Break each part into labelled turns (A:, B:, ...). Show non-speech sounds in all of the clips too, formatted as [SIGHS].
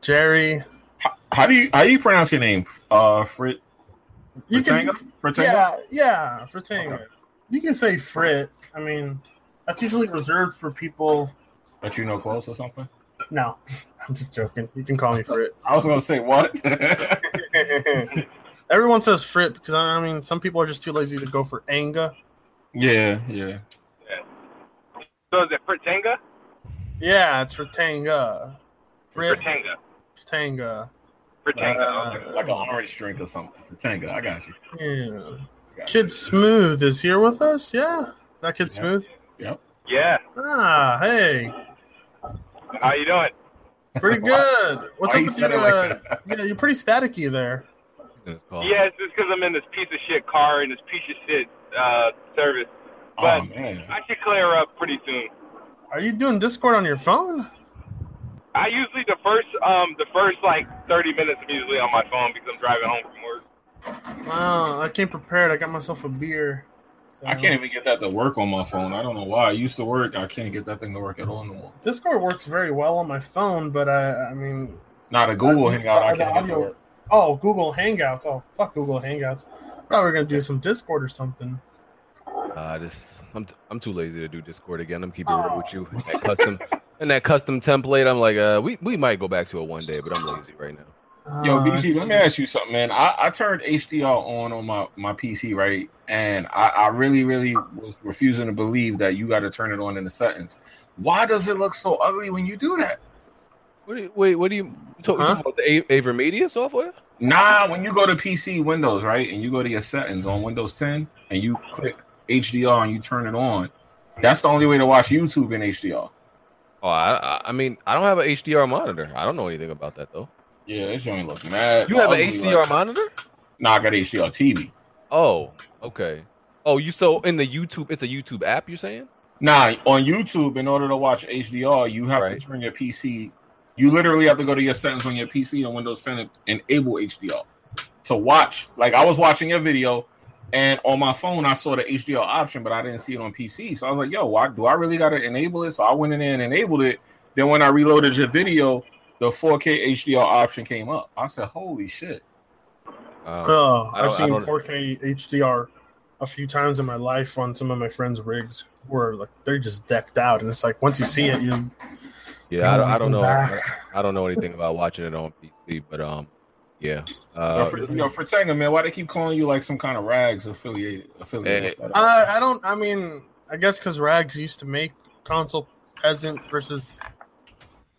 A: Jerry.
B: How, how do you how do you pronounce your name? Uh, Frit.
A: You can do,
B: Fritanga? Fritanga?
A: yeah, yeah, Fritanga.
B: Okay.
A: You can say Frit. I mean, that's usually reserved for people.
B: But you know, close or something.
A: No, [LAUGHS] I'm just joking. You can call me Frit. [LAUGHS]
B: I was gonna say what? [LAUGHS]
A: Everyone says Frit because I mean, some people are just too lazy to go for Anga.
B: yeah, yeah.
C: So is it Fritanga?
A: Yeah, it's Fritanga. Frit
C: Fritanga.
A: Fritanga.
C: Fritanga.
A: Uh,
C: okay.
B: Like an orange drink or something. Fritanga. I got you.
A: Yeah.
B: I got
A: Kid Smooth is here with us. Yeah, that Kid
B: Yeah.
A: Smooth.
C: Yeah.
A: Ah, hey,
C: How you doing?
B: [LAUGHS]
A: pretty good. What's
B: Why
A: up with
B: you
A: you?
B: said it like
A: uh,
C: [LAUGHS]
A: yeah, you're pretty staticky there.
D: It's called-
C: Yeah, it's just because I'm in this piece of shit car and this piece of shit uh, service.
B: Oh
C: But
B: man.
C: I uh, should clear up pretty soon.
A: Are you doing Discord on your phone?
C: I usually the first um the first like 30 minutes I'm usually on my phone because I'm driving home from work.
A: Wow, I came prepared. I got myself a beer. So.
B: I can't even get that to work on my phone. I don't know why. I used to work. I can't get that thing to work at all no more.
A: Discord works very well on my phone, but I, I mean,
B: Not a Google
A: Uh,
B: Hangout.
A: uh,
B: I
A: the
B: can't get it to
A: audio-
B: work.
A: oh, Google Hangouts. Oh, fuck Google Hangouts. thought we were gonna do some Discord or something.
D: Uh, I just I'm t- I'm too lazy to do Discord again. I'm keeping
A: Oh.
D: it real with you. That
A: [LAUGHS]
D: custom and that custom template. I'm like, uh, we we might go back to it one day, but I'm lazy right now.
B: Yo,
D: Oh,
A: Uh,
B: BG, let me ask you something, man. I, I turned HDR on on my, my PC, right? And I, I really, really was refusing to believe that you got to turn it on in the settings. Why does it look so ugly when you do that?
D: What do you, wait, what do you you talking
A: Huh?
D: about the A- AverMedia software?
B: Nah, when you go to PC Windows, right, and you go to your settings on Windows 10 and you click HDR and you turn it on, that's the only way to watch YouTube in HDR.
D: Oh, I, I I mean, I don't have an HDR monitor. I don't know anything about that though.
B: Yeah, this joint look mad.
D: You have an
B: ugly,
D: HDR
B: like-
D: monitor?
B: Nah, I got HDR TV.
D: Oh, okay. Oh, you so in the YouTube? It's a YouTube app. You're saying?
B: Nah, on YouTube, in order to watch HDR, you have
D: Right.
B: to turn your PC. You literally have to go to your settings on your PC on Windows 10 and enable HDR to watch. Like I was watching your video, and on my phone I saw the HDR option, but I didn't see it on PC. So I was like, "Yo, why do I really got to enable it?" So I went in there and enabled it. Then when I reloaded your video, the 4K HDR option came up. I said, "Holy shit!"
D: Uh,
A: Oh,
D: I don't-
A: I've
D: I
A: seen
D: don't-
A: 4K HDR a few times in my life on some of my friends' rigs where like they're just decked out, and it's like once you see it, you
D: yeah, I don't, I don't know. I,
A: Back.
D: I don't know anything about watching it on PC, but um, yeah.
B: yo,
D: Uh,
B: for, yo, Fratanga, man, why they keep calling you like some kind of rags affiliated? affiliated
A: Uh, I don't. I mean, I guess because Rags used to make console peasant versus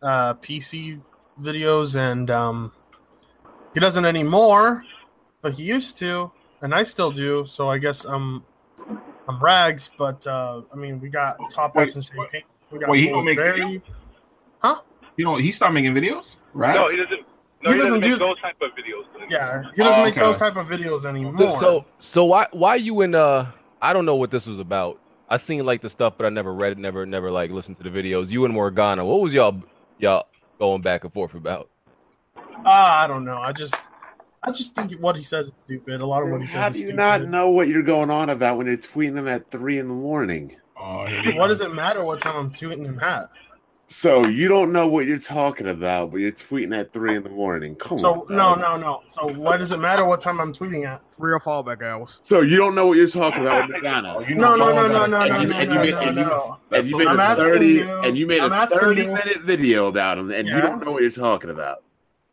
A: uh, PC videos, and um, he doesn't anymore, but he used to, and I still do. So I guess I'm I'm Rags, but uh, I mean, we got top hats
B: Wait,
A: and champagne. We got
B: wait, he
A: Bull
B: don't make
A: Berry.
B: video? you know, he stopped making videos, right?
C: No, he doesn't.
A: He
C: No, he, doesn't,
A: doesn't do-
C: make those type of videos.
A: Yeah, he doesn't
B: Oh,
A: make
B: okay.
A: those type of videos anymore.
D: So so why why you in uh I don't know what this was about. I seen like the stuff, but I never read it, never never like listened to the videos. You and Morgana, what was y'all y'all going back and forth about?
A: Ah, I don't know. I just I just think what he says is stupid. A lot of what he says
E: How
A: is
E: do you
A: stupid.
E: not know what you're going on about when you're tweeting them at three in the morning?
B: Oh, here we go.
A: What does it matter what time I'm tweeting him at?
E: So you don't know what you're talking about, but you're tweeting at three in the morning. Come
A: So
E: on.
A: no,
E: dog.
A: no, no. So why does it matter what time I'm tweeting at?
F: Real fallback hours.
E: So you don't know what you're talking about with
B: Oh,
E: Madonna.
B: you
A: No,
B: know
A: no, no,
B: Madonna
A: no,
B: got-
A: no,
B: and
E: no,
B: you-
E: no,
B: and you
E: no,
B: made-
E: no,
B: and you-
A: no.
B: that's
E: And you
B: so-
E: made
A: I'm
E: a
A: asking
E: thirty
A: you-
E: and you made
A: I'm
E: a
A: asking
E: thirty
A: you-
E: minute video about him, and
A: Yeah.
E: you don't know what you're talking about.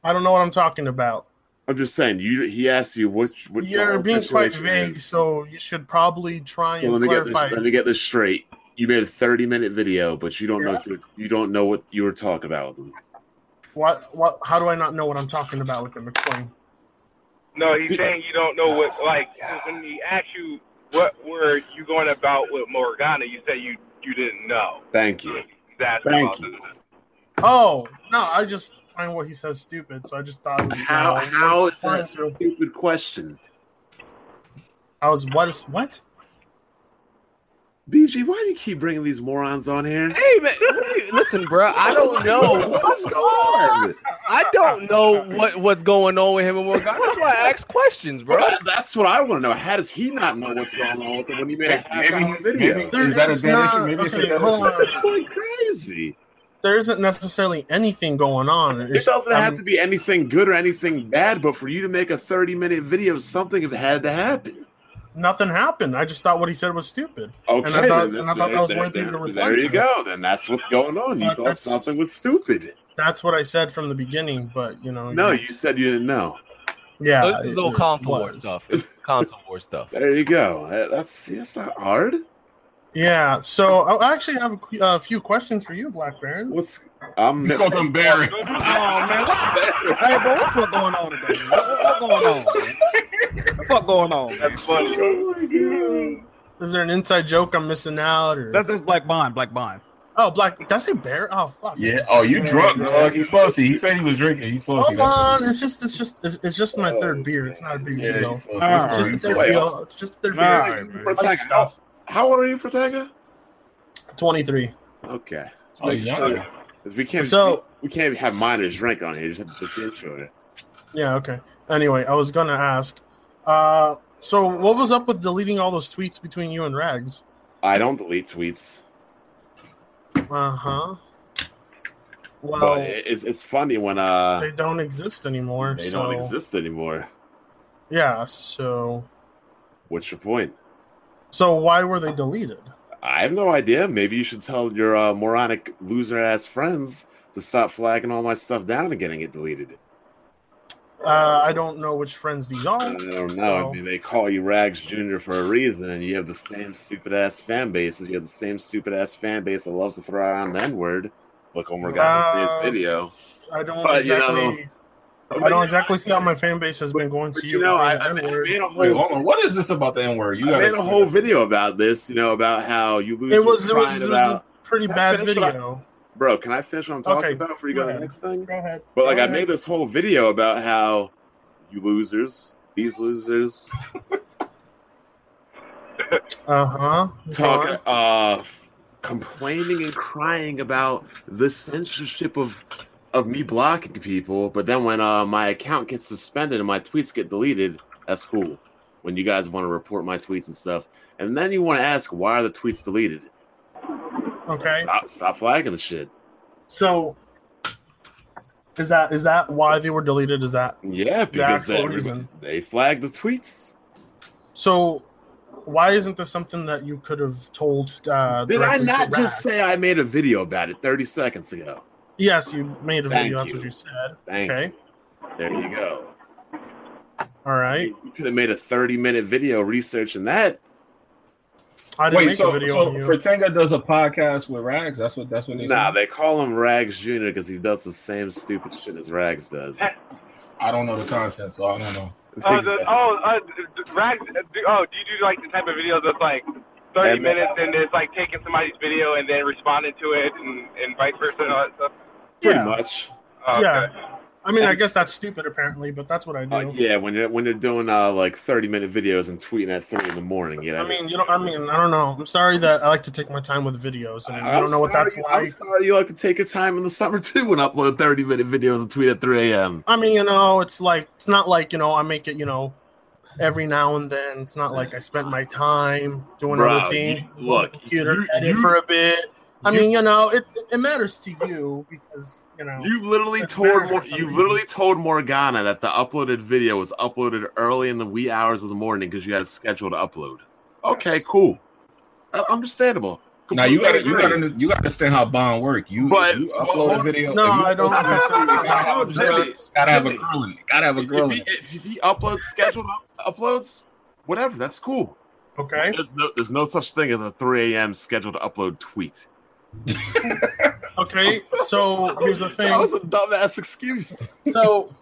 A: I don't know what I'm talking about.
E: I'm just saying. You he asked you what what your
A: You're
E: whole
A: being quite
E: situation
A: vague,
E: is.
A: so you should probably try
E: So
A: and
E: let me get this.
A: clarify.
E: Let me get this straight. You made a thirty minute video, but you don't know
A: Yeah.
E: what you, you don't know what you were talking about with him.
A: What? What? How do I not know what I'm talking about with him? Explain.
C: No, he's saying you don't know what like when he asked you what were you going about with Morgana, you said you you didn't know.
E: Thank you.
C: He's asking
E: Thank
C: about
E: you.
C: that.
A: Oh no, I just find what he says stupid, so I just thought. It was
E: How how is
A: Fine,
E: that
A: true.
E: a stupid question?
A: I was what is what?
E: BG, why do you keep bringing these morons on here?
D: Hey man, what do you- listen, bro, I don't know.
E: what's going on.
D: I don't know what what's going on with him and Morgana. That's why I ask questions, bro.
E: [LAUGHS] Bro, that's what I want to know. How does he not know what's going on with him when he made a half
B: Maybe-
E: hour video?
B: maybe- Is that a
A: It's
B: dead
A: not-
B: issue? Maybe it's a
A: okay,
B: dead
A: hold
B: issue.
A: on.
E: It's like crazy.
A: there isn't necessarily anything going on.
E: It
A: It's-
E: doesn't
A: I'm-
E: have to be anything good or anything bad, but for you to make a 30 minute video, something has had to happen.
A: nothing happened. I just thought what he said was stupid.
E: Okay.
A: I thought-
E: then
A: and I thought that was
E: there-
A: worthy
E: there-
A: to reply
E: There
A: to.
E: you go. Then that's what's going on. You
A: But
E: thought
A: that's-
E: something was stupid.
A: That's what I said from the beginning, but you know,
E: No, you said you didn't know.
A: yeah,
D: this is
A: it-
D: all
A: it
D: console war
A: was.
D: stuff. It's console war stuff.
E: There you go. Uh, That's, that's not hard.
A: Yeah, so I actually have a, qu- a few questions for you, Black Baron.
E: What's I'm
B: [LAUGHS] You called
E: [LAUGHS]
B: him Barry.
F: Oh man, what, hey bro, what the fuck going on today? man? What, what going on? Man? What the fuck going on? Man?
C: That's funny.
E: Oh my God.
A: Is there an inside joke I'm missing out? Or
F: That's just Black Bond, Black Bond.
A: oh, Black, did I say Bear? Oh, fuck.
B: Yeah. Oh, you drunk, dog. You fussy. He said he was drinking. You fussy.
A: Hold on, it's just, it's just, it's it's just my third beer. It's not a big
B: Yeah,
A: deal.
B: you fussy.
F: Alright.
A: It's just a
B: Sorry.
A: third deal. It's just a third beer.
F: Alright, man.
A: I like stuff.
E: How old are you, Protega?
A: Twenty-three.
E: Okay.
B: Oh, yeah.
E: 'Cause We can't
A: So-
E: we can't have minors drink on here. Just have to put the intro in.
A: Yeah. Okay. Anyway, I was gonna ask. Uh, so what was up with deleting all those tweets between you and Rags?
E: I don't delete tweets.
A: Uh huh. Well, Oh.
E: But it, it's- it's funny when uh
A: they don't exist anymore.
E: they
A: so-
E: don't exist anymore.
A: Yeah. So,
E: What's your point?
A: so why were they deleted?
E: I have no idea. Maybe you should tell your uh, moronic loser ass friends to stop flagging all my stuff down and getting it deleted.
A: Uh, I don't know which friends these are.
E: I don't know.
A: So-
E: I mean, they call you Rags Junior for a reason, and you have the same stupid ass fan base. You have the same stupid ass fan base that loves to throw around the N word. Look on Morgana's
A: Uh,
E: video.
A: I don't
E: But, you
A: exactly. I don't
E: But-
A: exactly see how my fan base has been going
E: But
A: to
E: you know, I,
A: with
E: I
A: the
E: made,
A: N-word.
E: made a
B: Wait,
E: whole,
B: hold on. What is this about the N word? You
E: I
B: got
E: made a whole video about this. You know about how you lose.
A: it was it
E: your
A: was,
E: mind
A: it was
E: about.
A: a pretty
E: Can I
A: bad
E: finish what I-
A: video.
E: Bro, can I finish what I'm talking
A: Okay,
E: about before you
A: go
E: go to the
A: ahead.
E: next thing?
A: Go ahead.
E: But like,
A: Go
E: I
A: ahead.
E: made this whole video about how you losers, these losers,
A: Uh huh.
E: talking, uh, f- complaining and crying about the censorship of of me blocking people. But then when uh, my account gets suspended and my tweets get deleted, that's cool. When you guys want to report my tweets and stuff, and then you want to ask why are the tweets deleted?
A: Okay.
E: Stop, stop flagging the shit.
A: So is that is that why they were deleted? Is that
E: Yeah, because
A: actual
E: everybody-
A: reason.
E: they flagged the tweets.
A: so? Why isn't this something that you could have told? Uh,
E: Did
A: directly
E: I
A: to
E: not just
A: Rags?
E: say I made a video about it 30 seconds ago?
A: Yes, you made a
E: Thank
A: video. That's
E: you.
A: what you said.
E: Thank
A: Okay.
E: you. There you go.
A: All right.
E: You could have made a 30 minute video researching that.
A: I didn't
B: Wait,
A: make a
B: so,
A: video
B: so
A: on you.
B: Fratanga does a podcast with Rags? That's what that's what they
E: Nah,
B: say?
E: they call him Rags Jr. because he does the same stupid shit as Rags does. [LAUGHS]
B: I don't know the content, so I don't know.
C: Oh, the, oh, Eh, uh, d- rag, do, oh, do you do like the type of videos that's like 30
E: And-
C: minutes and it's like taking somebody's video and then responding to it and, and vice versa and all that stuff?
E: Pretty
A: yeah.
E: much.
C: Oh,
A: Yeah.
C: okay.
A: I mean, I guess that's stupid, apparently, but that's what I do.
E: Uh, yeah, when you're when you're doing uh, like 30 minute videos and tweeting at 3 in the morning, you know.
A: I mean, you know, I mean, I don't know. I'm sorry that I like to take my time with videos, and I
E: I'm
A: don't know what
E: sorry-
A: that's
E: I'm
A: like.
E: sorry you like to take your time in the summer too and upload 30 minute videos and tweet at 3 a.m.
A: I mean, you know, it's like it's not like you know I make it, you know, every now and then. It's not like I spent my time doing
E: Bro,
A: other things.
E: you- look,
A: computer
E: you-
A: edit
E: you-
A: for a bit. I
E: you-
A: mean, you know, it it matters to you because you know.
E: You literally
A: That's
E: told
A: better
E: Mor-
A: for some
E: you
A: reason.
E: literally told Morgana that the uploaded video was uploaded early in the wee hours of the morning because you had a schedule to upload. Okay, cool, Uh, understandable.
B: Now you gotta you
E: Completely
B: gotta
E: agree.
B: you gotta understand how Bond work. You
E: But-
B: you
E: but
B: upload a
E: hold-
B: video.
A: no,
B: if you
A: I don't-
B: upload a video, you gotta have
E: Jimmy,
B: drugs, gotta have a
E: Jimmy.
B: girl in it. Gotta have a girl
E: If
B: in
E: he,
B: it.
E: if, if he uploads scheduled up- uploads, whatever, that's cool. [LAUGHS]
A: Okay.
E: There's no there's no such thing as a 3 a.m. scheduled upload tweet.
A: Okay. So here's
E: [LAUGHS]
A: the
E: That was
A: thing.
E: a dumbass excuse.
A: So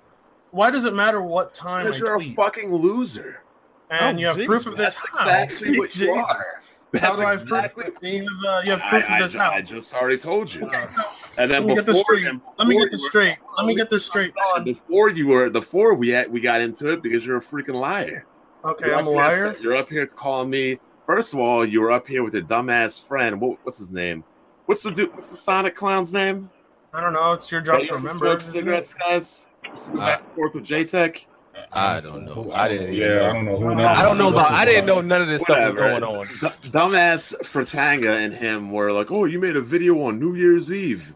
A: why does it matter what time I
E: Because you're a
A: tweet?
E: fucking loser.
A: And
F: Oh,
A: you have
F: geez,
A: proof of this. How?
E: Exactly what you
F: Jesus.
E: are.
A: How
E: That's
A: do I have proof?
E: exactly
A: You have, uh, you have proof
E: I,
A: of this.
E: I-
A: How?
E: I just already told you.
A: Okay, so
E: And then
A: Let me get this
E: before,
A: straight.
E: and
A: let me
E: before
A: get this
E: you were-
A: straight. Let me get this straight.
E: and Before you were, before we had, we got into it because you're a freaking liar.
A: Okay,
E: You're
A: I'm a
E: up here-
A: liar.
E: you're up here calling me. First of all, you were up here with your dumbass friend. What, what's his name? What's the dude? What's the Sonic Clown's name?
A: I don't know. It's your job
E: That
A: to
E: used
A: remember.
E: smoke
A: isn't it?
E: cigarettes, guys. Used to go
D: Uh,
E: back and forth with JTech.
D: I don't know. I didn't. even
B: Yeah, I
D: know.
B: don't know.
F: I
B: who
F: don't
D: I don't know about. I didn't know
B: knows.
D: none of this stuff was going on.
E: D- dumbass Fratanga and him were like, "Oh, you made a video on New Year's Eve."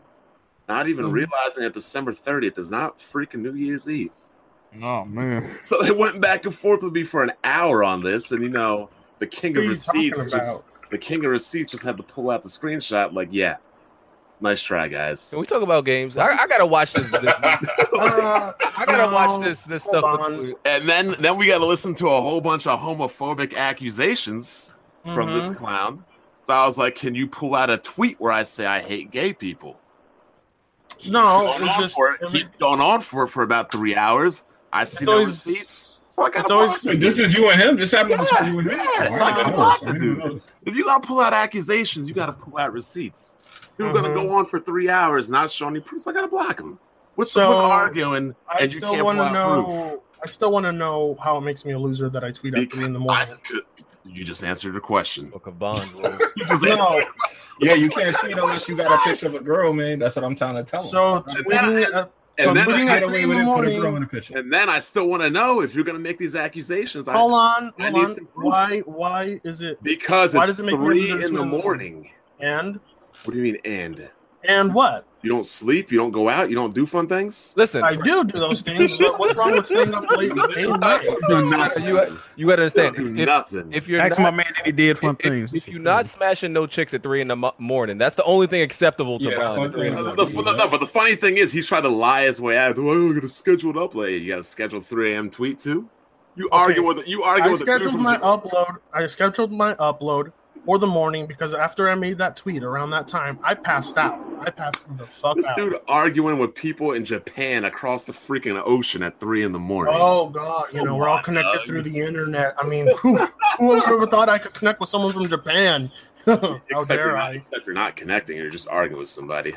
E: Not
A: Hmm.
E: even realizing that December 30th is not freaking New Year's Eve.
G: Oh man.
E: So they went back and forth with me for an hour on this, and you know, the king of
A: What are you talking
E: receipts just the king of receipts just had to pull out the screenshot, like, yeah, nice try, guys.
D: Can we talk about games? I, I gotta watch this. this
A: Uh,
D: I gotta
A: no,
D: watch this this
A: hold
D: stuff.
A: on.
E: And then then we gotta listen to a whole bunch of homophobic accusations from this
A: mhm.
E: clown. So I was like, Can you pull out a tweet where I say I hate gay people?
A: No, it was
E: Keep going on
A: just.
E: for it.
A: it was-
E: keep going on for it for about three hours. I see
A: It's
E: no
A: always,
E: receipts. So I gotta
A: it's always-
E: block the
B: Wait, this
E: dude.
B: is you and him. This happened between you and him.
E: Yeah, it's
B: Wow.
E: like a block
B: I didn't
E: dude.
B: know this.
E: If you gotta pull out accusations, you gotta pull out receipts. You're gonna
A: Mhm.
E: go on for three hours not showing any proof. so I gotta block him. What's the
A: So,
E: point of arguing?
A: I
E: and you
A: still
E: can't
A: want to
E: pull out proof?
A: know. I still want to know how it makes me a loser that I tweet at three in the
E: I
A: morning.
E: could- you just answered a question.
D: Book of Bond. bro.
E: You just answered-
A: [LAUGHS] No,
B: Yeah, you can't tweet unless you got a picture of a girl, man. That's what I'm trying to tell him.
A: so
E: And then I-
A: tweeting. uh, at-
E: and,
A: So
E: then
A: tweeting
E: I,
A: at
B: get
A: three
B: away
A: in
B: with
A: the
B: it. Put a girl
A: morning.
B: in the picture.
E: and then I still want to know if you're gonna make these accusations. I-
A: Hold on,
E: I
A: hold
E: need
A: on.
E: some proof.
A: Why? Why is it?
E: because
A: Why
E: it's
A: does it make me
E: three
A: lose at
E: in
A: two
E: the
A: in the
E: morning.
A: And
E: What do you mean? And
A: and what?
E: you don't sleep. You don't go out. You don't do fun things.
D: Listen,
A: I do do those things. But what's wrong with staying up
E: [LAUGHS]
A: late? Day and night?
E: Do
D: you you gotta
E: You don't
D: understand.
E: do
D: If,
E: nothing.
D: if you're
G: Ask
D: not,
G: my man if he did fun
D: if,
G: things.
D: if, if you're not smashing no chicks at three in the mo- morning, that's the only thing acceptable to
B: Yeah, that's
D: Bond.
B: what
D: at three in the
E: No,
B: I'm
E: no,
D: morning.
E: no, no, but the funny thing is, he tried to lie his way out. Oh, I'm gonna schedule it up late. You gotta schedule 3 a.m. tweet too. You argue with you argue
A: I
E: with the dude
A: scheduled
E: from
A: my
E: the-
A: upload. I scheduled my upload for the morning because after I made that tweet around that time, I passed out. I passed the fuck
E: This
A: out.
E: dude arguing with people in Japan across the freaking ocean at three in the morning.
A: Oh God! You know we're all connected
E: dog.
A: through the internet. I mean, [LAUGHS] who, who would have ever thought I could connect with someone from Japan? [LAUGHS] How
E: except, you're
A: dare
E: not,
A: I?
E: except you're not connecting. You're just arguing with somebody.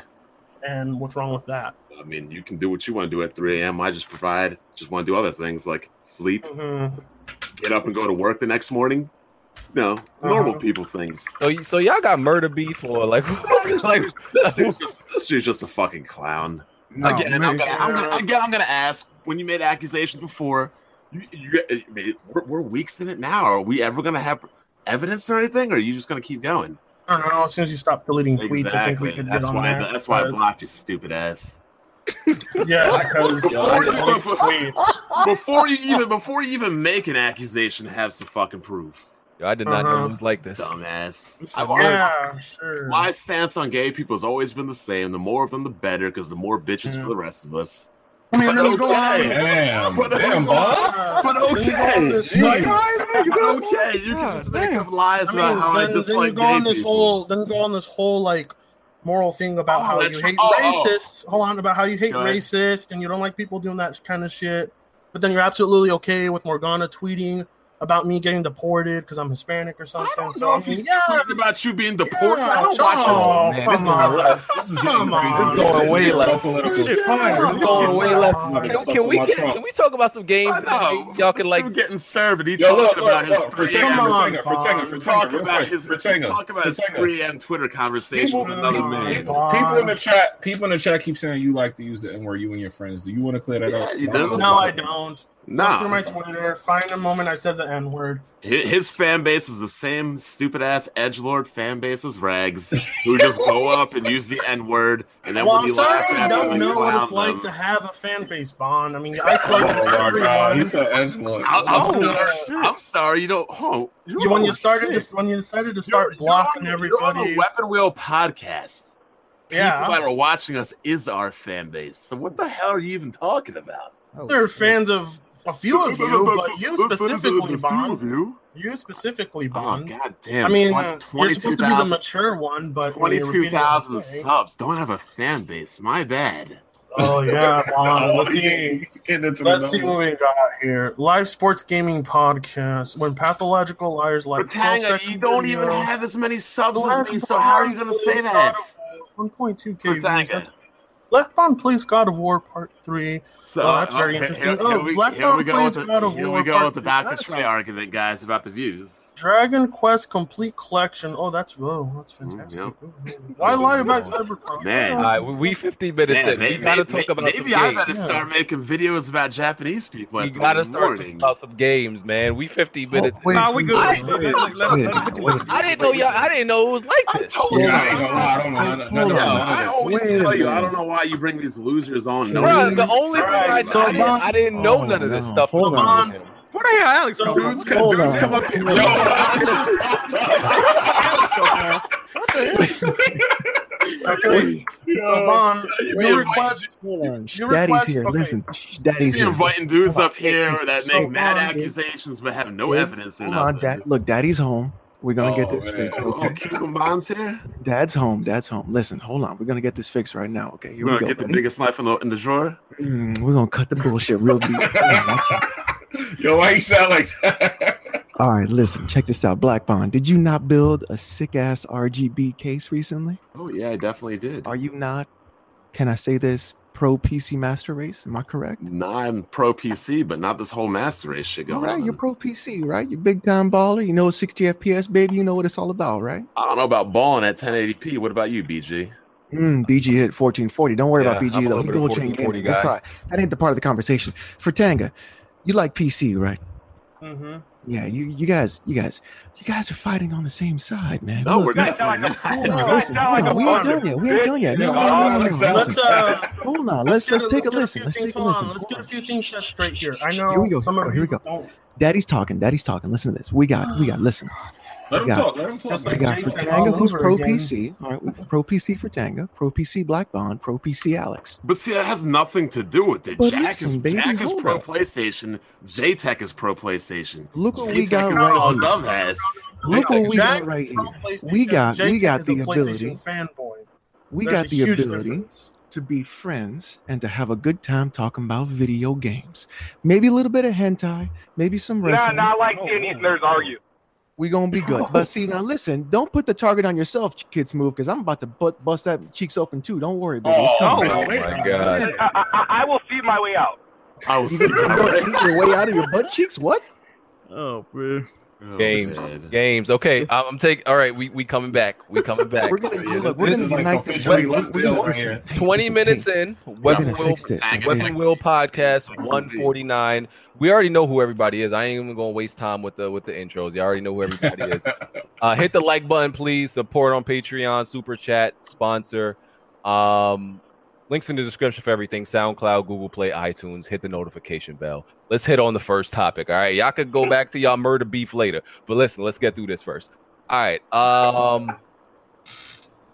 A: And what's wrong with that?
E: I mean, you can do what you want to do at 3 a.m. I just provide, just want to do other things like sleep,
A: Mhm.
E: get up and go to work the next morning. No, normal
A: Uh-huh. [LAUGHS]
E: people things.
D: So, y- so y'all got murder beef or like, [LAUGHS] what's- like
E: This dude's just, this dude's just a fucking clown.
A: Oh,
E: again, I'm gonna, I'm gonna, again, I'm gonna ask when you made accusations before. You, you, I mean, we're, we're weeks in it now. Are we ever gonna have evidence or anything? Or are you just gonna keep going?
A: I don't know. As soon as you stop deleting tweets, I think we could
E: That's
A: get on
E: why.
A: there.
E: That's why I blocked your stupid ass.
A: But-
E: [LAUGHS]
A: yeah, because
E: Before
A: I
E: you- [LAUGHS]
A: delete tweets.
E: Before you even, before you even make an accusation, have some fucking proof,
D: Yo, I did not know
A: Uh-huh.
D: it was like this.
E: dumbass. I've already-
A: Yeah, sure.
E: My stance on gay people has always been the same. The more of them, the better, because the more bitches
A: Yeah.
E: for the rest of us.
A: I mean, it'll go on.
E: Okay.
B: Damn,
E: What the-
B: damn, bud.
A: Uh,
E: But
A: then you go on
E: okay,
A: this-
E: Jeez.
A: like,
E: But [LAUGHS] okay, you can
G: God
E: just make
G: damn.
E: up lies
A: I
E: about
A: mean,
E: how I
A: then, then you
E: dislike
A: go on
E: gay
A: this
E: people.
A: whole then you go on this whole like moral thing about
E: Oh,
A: how
E: that's
A: you
E: right.
A: hate
E: Oh, oh.
A: racists. Hold on, about how you hate
E: Go ahead.
A: racists and you don't like people doing that kind of shit. But then you're absolutely okay with Morgana tweeting about me getting deported because I'm Hispanic or something.
E: I don't
A: so
E: know
A: I
E: if
A: mean,
E: he's
A: yeah,
E: talking about you being deported.
A: yeah,
E: I don't
A: so-
E: watch
A: oh,
B: Man, this
A: come
B: is getting
A: on.
B: rough. This is
A: Come
B: getting
A: on.
B: crazy.
D: It's going way
B: Political,
D: left.
B: political.
G: Shit, fine.
A: Come
G: It's going
A: on.
D: way left.
B: Like,
D: Can,
B: stop
D: can we
B: talking
D: can,
B: about
D: can we talk about some games?
E: it. No,
D: Oh, y'all can like.
E: getting served. and He's
B: Yo, look,
E: talking about
B: look,
E: his
B: look,
E: three
A: Come
E: M.
A: on.
B: Fratanga, Fratanga, Fratanga, Fratanga,
E: Talk
B: real
E: about
B: quick.
E: his
B: Fratanga,
E: talk about his
B: Fratanga.
E: three M Twitter conversation
B: People-
E: with another
A: Come
E: man.
A: on.
B: People in the chat, people in the chat keep saying you like to use the N word. You and your friends. Do you want to clear that up?
E: Yeah, you do.
A: No, I don't. Go through
E: No,
A: my Twitter, find the moment I said the N word.
E: hi- his fan base is the same stupid ass edge lord fan base as Rags, who
A: [LAUGHS]
E: just go up and use the N word, and then
A: Well,
E: when
A: I'm
E: you
A: sorry
E: laugh at
A: I
E: them,
A: don't
E: you
A: know what it's
E: clown
A: like
E: them.
A: to have a fan base bond. I
E: [LAUGHS]
A: mean, I
B: Oh
A: slept with
B: my god,
A: everyone.
B: he's an edgelord.
E: I- I'm,
A: Oh,
E: sorry. I'm sorry. You don't. Oh,
A: You, when you
E: don't-
A: started,
E: shit.
A: to, when you decided to
E: You're-
A: start blocking
E: you're on-
A: everybody,
E: You're on a Weapon Wheel podcast. People
A: yeah,
E: that are watching us is our fan base. So what the hell are you even talking about?
F: Oh,
A: they're fans of a few of you, but
E: [LAUGHS]
A: you specifically, Bond.
E: You?
A: You specifically,
E: Oh
A: Bond.
E: god damn!
A: I mean, you're
E: twenty-two
A: supposed to be the
E: thousand.
A: mature one, but I mean, you're
E: Twenty-two
A: repeating what I'm
E: thousand
A: saying.
E: subs. Don't have a fan base. My bad.
A: Oh yeah,
E: [LAUGHS]
A: Bond.
B: Oh,
A: Let's
B: he's
A: see.
B: getting into the
A: Let's see what
B: numbers.
A: we got here. Live sports gaming podcast. When pathological liars like
E: But Tanga,
A: 12-second
E: you don't even
A: video-
E: have as many subs as
A: Left
E: me. So how are
A: Bond
E: you going to
A: plays
E: say
A: God
E: that?
A: of War, 1.2k. views.
E: Tanga.
A: That's- Left Bond plays God of War Part Three.
E: So
A: Oh, that's very
E: okay,
A: interesting.
E: Here, here
A: Oh,
E: we,
A: Black
E: here we
A: Dog
E: go with
A: plays
E: the,
A: God of
E: here
A: War
E: we go
A: Part
E: with the
A: Three.
E: Dr.
A: That's-
E: Trey argument, guys, about the views.
A: Dragon Quest Complete Collection. Oh, that's whoa, that's
E: Mm,
A: fantastic. Why lie about Cyberpunk?
E: Man.
D: All right, we- we 50 minutes
E: Man,
D: in.
E: may-
D: we gotta
E: may-
D: talk about
E: maybe
D: some
E: I
D: games.
E: gotta
A: Yeah.
E: start making videos about Japanese people.
D: We
E: at the
D: gotta start talking
E: morning.
D: about some games, man. We 50 minutes. in.
G: Oh, wait,
F: Nah, we
G: wait,
F: good. Let-
G: wait, wait,
F: let- let-
G: wait,
F: let- let-
G: wait.
D: I didn't know y'all. I didn't know it was like
E: I
D: this.
E: told
B: Yeah,
E: you.
B: I ain't gonna lie. I don't know. I don't- I don't know.
E: I always
G: Wait a
E: tell you, I
G: minute.
E: don't know why you bring these losers on. No,
D: Bruh, the only thing I,
A: So,
D: know, I, didn't,
A: Bon-
D: I didn't know
G: Oh,
D: none of this
G: no.
D: stuff.
G: Hold
A: on.
F: Where the hell Alex come from?
E: dudes, come-
G: Hold
E: dudes
G: on.
E: come up here.
G: Hold
E: Yo,
G: on.
E: [LAUGHS]
A: Okay, so Bon,
E: Wait,
A: you
E: wait.
A: request
G: Hold on. Shh,
A: Your
G: Daddy's
A: request-
G: here.
A: okay.
G: Listen, shh, Daddy's
E: you
G: here.
E: inviting dudes up here that
A: So
E: make mad
A: long, dude.
E: accusations but have no
G: Kids,
E: evidence or
G: Hold on,
E: nothing.
G: Dad. Look, Daddy's home. We're gonna get
B: Oh,
G: this
B: man.
G: fixed.
E: Oh,
G: Okay?
E: Cuban Bond's here.
G: Dad's home. Dad's home. Listen, hold on. We're gonna get this fixed right now. Okay, here
E: You're gonna
G: we go.
E: get the
G: buddy.
E: biggest knife in the in the drawer.
G: Mm, we're gonna cut the bullshit real deep.
B: [LAUGHS] Yo, why you sound like that?
G: All right, listen. Check this out, Black Bond. Did you not build a sick ass RGB case recently?
E: Oh yeah, I definitely did.
G: Are you not? Can I say this? Pro PC Master Race? Am I correct?
E: Nah, I'm pro PC, but not this whole master race shit
G: All
E: going
G: right,
E: on.
G: you're pro PC, right? You're big time baller. You know what 60 FPS, baby. You know what it's all about, right?
E: I don't know about balling at 1080p. What about you, BG?
G: Mm, BG hit 1440. Don't worry
D: Yeah,
G: about BG
D: I'm a
G: though.
D: little
G: He
D: bit of
G: gold chain
D: 1440
G: gaming. That's
D: guy.
G: right. That ain't the part of the conversation. For Tanga, you like PC, right?
A: Mhm.
G: Yeah, you, you guys, you guys, you guys are fighting on the same side, man.
E: No,
G: Look,
E: we're
C: That sound
E: definitely
C: like a
G: Hold
E: not.
G: on, listen,
C: Sound like
G: hold on.
C: a
G: We ain't done
C: blunder,
G: yet. We ain't
C: bitch.
G: done yet.
B: Yeah,
G: No, no,
B: all
G: no, no,
B: that
G: no.
B: sounds-
G: Listen,
A: let's uh,
G: Hold on. Let's
A: get
G: let's take a
A: get
G: listen.
A: few
G: Let's
A: things-
G: take a
A: hold on,
G: listen.
A: Let's
G: Hold
A: get a
G: on.
A: few things
G: Shh,
A: just
G: shh,
A: straight
G: shh,
A: here.
G: shh,
A: I
G: shh.
A: know
G: Here we go.
A: some
G: Here
A: of
G: we go. Here we
A: you
G: go.
A: don't.
G: Daddy's talking. Daddy's talking. Listen to this. We got. We got. Listen.
B: Let him
G: Yeah.
B: talk. Let him talk.
A: Just
G: We
A: like
G: got
A: Jake
G: for
A: and
G: Tanga,
A: all
G: who's
A: over
G: pro
A: again.
G: PC. All right, we have pro PC for Tanga, pro PC Black Bond, pro PC Alex.
E: But see, that has nothing to do with it.
G: But
E: Jack is
G: listen, baby,
E: Jack is
G: hold
E: pro
G: up.
E: PlayStation. JTech is pro PlayStation.
G: Look what we
E: JTech
G: got
E: is
G: right
E: all
G: here.
E: dumb ass.
G: Look what we
A: Jack
G: got right here.
A: is pro
G: We got-
A: PlayStation.
G: we got
A: Jake is a
G: the
A: PlayStation
G: ability.
A: Fanboy.
G: We
A: There's
G: got
A: a
G: the
A: huge
G: ability
A: difference.
G: to be friends and to have a good time talking about video games. Maybe a little bit of hentai, maybe some
C: Nah,
G: wrestling.
C: nah, I like
F: Oh,
C: seeing these
F: wow.
C: nerds argue.
G: We're gonna be good. But see, now listen, don't put the target on yourself, kids. Move, because I'm about to butt, bust that cheeks open too. Don't worry, baby. It's
B: Oh,
G: coming.
B: oh,
D: Oh
B: wait.
D: my god.
C: I, I, I- I will see my way out.
E: I was.
G: You gonna eat your way out of your butt cheeks? What?
F: Oh, bro.
D: Games. Games. Okay, I'm, I'm taking. All right, we we coming back. We coming back.
G: We're gonna
E: Yeah,
G: look. We're
B: this
G: gonna
B: is like
G: unite this.
B: officially
G: We're-
B: left
G: we're-
B: field right
G: listen,
B: here.
G: hey,
D: Twenty
G: listen,
D: minutes
G: hey,
D: in,
G: We're
D: Weapon
G: gonna
D: Will,
G: fix this.
E: Weapon
G: okay?
D: Weapon Will podcast one forty nine. We already know who everybody is. I ain't even gonna waste time with the with the intros. You already know who everybody
B: [LAUGHS]
D: is. Uh, hit the like button, please. Support on Patreon, super chat, sponsor. Um, links in the description for everything: SoundCloud, Google Play, iTunes. Hit the notification bell. Let's hit on the first topic. All right, y'all could
G: [LAUGHS]
D: go back to y'all murder beef later, but listen, let's get through this first. All right. Um,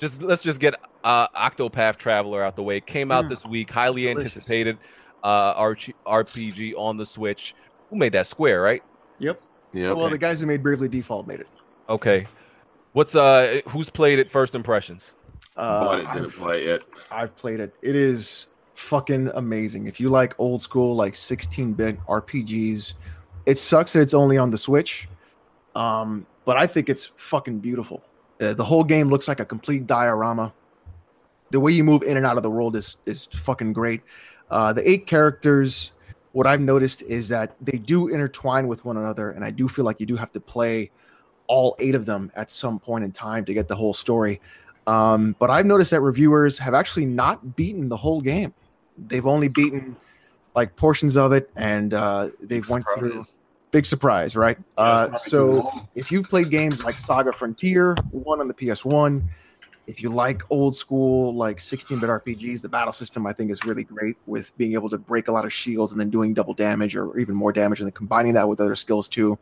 D: just let's just get uh, Octopath Traveler out the way. Came out
G: Mm.
D: this week, highly
G: Delicious.
D: anticipated uh, RG- RPG on the Switch. Who made that Square, right?
G: Yep.
E: Yeah.
G: Well, the guys who made Bravely Default made it.
D: Okay. What's uh? Who's played it? First impressions.
E: but
G: Uh,
E: it didn't
G: I've,
E: play it.
G: I've played it. It is fucking amazing. If you like old school, like 16-bit RPGs, it sucks that it's only on the Switch. Um, but I think it's fucking beautiful. Uh, the whole game looks like a complete diorama. The way you move in and out of the world is is fucking great. Uh, the eight characters. What I've noticed is that they do intertwine with one another, and I do feel like you do have to play all eight of them at some point in time to get the whole story. Um, but I've noticed that reviewers have actually not beaten the whole game. They've only beaten like portions of it, and uh, they've went through big surprise, right? Uh, so if you've played games like Saga Frontier, one on the PS1, if you like old school like 16-bit RPGs, the battle system I think is really great with being able to break a lot of shields and then doing double damage or even more damage and then combining that with other skills too.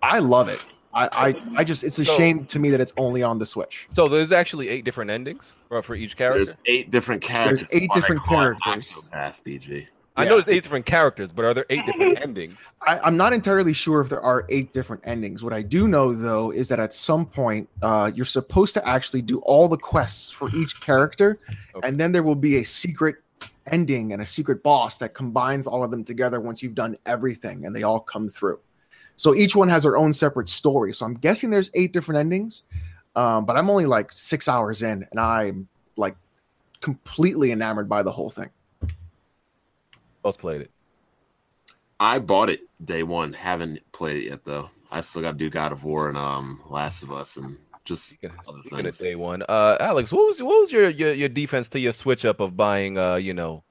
G: I love it. I I, I just it's a
D: So-
G: shame to me that it's only on the Switch.
D: So there's actually eight different endings for, for each character.
E: There's eight different characters.
G: eight
E: Why they
G: different
E: call it
G: characters.
E: Octopath, BG.
D: I know there's eight different characters, but are there eight different
G: [LAUGHS]
D: endings?
G: I, I'm not entirely sure if there are eight different endings. What I do know, though, is that at some point uh, you're supposed to actually do all the quests for each character,
D: Okay.
G: and then there will be a secret ending and a secret boss that combines all of them together once you've done everything and they all come through. So each one has their own separate story. So I'm guessing there's eight different endings, um, but I'm only like six hours in, and I'm like completely enamored by the whole thing.
D: Both played it.
E: I bought it day one. Haven't played it yet though. I still got to do God of War and um Last of Us and just other
D: Speaking of
E: things.
D: day one, uh, Alex, what was what was your, your, your defense to your switch up of buying uh you know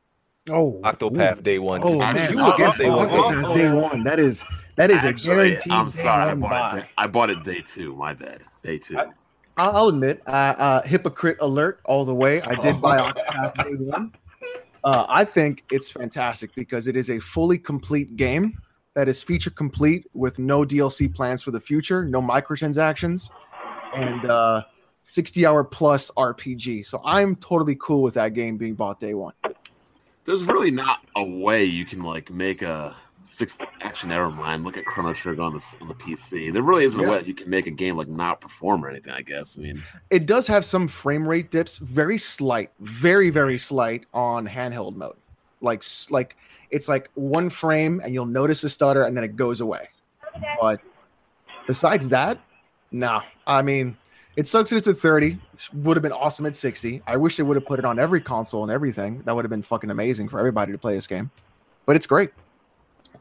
G: Oh,
D: Octopath day one?
G: Oh
E: I-
G: man,
D: you
E: I-
D: were against
G: Octopath
D: day one.
E: I-
G: Octopath day one. That is that is
E: Actually,
G: a guaranteed.
E: I'm
G: day
E: sorry, I
G: one
E: bought,
G: buy.
E: it, day- I bought it day two. My bad, day two.
D: I-
G: I'll I'll admit, uh, uh, hypocrite alert all the way. I did buy Octopath Day One. Uh, I think it's fantastic because it is a fully complete game that is feature complete with no DLC plans for the future, no microtransactions, and uh, 60 hour plus RPG. So I'm totally cool with that game being bought day one.
E: There's really not a way you can like make a six. Actually, never mind. Look at Chrono Trigger on the s- on the PC. There really isn't a way that you can make a game like not perform or anything. I guess. I mean,
G: It does have some frame rate dips, very slight, very very slight on handheld mode. Like s- like it's like one frame and you'll notice a stutter and then it goes away. But besides that, nah. I mean, it sucks that it's at 30. Would have been awesome at 60. I wish they would have put it on every console and everything. That would have been fucking amazing for everybody to play this game. But it's great.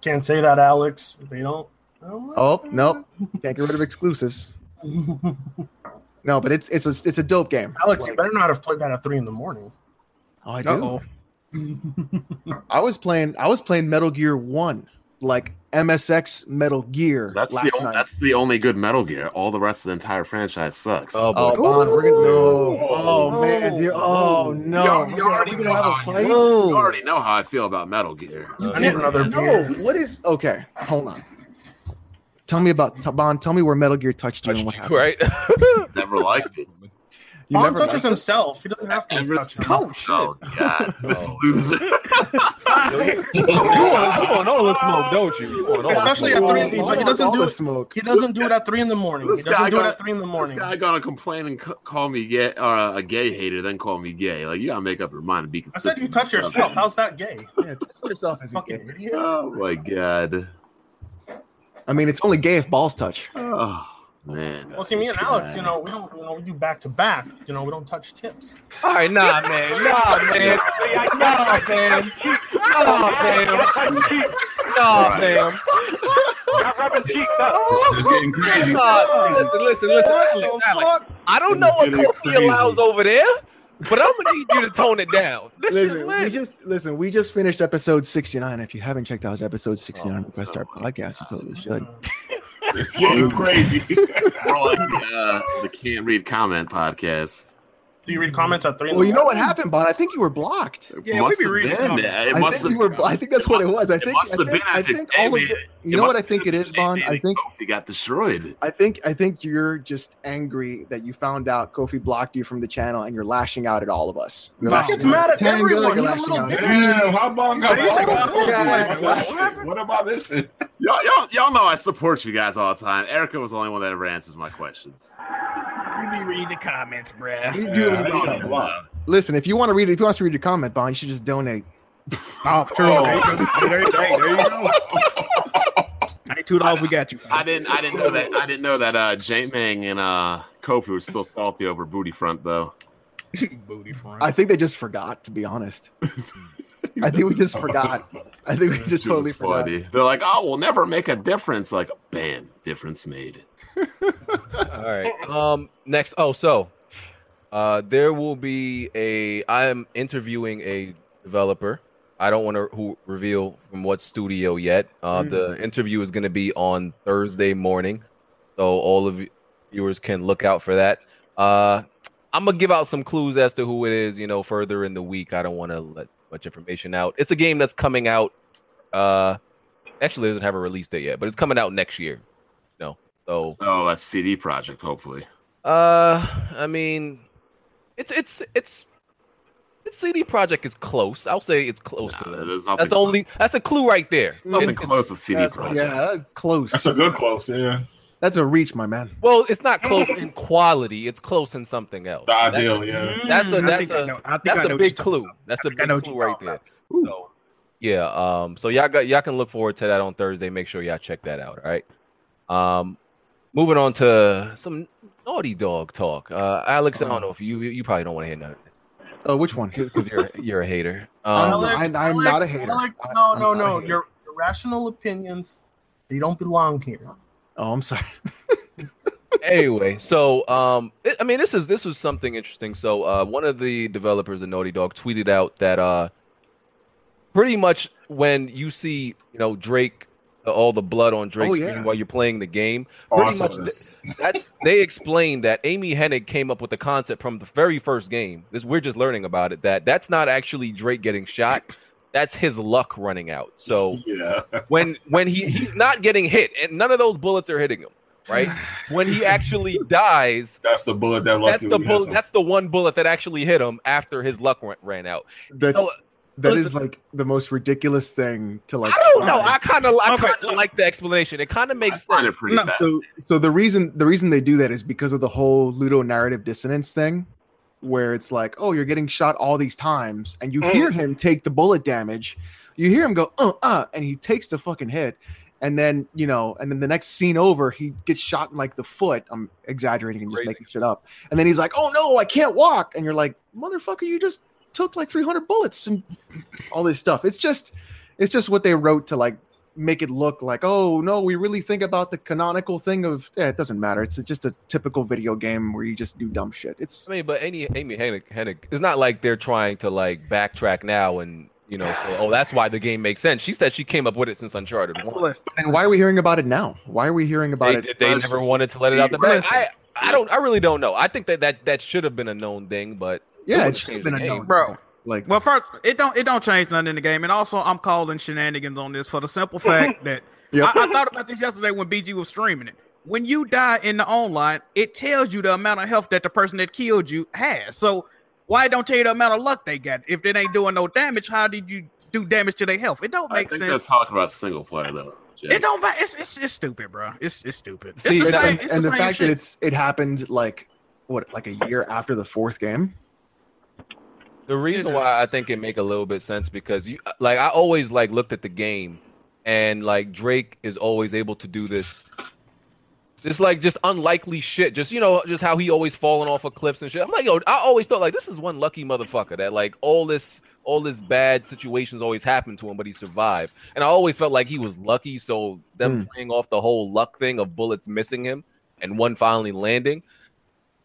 A: Can't say that, Alex. They don't.
G: Oh, nope. Can't get rid of exclusives. No, but it's it's a it's a dope game.
A: [LAUGHS] Alex, you
G: Like-
A: better not have played that at three in the morning.
G: Oh, I do. I was playing. I was playing Metal Gear One, like MSX Metal Gear.
E: that's
G: last
E: the o-
G: night.
E: that's the only good Metal Gear. All the rest of the entire franchise sucks.
D: Oh,
G: oh,
D: boy.
G: Bon, we're gonna
B: Ooh.
G: no. Oh man, dude. Oh no.
E: You-
G: We're
E: you
G: gonna-
E: already
G: we're
E: know
G: gonna have a
E: how
G: fight?
E: You
F: Oh,
E: already know how I feel about Metal Gear.
D: Uh, [LAUGHS]
A: I need another
G: No.
A: beer.
G: What is? Okay, hold on. Tell me about t- Bon. Tell me where Metal Gear touched you and what happened.
D: right?
E: Never liked
A: [LAUGHS]
E: it.
G: You
A: Mom
G: never
A: touches
G: met-
A: himself. He doesn't have to
E: Never-
A: touch him.
E: Oh, God, [LAUGHS] this
D: [LAUGHS] Oh.
E: loser.
D: you, want, you want all the smoke, don't you? You want all the
A: Especially at
D: smoke.
A: three, he, but he doesn't
G: All
A: do
G: the
A: it.
G: Smoke.
A: He doesn't do it at three in the morning. He
E: This guy
A: doesn't do it
E: got-
A: at three in the
E: This
A: morning.
E: guy gonna complain and c- call me gay or uh, a gay hater, then call me gay. Like you gotta make up your mind and be
A: I
E: consistent.
A: said you touch
E: with
A: yourself.
E: something.
A: How's that
G: [LAUGHS]
A: gay?
G: Yeah, touch yourself as a gay.
A: Fucking idiot.
E: Oh my god.
G: I mean, it's only gay if balls touch.
E: Oh man.
A: Well, see, me and Alex, you know, we don't, you know, we do back to back. You know, we don't touch tips.
D: All right, nah, man, nah, man, nah,
C: [LAUGHS]
D: man, nah, man, nah, man.
B: It's getting crazy.
D: Nah, listen, listen, listen, Alex, Alex. I don't know what
B: This is getting
D: Kofi allows
B: crazy.
D: over there, but I'm gonna need you to tone it down. This shit
G: Listen, we
D: lit.
G: just listen. We just finished episode sixty nine. If you haven't checked out episode sixty nine, request our
E: Oh,
G: podcast. You totally should.
B: It's getting crazy.
E: [LAUGHS] We're like the, uh, the can't read comment podcast.
A: Do you read comments at three? in
G: Well,
A: the
G: you know what
A: morning?
G: happened, Bon? I think you were blocked.
E: It
F: Yeah, we
E: must
F: be
E: have
F: reading
E: been.
F: comments.
E: man. It
G: I
E: must
G: think
E: have
G: you were. bl- I think that's what it was. I
E: it
G: think.
E: must
G: I
E: have
G: think,
E: been
G: I
E: after
G: think all of
E: David-
G: the,
E: it
G: You know what I
E: must
G: think
E: have
G: it is,
E: been
G: Bon.
E: David
G: I think.
E: Kofi got destroyed.
G: I think. I think you're just angry that you found out Kofi blocked you from the channel, and you're lashing out at all of us. You're
A: He
G: lashing
A: gets
G: out
A: mad at
G: Tango,
A: everyone.
G: you're
A: He's a
G: lashing
A: little
G: out at-
B: Damn, how long got
A: Yeah.
B: blocked?
A: Yeah.
B: What about this?
E: Y'all, y'all, y'all know I support you guys all the time. Erica was the only one that ever answers my questions.
F: You be reading the comments, bruh.
G: You do it in the
B: Yeah, I
G: comments.
B: don't know.
G: Listen, if you want to read, if you want us to read your comment, Bon, you should just donate.
F: Oh, true.
B: Oh.
F: There you go. There, you- there you- there you go. Hey, two dollars, we got you.
E: I didn't. I didn't know that. I didn't know that. Uh, J Mang and uh, Kofi were still salty over Booty Front, though.
B: [LAUGHS]
F: Booty front.
G: I think they just forgot, to be [LAUGHS] honest. I think we just forgot. I think we
E: It
G: just
E: was
G: totally forgot.
E: funny. They're like, "Oh, we'll never make a difference." Like, bam, difference made.
D: All right. Um. Next. Oh, so, uh, there will be a. I am interviewing a developer. I don't want to who, reveal from what studio yet. Uh, The interview is going to be on Thursday morning, so all of you viewers can look out for that. Uh, I'm gonna give out some clues as to who it is. You know, further in the week. I don't want to let much information out. It's a game that's coming out. Uh, actually, it doesn't have a release date yet, but it's coming out next year. No, so
E: So that's CD Project, hopefully.
D: uh, I mean, it's it's it's it's CD Project is close. I'll say it's close to
E: Nah,
D: them.
E: there's
D: Oh, That's
E: nothing,
D: the only that's a clue right there.
E: nothing
D: It's-
E: close to CD
G: That's-
E: Project.
G: yeah, that's close.
B: That's a good close, yeah.
G: That's a reach, my man.
D: well, it's not close in quality. It's close in something else.
B: The
D: That-
B: ideal, yeah.
D: that's a-
F: Mm, I
D: that's
F: think
D: a-
F: I know, I think I
D: that's
F: know
D: a
F: what you're
D: big
F: talking
D: clue. That's a
F: think I
D: big
F: know what
D: clue
F: you're
D: right
F: talking
D: there.
F: about.
D: So, yeah. Um. So y'all got y'all can look forward to that on Thursday. Make sure y'all check that out. All right. Um. Moving on to some naughty dog talk. Uh, Alex,
F: Uh-huh.
D: I don't know if you you probably don't want to hear none of this
G: Uh, which one?
D: because you're you're a hater.
G: I'm-
D: Um,
A: Alex,
G: I- I'm not a hater.
A: Alex,
G: I-
A: no,
G: I'm
A: no,
G: not a
A: no.
G: hater.
A: Your irrational opinions, they don't belong here.
G: Oh, I'm sorry.
D: anyway, so um, it, I mean, this is this was something interesting. So uh, one of the developers of Naughty Dog tweeted out that uh, pretty much when you see you know Drake, uh, all the blood on Drake's
G: Oh, yeah.
D: screen while you're playing the game, pretty
B: Awesome.
D: much that's they explained that Amy Hennig came up with the concept from the very first game. This we're just learning about it. That that's not actually Drake getting shot. That's his luck running out. So
B: yeah.
D: when when he, he's not getting hit and none of those bullets are hitting him, right? When [SIGHS] he actually dies,
B: That's the bullet that
D: that's
B: lucky
D: the
B: we
D: bullet.
B: missing.
D: That's the one bullet that actually hit him after his luck ran, ran out.
G: That's
D: So,
G: that is like the most ridiculous thing to like.
D: I don't know.
G: try.
D: I kind of I
F: Okay.
D: kind of like the explanation. It kind of
E: I
D: makes
E: find
D: sense.
E: it pretty
F: No,
E: bad.
G: so so the reason the reason they do that is because of the whole ludo narrative dissonance thing where it's like oh you're getting shot all these times and you
C: Mm.
G: hear him take the bullet damage you hear him go uh uh and he takes the fucking hit and then you know and then the next scene over he gets shot in like the foot i'm exaggerating and just
D: Crazy.
G: making shit up and then he's like oh no i can't walk and you're like motherfucker you just took like 300 bullets and all this stuff it's just it's just what they wrote to like make it look like oh no we really think about the canonical thing of yeah, it doesn't matter it's just a typical video game where you just do dumb shit it's
D: I mean, but any Amy Hennig, Hennig, it's not like they're trying to like backtrack now and you know, say, oh, that's why the game makes sense. She said she came up with it since Uncharted One.
F: Listen,
G: and why are we hearing about it now why are we hearing about
D: They,
G: it
D: they
G: first?
D: never wanted to let it out the bag.
G: Listen.
D: I, I don't. I really don't know. I think that that, that should have been a known thing, but
G: yeah
D: would've
G: it should
D: changed
G: have been
D: the
G: a
D: game.
G: known
F: Bro.
G: like
F: Well, first, it don't it don't change nothing in the game, and also I'm calling shenanigans on this for the simple
G: [LAUGHS]
F: fact that
G: Yep.
F: I, I thought about this yesterday when BG was streaming it. When you die in the online, it tells you the amount of health that the person that killed you has. So why it don't tell you the amount of luck they got? If they ain't doing no damage, how did you do damage to their health? It don't
E: I
F: make
E: think
F: sense.
E: they're talking about single player though. Jay.
F: It don't. ma- It's, it's it's stupid, bro. It's it's stupid. It's
D: See,
F: the
G: and,
F: same.
G: and-
F: it's
G: and
F: the,
G: the,
F: same
G: fact
F: shit.
G: that it's it happened like what like a year after the fourth game
D: The reason
F: just-
D: why I think it make a little bit sense because you like I always like looked at the game and like Drake is always able to do this this like just unlikely shit. Just you know, just how he always falling off of cliffs and shit. I'm like, yo, I always thought like this is one lucky motherfucker that like all this all this bad situations always happen to him, but he survived. And I always felt like he was lucky, so them playing off the whole luck thing of bullets missing him and one finally landing.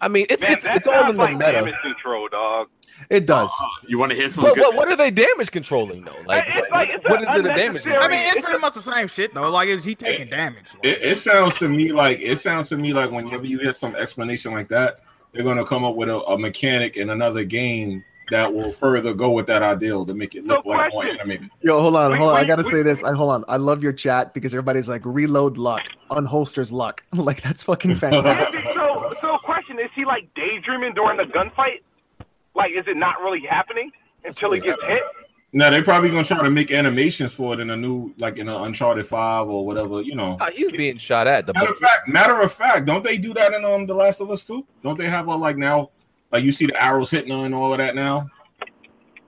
D: I mean, it's
C: Man,
D: it's,
C: that
D: it's all in
C: sounds
D: the
C: like
D: meta.
C: damage control, dog.
G: it does
E: You want to hear some
D: What,
E: good?
D: what, what are they damage controlling though? Like,
C: It's
D: what-
C: like- it's
D: what is
C: a
D: it a damage?
C: unnecessary-
F: I
D: control?
F: mean, it's pretty much the same shit though. Like, is he taking damage?
B: It, it sounds to me like it sounds to me like whenever you get some explanation like that, they're gonna come up with a, a mechanic in another game that will further go with that ideal to make it look
C: So
B: like more
C: question.
B: animated.
G: yo hold on
C: Wait,
G: hold on i
C: wait,
G: gotta
C: wait.
G: say this i hold on i love your chat because everybody's like reload luck unholsters luck [LAUGHS] like that's fucking fantastic
C: Yeah, dude, so, so question is he like daydreaming during the gunfight? Like, is it not really happening until he gets hit?
B: Now they're probably gonna try to make animations for it in a new like in an Uncharted Five or whatever, you know.
D: Ah, he's being shot at. The
B: Matter of fact, matter of fact, don't they do that in um The Last of Us too? Don't they have a like now like you see the arrows hitting her and all of that now?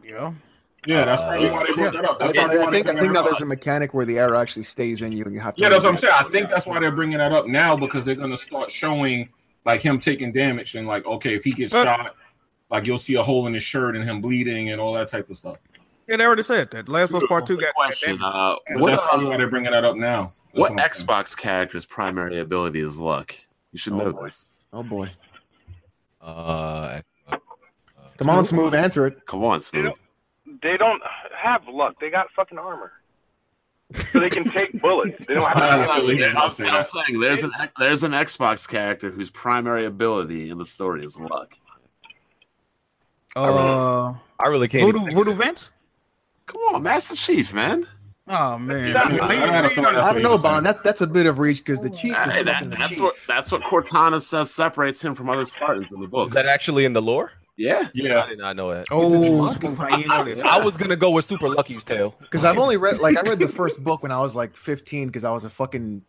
F: Yeah.
B: Yeah, [LAUGHS] that's
D: Uh,
B: probably why they brought that up. That's
G: Yeah,
B: probably
G: I
B: why
G: think
B: they
G: I think now
B: brought it
G: there's a mechanic where the arrow actually stays in you and you have to.
B: Yeah, that's what I'm saying. I think that's why they're bringing that up now because they're going to start showing like him taking damage and like okay, if he gets
F: But-
B: shot, like you'll see a hole in his shirt and him bleeding and all that type of stuff.
F: Yeah, they already said that. Last of Us Part Two got
E: question?
F: damage.
E: Uh,
B: And
E: what
B: that's
E: uh,
B: probably why they're bringing that up now. That's
E: what
B: I'm saying.
E: Xbox character's primary ability is luck? You should
G: Oh,
E: know
G: boy.
E: this.
G: Oh boy!
D: uh,
G: Come on, smooth. Answer it.
E: Come on, smooth.
C: They don't have luck. They got fucking armor, so they can
D: [LAUGHS]
C: take bullets. They don't
B: I
C: have.
B: don't feel
C: To
B: it.
E: I'm,
B: I'll say
E: I'm
B: that.
E: saying there's an there's an Xbox character whose primary ability in the story is luck.
F: Uh,
D: I really can't. even
F: Voodoo
D: think of
F: Voodoo Vince.
E: Come on, Master Chief, man.
F: Oh man.
C: Stop.
F: Leave-
B: I
F: leave-
B: had a
F: leave-
B: feeling that's
G: I
B: what
G: don't
B: he
G: know,
B: was saying.
G: Bond. That that's a bit of reach because the chief.
E: Hey, that,
G: Is that, the
E: that's
G: chief.
E: what that's what Cortana says separates him from other Spartans in the
D: it. Is
E: books.
D: that actually in the lore?
E: yeah,
D: I
B: Yeah,
D: did not know that.
F: Oh, Smooth, how you know this?
D: I was gonna go with Super Lucky's tale.
G: Because I've only read like I
B: [LAUGHS]
G: read the first book when I was like 15 because I was a fucking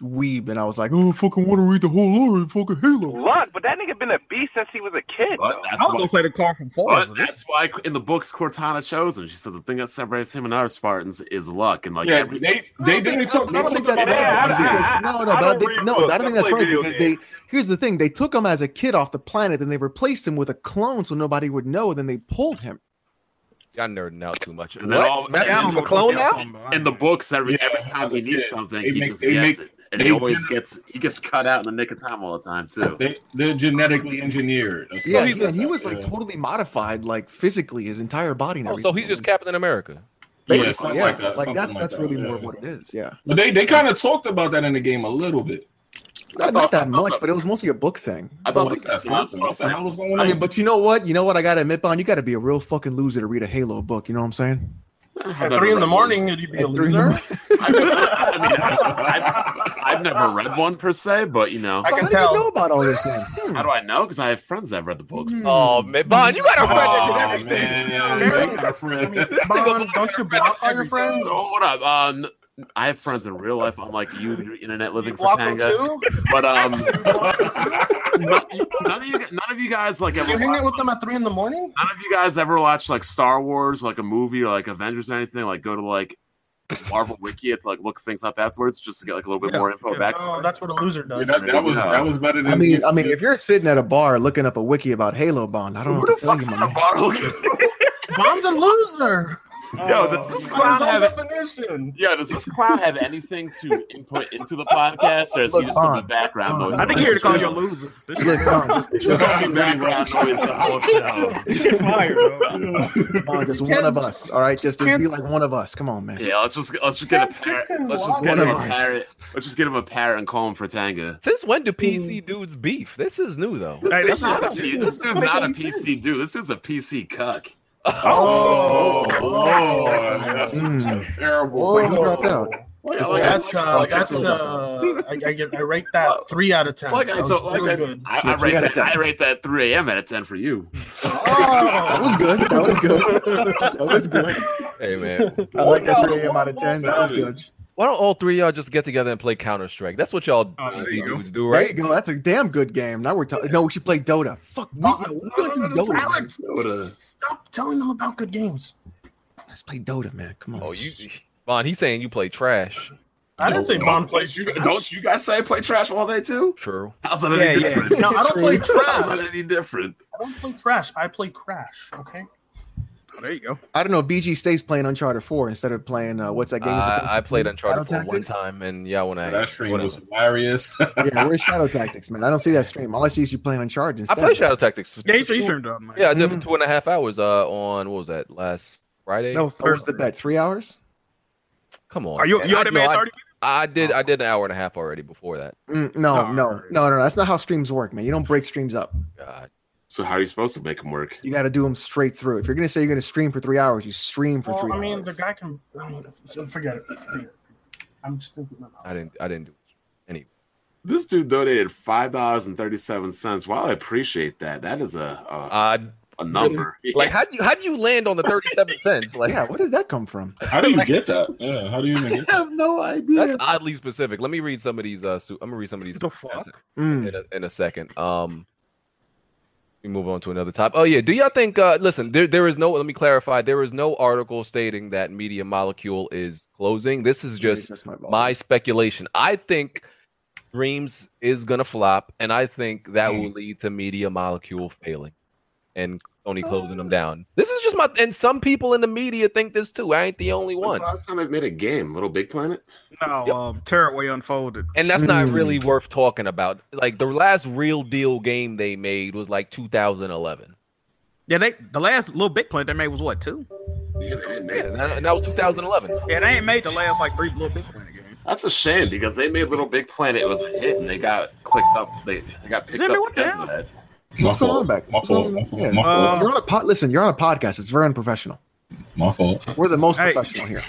G: weeb and I was like, oh, I fucking want to read the whole lore of fucking Halo.
C: Luck, but that nigga been a beast since he was a kid.
E: but that's
F: I was
E: why,
F: gonna say the car from Forza.
E: but
F: This
E: that's why in the books Cortana chose him. She said the thing that separates him and other Spartans is luck, and like
B: yeah.
E: every-
B: They they didn't talk. They
G: I don't
B: took
G: think
B: about
G: that's
C: Yeah,
G: right. because-
C: I- I-
G: no, no, but
C: I
G: I
C: don't
G: think,
C: read
G: no,
C: books.
G: I don't
C: I
G: think that's
C: play
G: right
C: video
G: because they. Here's the thing: they took him as a kid off the planet, then they replaced him with a clone so nobody would know. Then they pulled him.
D: Y'all nerding out too much.
E: And then all-
D: What? Matt
E: and
D: Allen
E: then-
D: McClone now?
E: in the books every every
B: Yeah,
E: time he needs
B: yeah.
E: something,
B: They
E: he
B: make-
E: just
B: they make-
E: gets it, and he
B: they
E: always
B: gener-
E: gets he gets cut out in the nick of time all the time too.
B: They, they're genetically engineered. That's
G: Yeah,
B: what
G: he,
B: it
G: and he
B: is.
G: was like
B: Yeah.
G: totally modified, like physically, his entire body. And
D: Oh,
G: everything.
D: so he's just
G: It was-
D: Captain America.
C: Hmm.
B: yeah,
G: basically,
B: something
G: yeah.
B: like that. something
G: that's
B: like
G: that's
B: that,
G: really more
B: yeah.
G: what it is. Yeah,
B: But they they kind of talked about that in the game a little bit.
G: not, not that much, but it was mostly a book thing.
E: I
B: But
E: thought
B: what's
E: the
B: that? Something? What the hell was going on?
G: I mean, but you know what? You know what? I gotta admit, Bond, you gotta be a real fucking loser to read a Halo book. You know what I'm saying?
A: At three in the morning, you'd be
G: At
A: a
G: three in the
A: loser.
G: morning.
E: I mean, I've, I've never read one per se, but you know,
A: I
G: So
A: can
G: how do
A: tell.
G: you know about all this then? Hmm.
E: how do I know? Because I have friends that have read the books.
D: Oh man, Bond, you got a friend that did
B: Oh,
D: everything.
B: man,
A: Yeah,
B: yeah, they
A: man.
B: got a friend.
A: Bond, don't you block all your friends?
E: So what up? Um, I have friends in real life, unlike
A: [LAUGHS]
E: you, your internet living
A: You
E: for
A: block them
E: Tanga.
A: too?
E: But um, none, none of you, none of you guys like
A: [LAUGHS]
E: ever.
A: You hang
E: watched-
A: out with them at three in the morning?
E: None of you guys ever watch like Star Wars, like a movie or like Avengers or anything? Like go to like Marvel Wiki to like look things up afterwards just to get like a little bit
F: Yeah.
E: more info
F: Yeah.
E: back.
A: Oh, that's what a loser
B: Yeah,
A: does.
B: that, that was that was better than.
G: I mean, I mean, if you're sitting at a bar looking up a wiki about Halo Bond, I don't know
E: Who the
G: what to tell
E: fuck's
G: you,
E: in
G: man.
E: the bar looking?
A: [LAUGHS] Bond's a [LAUGHS] loser.
E: [LAUGHS] Yo, does
F: Oh,
E: this
A: By
E: clown
A: his own
E: have?
A: [LAUGHS] definition.
E: [LAUGHS] Yeah, does this clown have anything to input into
F: [LAUGHS]
E: the podcast, or is he
G: Look,
E: just in the
G: Bond,
E: background
G: Bond,
E: noise?
F: I think you're here to call you a
E: Just-
F: loser. This
G: Look, Bond, just,
D: [LAUGHS]
E: Just in the background noise the
F: [LAUGHS]
E: whole show.
F: shit fire, bro.
G: Bond, just one of us. All right, just, just be like one of us. Come on, man.
E: Yeah, let's just let's just get
A: Can't
E: a
A: stick
E: parrot.
A: to his
E: Let's
A: law.
E: just get him
G: One
E: a
G: of us.
E: parrot. Let's just get him a parrot and call him for Tanga.
D: Since when do PC dudes beef? This is new though.
E: This,
F: Hey,
E: dude's
F: that's
E: not a
F: not-
E: P- this dude's not a PC dude. This dude's a PC cuck.
B: oh, Lord, that's,
G: Mm.
B: that's terrible.
A: Whoa.
G: Wait, who dropped out?
E: Like,
A: Oh, that's uh,
E: like-
A: that's uh, I, I get I rate that three out of ten.
E: like I
A: that was
E: told, like
A: really
E: I-
A: good.
E: I,
G: Yeah,
E: I,
G: three
E: rate
G: out of
E: that, I
G: ten.
E: rate that 3 a.m. out of 10 for you.
G: That
A: [LAUGHS] Oh,
G: was good. That was good. That was
D: [LAUGHS]
G: good.
D: Hey man,
G: I like that 3 a.m. out of 10. That was good.
D: [LAUGHS] why don't all three of y'all just get together and play Counter Strike? That's what y'all
F: Oh, there you go.
D: dudes do,
G: There you
D: right?
G: go. That's a damn good game. Now we're talking. No, we should play Dota. Fuck. We, no, we gotta do Dota.
A: Alex,
E: Dota.
A: stop telling them about good games.
G: Let's play Dota, man. Come on.
D: Oh, you, Bond, he's saying you play trash.
A: I didn't say
E: Don't-
A: Bond plays
E: You-
A: trash.
E: Don't you guys say play trash all day too?
D: True.
E: How's that any
F: Yeah, yeah. [LAUGHS]
E: different?
A: No, I don't play trash. [LAUGHS]
E: How's that any different?
A: I don't play trash. I play crash. Okay.
F: Oh, there you go.
G: I don't know. BG stays playing Uncharted 4 instead of playing uh, what's that game? Is it
D: I, I
G: called?
D: played Uncharted
G: Shadow
D: 4 one
G: Tactics?
D: time, and y'all want
B: That
D: to.
B: stream was hilarious. [LAUGHS]
G: [LAUGHS] yeah, where's Shadow Tactics, man? I don't see that stream. All I see is you playing
D: I
G: Uncharted. Instead.
D: played Shadow Tactics.
F: Yeah, you streamed on, man.
D: Yeah, I did for
G: Mhm.
D: two and a half hours. Uh, on what was that last Friday?
G: That was, that was the bet. Three hours?
D: Come on.
F: Are you
D: man.
F: you
D: I,
F: already
D: no,
F: made
D: I-
F: thirty?
D: I
G: Oh.
D: did. I did an hour and a half already before that.
G: Mm, no, no, no, no. That's not how streams work, man. You don't break streams up.
D: God.
E: So how are you supposed to make them work?
G: You got to do them straight through. If you're gonna say you're gonna stream for three hours, you stream for
A: Well,
G: three
A: I mean, the
G: hours.
A: guy can. I mean, forget it. I'm just thinking about.
D: I didn't. I didn't do.
E: This dude donated five dollars and thirty-seven cents. Wow, I appreciate that. That is a a,
G: [LAUGHS]
D: I
E: a number.
D: like. How do you? How do you land on the thirty-seven
G: [LAUGHS]
D: cents? Like,
G: yeah, where does that come from?
B: how do you get that? Yeah, how do you even get
E: I
G: [LAUGHS]
E: have no idea.
D: that's oddly specific. Let me read some of these. Uh, su- I'm gonna read some of these.
F: The
D: superchats
F: fuck?
G: Mm.
D: In a, in a second. Um. We move on to another topic. Oh yeah, do y'all think? Uh, listen, there there is no. Let me clarify. There is no article stating that Media Molecule is closing. This is just
G: That's my, volume.
D: my speculation. I think Dreams is gonna flop, and I think that will lead to Media Molecule failing and Sony closing them down. This is just my and some people in the media think this too. I ain't the only
E: When's
D: one,
E: the last time I made a game, Little Big Planet.
F: No,
D: Yep.
F: um, Tearaway unfolded.
D: and that's not
G: Mm.
D: really worth talking about. Like the last real deal game they made was like 2011.
F: Yeah, they the last little big plant they made was what two?
E: Yeah, they didn't
D: Yeah,
E: make
D: and
E: it.
D: that, and that was 2011.
F: Yeah, they ain't made the last like three little big plant games.
E: That's a shame because they made Little Big Planet. It was a hit, and they got clicked up. They, they got picked
F: Jimmy,
E: up
F: what the
E: because
F: hell?
E: of that.
B: My
G: What's going
B: fault.
G: on back?
B: My fault. My
G: What's
B: fault.
G: going on?
B: My
F: Yeah.
B: fault.
G: You're on a pod. Listen, you're on a podcast. It's very unprofessional.
B: My fault.
G: We're the most
F: Hey.
G: professional here.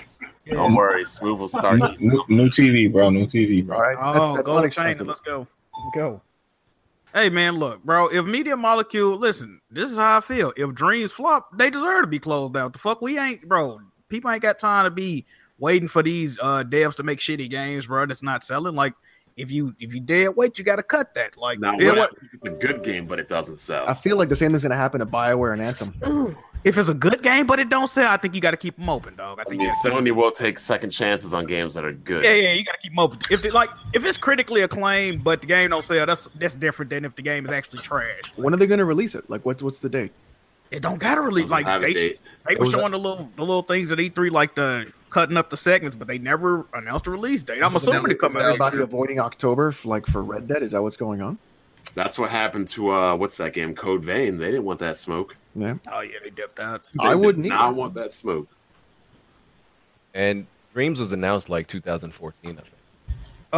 E: Don't worry, Smooth will start.
B: New, new- new TV, bro. New TV, bro.
G: All right.
F: Oh,
G: that's that's
F: go China,
G: unacceptable.
F: let's go.
H: Let's go.
F: Hey man, look, bro. If Media Molecule, listen, this is how I feel. If dreams flop, they deserve to be closed out. The fuck, we ain't, bro. People ain't got time to be waiting for these uh devs to make shitty games, bro. That's not selling. Like, if you if you dead weight, you got to cut that. Like,
E: Now,
F: [LAUGHS] yeah,
E: what-
F: what-
E: It's a good game, but it doesn't sell.
G: I feel like the same thing's gonna happen to Bioware and Anthem.
F: if it's a good game but it don't sell, I think you got to keep them open, dog. I
E: I
F: think
E: mean,
F: you gotta
E: Sony will take second chances on games that are good.
F: Yeah, yeah, you gotta keep 'em open. If it, like if it's critically acclaimed, but the game don't sell, that's that's different than if the game is actually trash.
G: When are they gonna release it? Like, what's what's the date?
F: It don't gotta really
E: Doesn't
F: like
E: have a
F: they
E: date.
F: they were
D: was a-
F: showing the little the little things at E3 like the cutting up the segments, but they never announced a release date. I'm
G: Is
F: assuming
G: every-
F: it comes
G: is
F: out. next
G: Everybody
F: year.
G: avoiding October, f- like for Red Dead. Is that what's going on?
E: That's what happened to uh, what's that game? Code Vein. They didn't want that smoke.
F: Oh yeah, they dipped out.
E: They
G: I
E: did
G: wouldn't
E: Not
G: either.
E: want that smoke.
D: And Dreams was announced like 2014. I think,
F: Uh,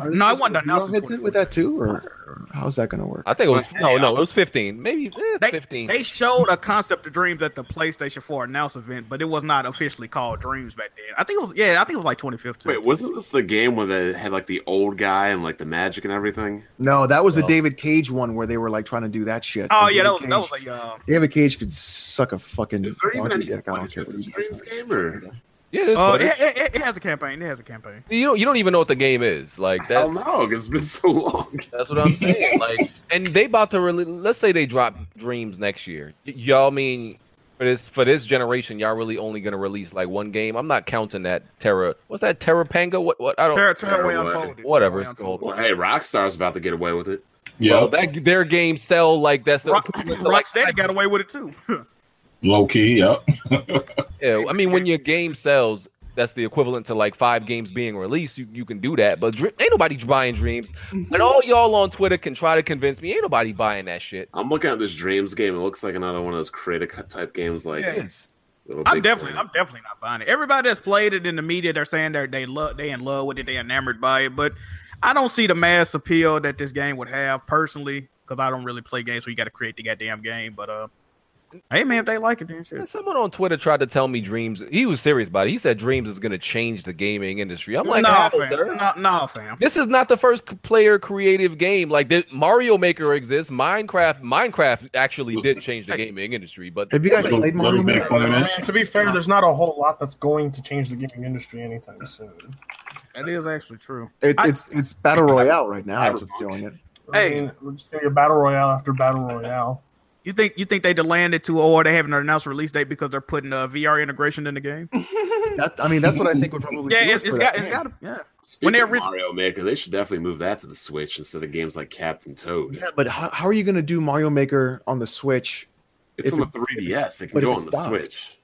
G: Are they
F: no, I
G: supposed
F: wanted to
G: to be on
F: announce it
G: headset with that too, or how's that going to work?
D: I think it was no, no, it was 15, maybe eh,
F: They-
D: 15.
F: They showed a concept of dreams at the PlayStation 4 announce event, but it was not officially called Dreams back then. I think it was yeah, I think it was like 2015.
E: Wait, wasn't this the game where they had like the old guy and like the magic and everything?
G: No, that was
D: No.
G: the David Cage one where they were like trying to do that shit.
F: oh
G: And
F: yeah, that was,
G: David
F: that
G: Cage-
F: was like uh,
G: David Cage could suck a fucking.
E: Is there even
G: donkey
E: any
G: dick, I don't care what
E: footage
G: you
E: of this
G: guys
E: Dreams
G: say.
E: game or?
D: yeah, this
F: uh
D: one-
F: it, it- it- it has a campaign. It has a campaign.
D: you don't you don't even know what the game is. Like that's
E: Hell no, 'cause it's been so [LAUGHS] long.
D: That's what I'm saying. like, and they about to really. Let's say they drop Dreams next year. Y- y'all mean for this for this generation, y'all really only gonna release like one game? I'm not counting that Terra. What's that Terra Panga? What? What? I don't.
F: Terra, Terra Way
E: Terra Way.
F: Unfolded.
D: Oh, whatever
F: Way
D: it's
F: Unfolded.
D: called.
E: Well, hey, Rockstar's about to get away with it.
B: Yeah,
D: Well, that their games sell like that's the.
F: Rock,
D: like,
F: Rocksteady got away with it too.
B: low key.
G: [LAUGHS]
B: Yep.
D: yeah, I mean, when your game sells. That's the equivalent to like five games being released. You, you can do that, but Dr- ain't nobody buying dreams. And all y'all on Twitter can try to convince me ain't nobody buying that shit.
E: I'm looking at this Dreams game. It looks like another one of those creative cut type games. Like,
F: Yeah.
E: Little
F: I'm
E: Big
F: definitely,
E: Planet.
F: I'm definitely not buying it. Everybody that's played it in the media, they're saying they're they love, they in love with it, they enamored by it. But I don't see the mass appeal that this game would have personally, because I don't really play games where you got to create the goddamn game. But uh, hey man, if they like it, then
D: And
F: shit.
D: someone on Twitter tried to tell me Dreams. He was serious about it. He said Dreams is going to change the gaming industry. I'm like,
F: no,
D: how,
F: fam,
D: sir?
F: no, no, fam.
D: This is not the first c- player creative game. Like the Mario Maker exists. Minecraft. Minecraft actually did change the gaming industry, but
G: Have you guys
B: Little-
G: played
B: little
G: Mario
B: Big
G: Maker?
A: I
B: Planet.
A: mean, to be fair, there's not a whole lot that's going to change the gaming industry anytime soon.
F: That is actually true.
G: It,
F: I-
G: it's it's battle royale right now. That's what's doing it.
A: I
F: Hey.
A: mean, we're just gonna get battle royale after battle royale.
F: You think you think they delayed it to, or they haven't announced release date because they're putting a VR integration in the game?
G: That, I mean, that's what I think would
F: [LAUGHS]
G: probably.
F: Yeah,
G: do
F: it's,
G: for
F: it's got,
G: that
F: it's
G: game.
F: got, to, yeah.
E: Speaking
F: When they
E: of
F: orig-
E: Mario Maker, they should definitely move that to the Switch instead of games like Captain Toad.
G: Yeah, but how, how are you going to do Mario Maker on the Switch?
E: It's
G: If
E: on the
G: it's-
E: 3DS. It can
G: but if
E: go
G: it's
E: on the
G: docked.
E: Switch.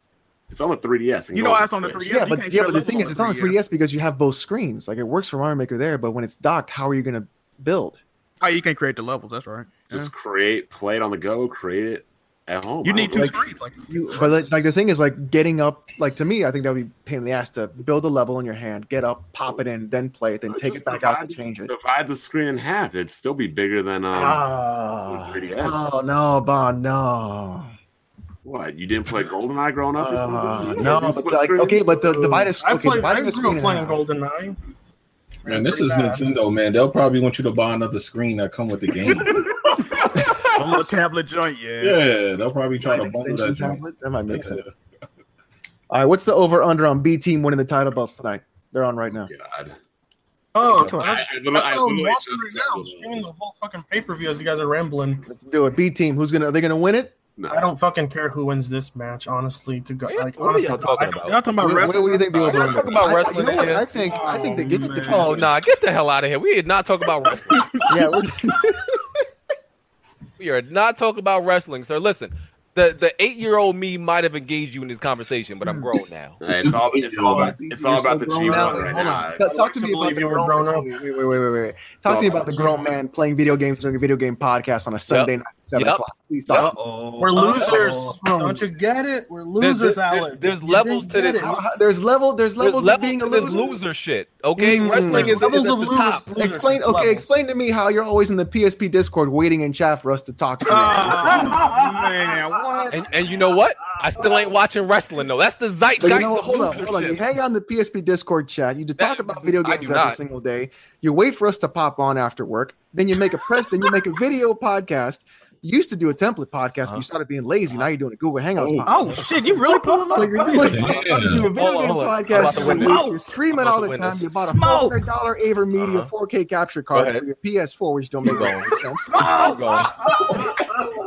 E: It's on the 3DS. and
F: You
E: go
F: know it's on the
E: Switch.
F: 3DS.
G: Yeah,
F: Yeah, you
G: but
F: can't
G: yeah,
F: share
G: but the
F: levels
G: thing
F: on
G: is,
F: the
G: it's on the
F: 3DS.
G: 3DS because you have both screens. Like it works for Mario Maker there, but when it's docked, how are you going to build?
F: Oh, you can create the levels. That's right.
E: Just create, play it on the go, create it at home.
F: you
E: I
F: need two
E: don't know.
F: screens. Like,
G: You, but like, like the thing is, like getting up. Like to me, I think that would be a pain in the ass to build a level in your hand, get up, pop it in, then play it, then
E: Or
G: take
E: just
G: it back out
E: divide-
G: and change it.
E: divide the screen in half. It'd still be bigger than um.
G: Ah,
E: 3DS.
G: oh no, Bond, no.
E: What you didn't play GoldenEye growing up or
G: Uh,
E: something? You
G: no,
E: didn't
G: but
E: split
G: like,
E: screen?
G: okay, but the divide is
A: I
G: okay,
A: played.
G: divide
A: I
G: is a
A: grew
G: screen
A: up
G: in
A: playing
G: half.
A: GoldenEye.
B: Man, this is
A: Pretty bad.
B: Nintendo, man. They'll probably want you to buy another screen that come with the
G: [LAUGHS]
B: game.
F: a little tablet joint. Yeah.
B: yeah, they'll probably try to
G: Like
B: bundle that.
G: extension
B: joint.
G: tablet? That might make sense.
B: Yeah.
G: All right, what's the over under on B team winning the title belts tonight? They're on right now.
E: God.
A: Oh,
F: That's what
A: that's,
E: I
A: that's
E: literally- I
A: what I'm
E: literally
A: watching
E: just
A: right
E: said
A: now. I'm
E: GoldenEye.
A: streaming the whole fucking pay per view as you guys are rambling.
G: Let's do it. B team, who's gonna? Are they gonna win it?
E: No.
A: I don't fucking care who wins this match, honestly. To go,
D: Yeah,
A: like,
D: what are
A: honestly,
D: y'all talking
F: Y'all
D: about?
F: talking
G: What,
F: about
G: what-
F: wrestling?
G: what do you think the
D: We're
G: over
D: not
G: under?
D: talking about
G: I-
D: wrestling
G: You know what?
D: here.
G: I think I think they give it to.
A: Oh,
D: Oh
G: Kansas.
D: nah, get the hell out of here. We did not talk about wrestling.
G: Yeah, we're-
D: we are not talking about wrestling, sir. Listen, the the eight year old me might have engaged you in this conversation, but
G: Mm.
D: I'm grown now.
E: It's all it's all about it's all about the
G: Oh, You're so
E: G
G: grown
E: one
G: up.
E: right
G: Hold
E: now.
G: on. Talk, talk
A: like
G: to
A: to
G: me about
A: believe
G: the
A: you were
G: grown
A: grown
G: up.
A: up.
G: Wait, wait, wait, wait, wait. Talk to me about the grown man playing video games during a video game podcast on a Sunday night at seven
D: Yep.
G: o'clock. Please talk.
F: Uh
G: to me.
F: oh.
A: We're losers.
G: Uh-oh.
A: Don't you get it? We're
D: There's-
A: losers,
D: there's-
A: Alex.
D: there's
A: You
D: levels
A: didn't
D: to
A: get
D: this.
A: it.
G: How- how- There's level. There's levels
D: There's
G: of being a
D: to this
G: loser.
D: loser shit. Okay,
G: Mm.
D: wrestling is,
A: There's levels
D: is at
A: of
D: the
A: losers.
D: top.
A: Losers
G: Explain.
A: is
G: Okay,
A: levels.
G: explain to me how you're always in the PSP Discord waiting in chat for us to talk to. you.
A: Ah!
F: man, what?
D: And, and you know what? I still ain't watching wrestling though. That's the zeitgeist.
G: But you know what?
D: of
G: Hold up,
D: loser
G: hold up. You
D: shit.
G: hang on the PSP Discord chat. You talk
D: That-
G: about video
D: I
G: games
D: do
G: every
D: not.
G: single day. You wait for us to pop on after work. Then you make a press. then you make a video podcast. You used to do a template podcast. but
D: Uh-huh.
G: You started being lazy. Now you're doing a Google Hangouts
B: Oh.
G: podcast.
F: Oh shit! You really pulling [LAUGHS]
G: Like
F: up?
G: you're doing,
B: Yeah.
G: you do
D: Hold
G: a video
D: on,
G: game
D: hold on. I'm about
G: podcast.
D: to
G: You're,
D: win
G: remote,
D: this.
G: you're streaming
D: I'm about
G: all
D: to
G: the
D: win
G: time.
D: this.
G: You bought a
F: Smoke.
G: four hundred dollar AverMedia
D: Uh-huh.
G: 4K capture
D: Go
G: card
D: ahead.
G: for your PS4, which don't make
D: Keep
G: any sense.
D: Keep going.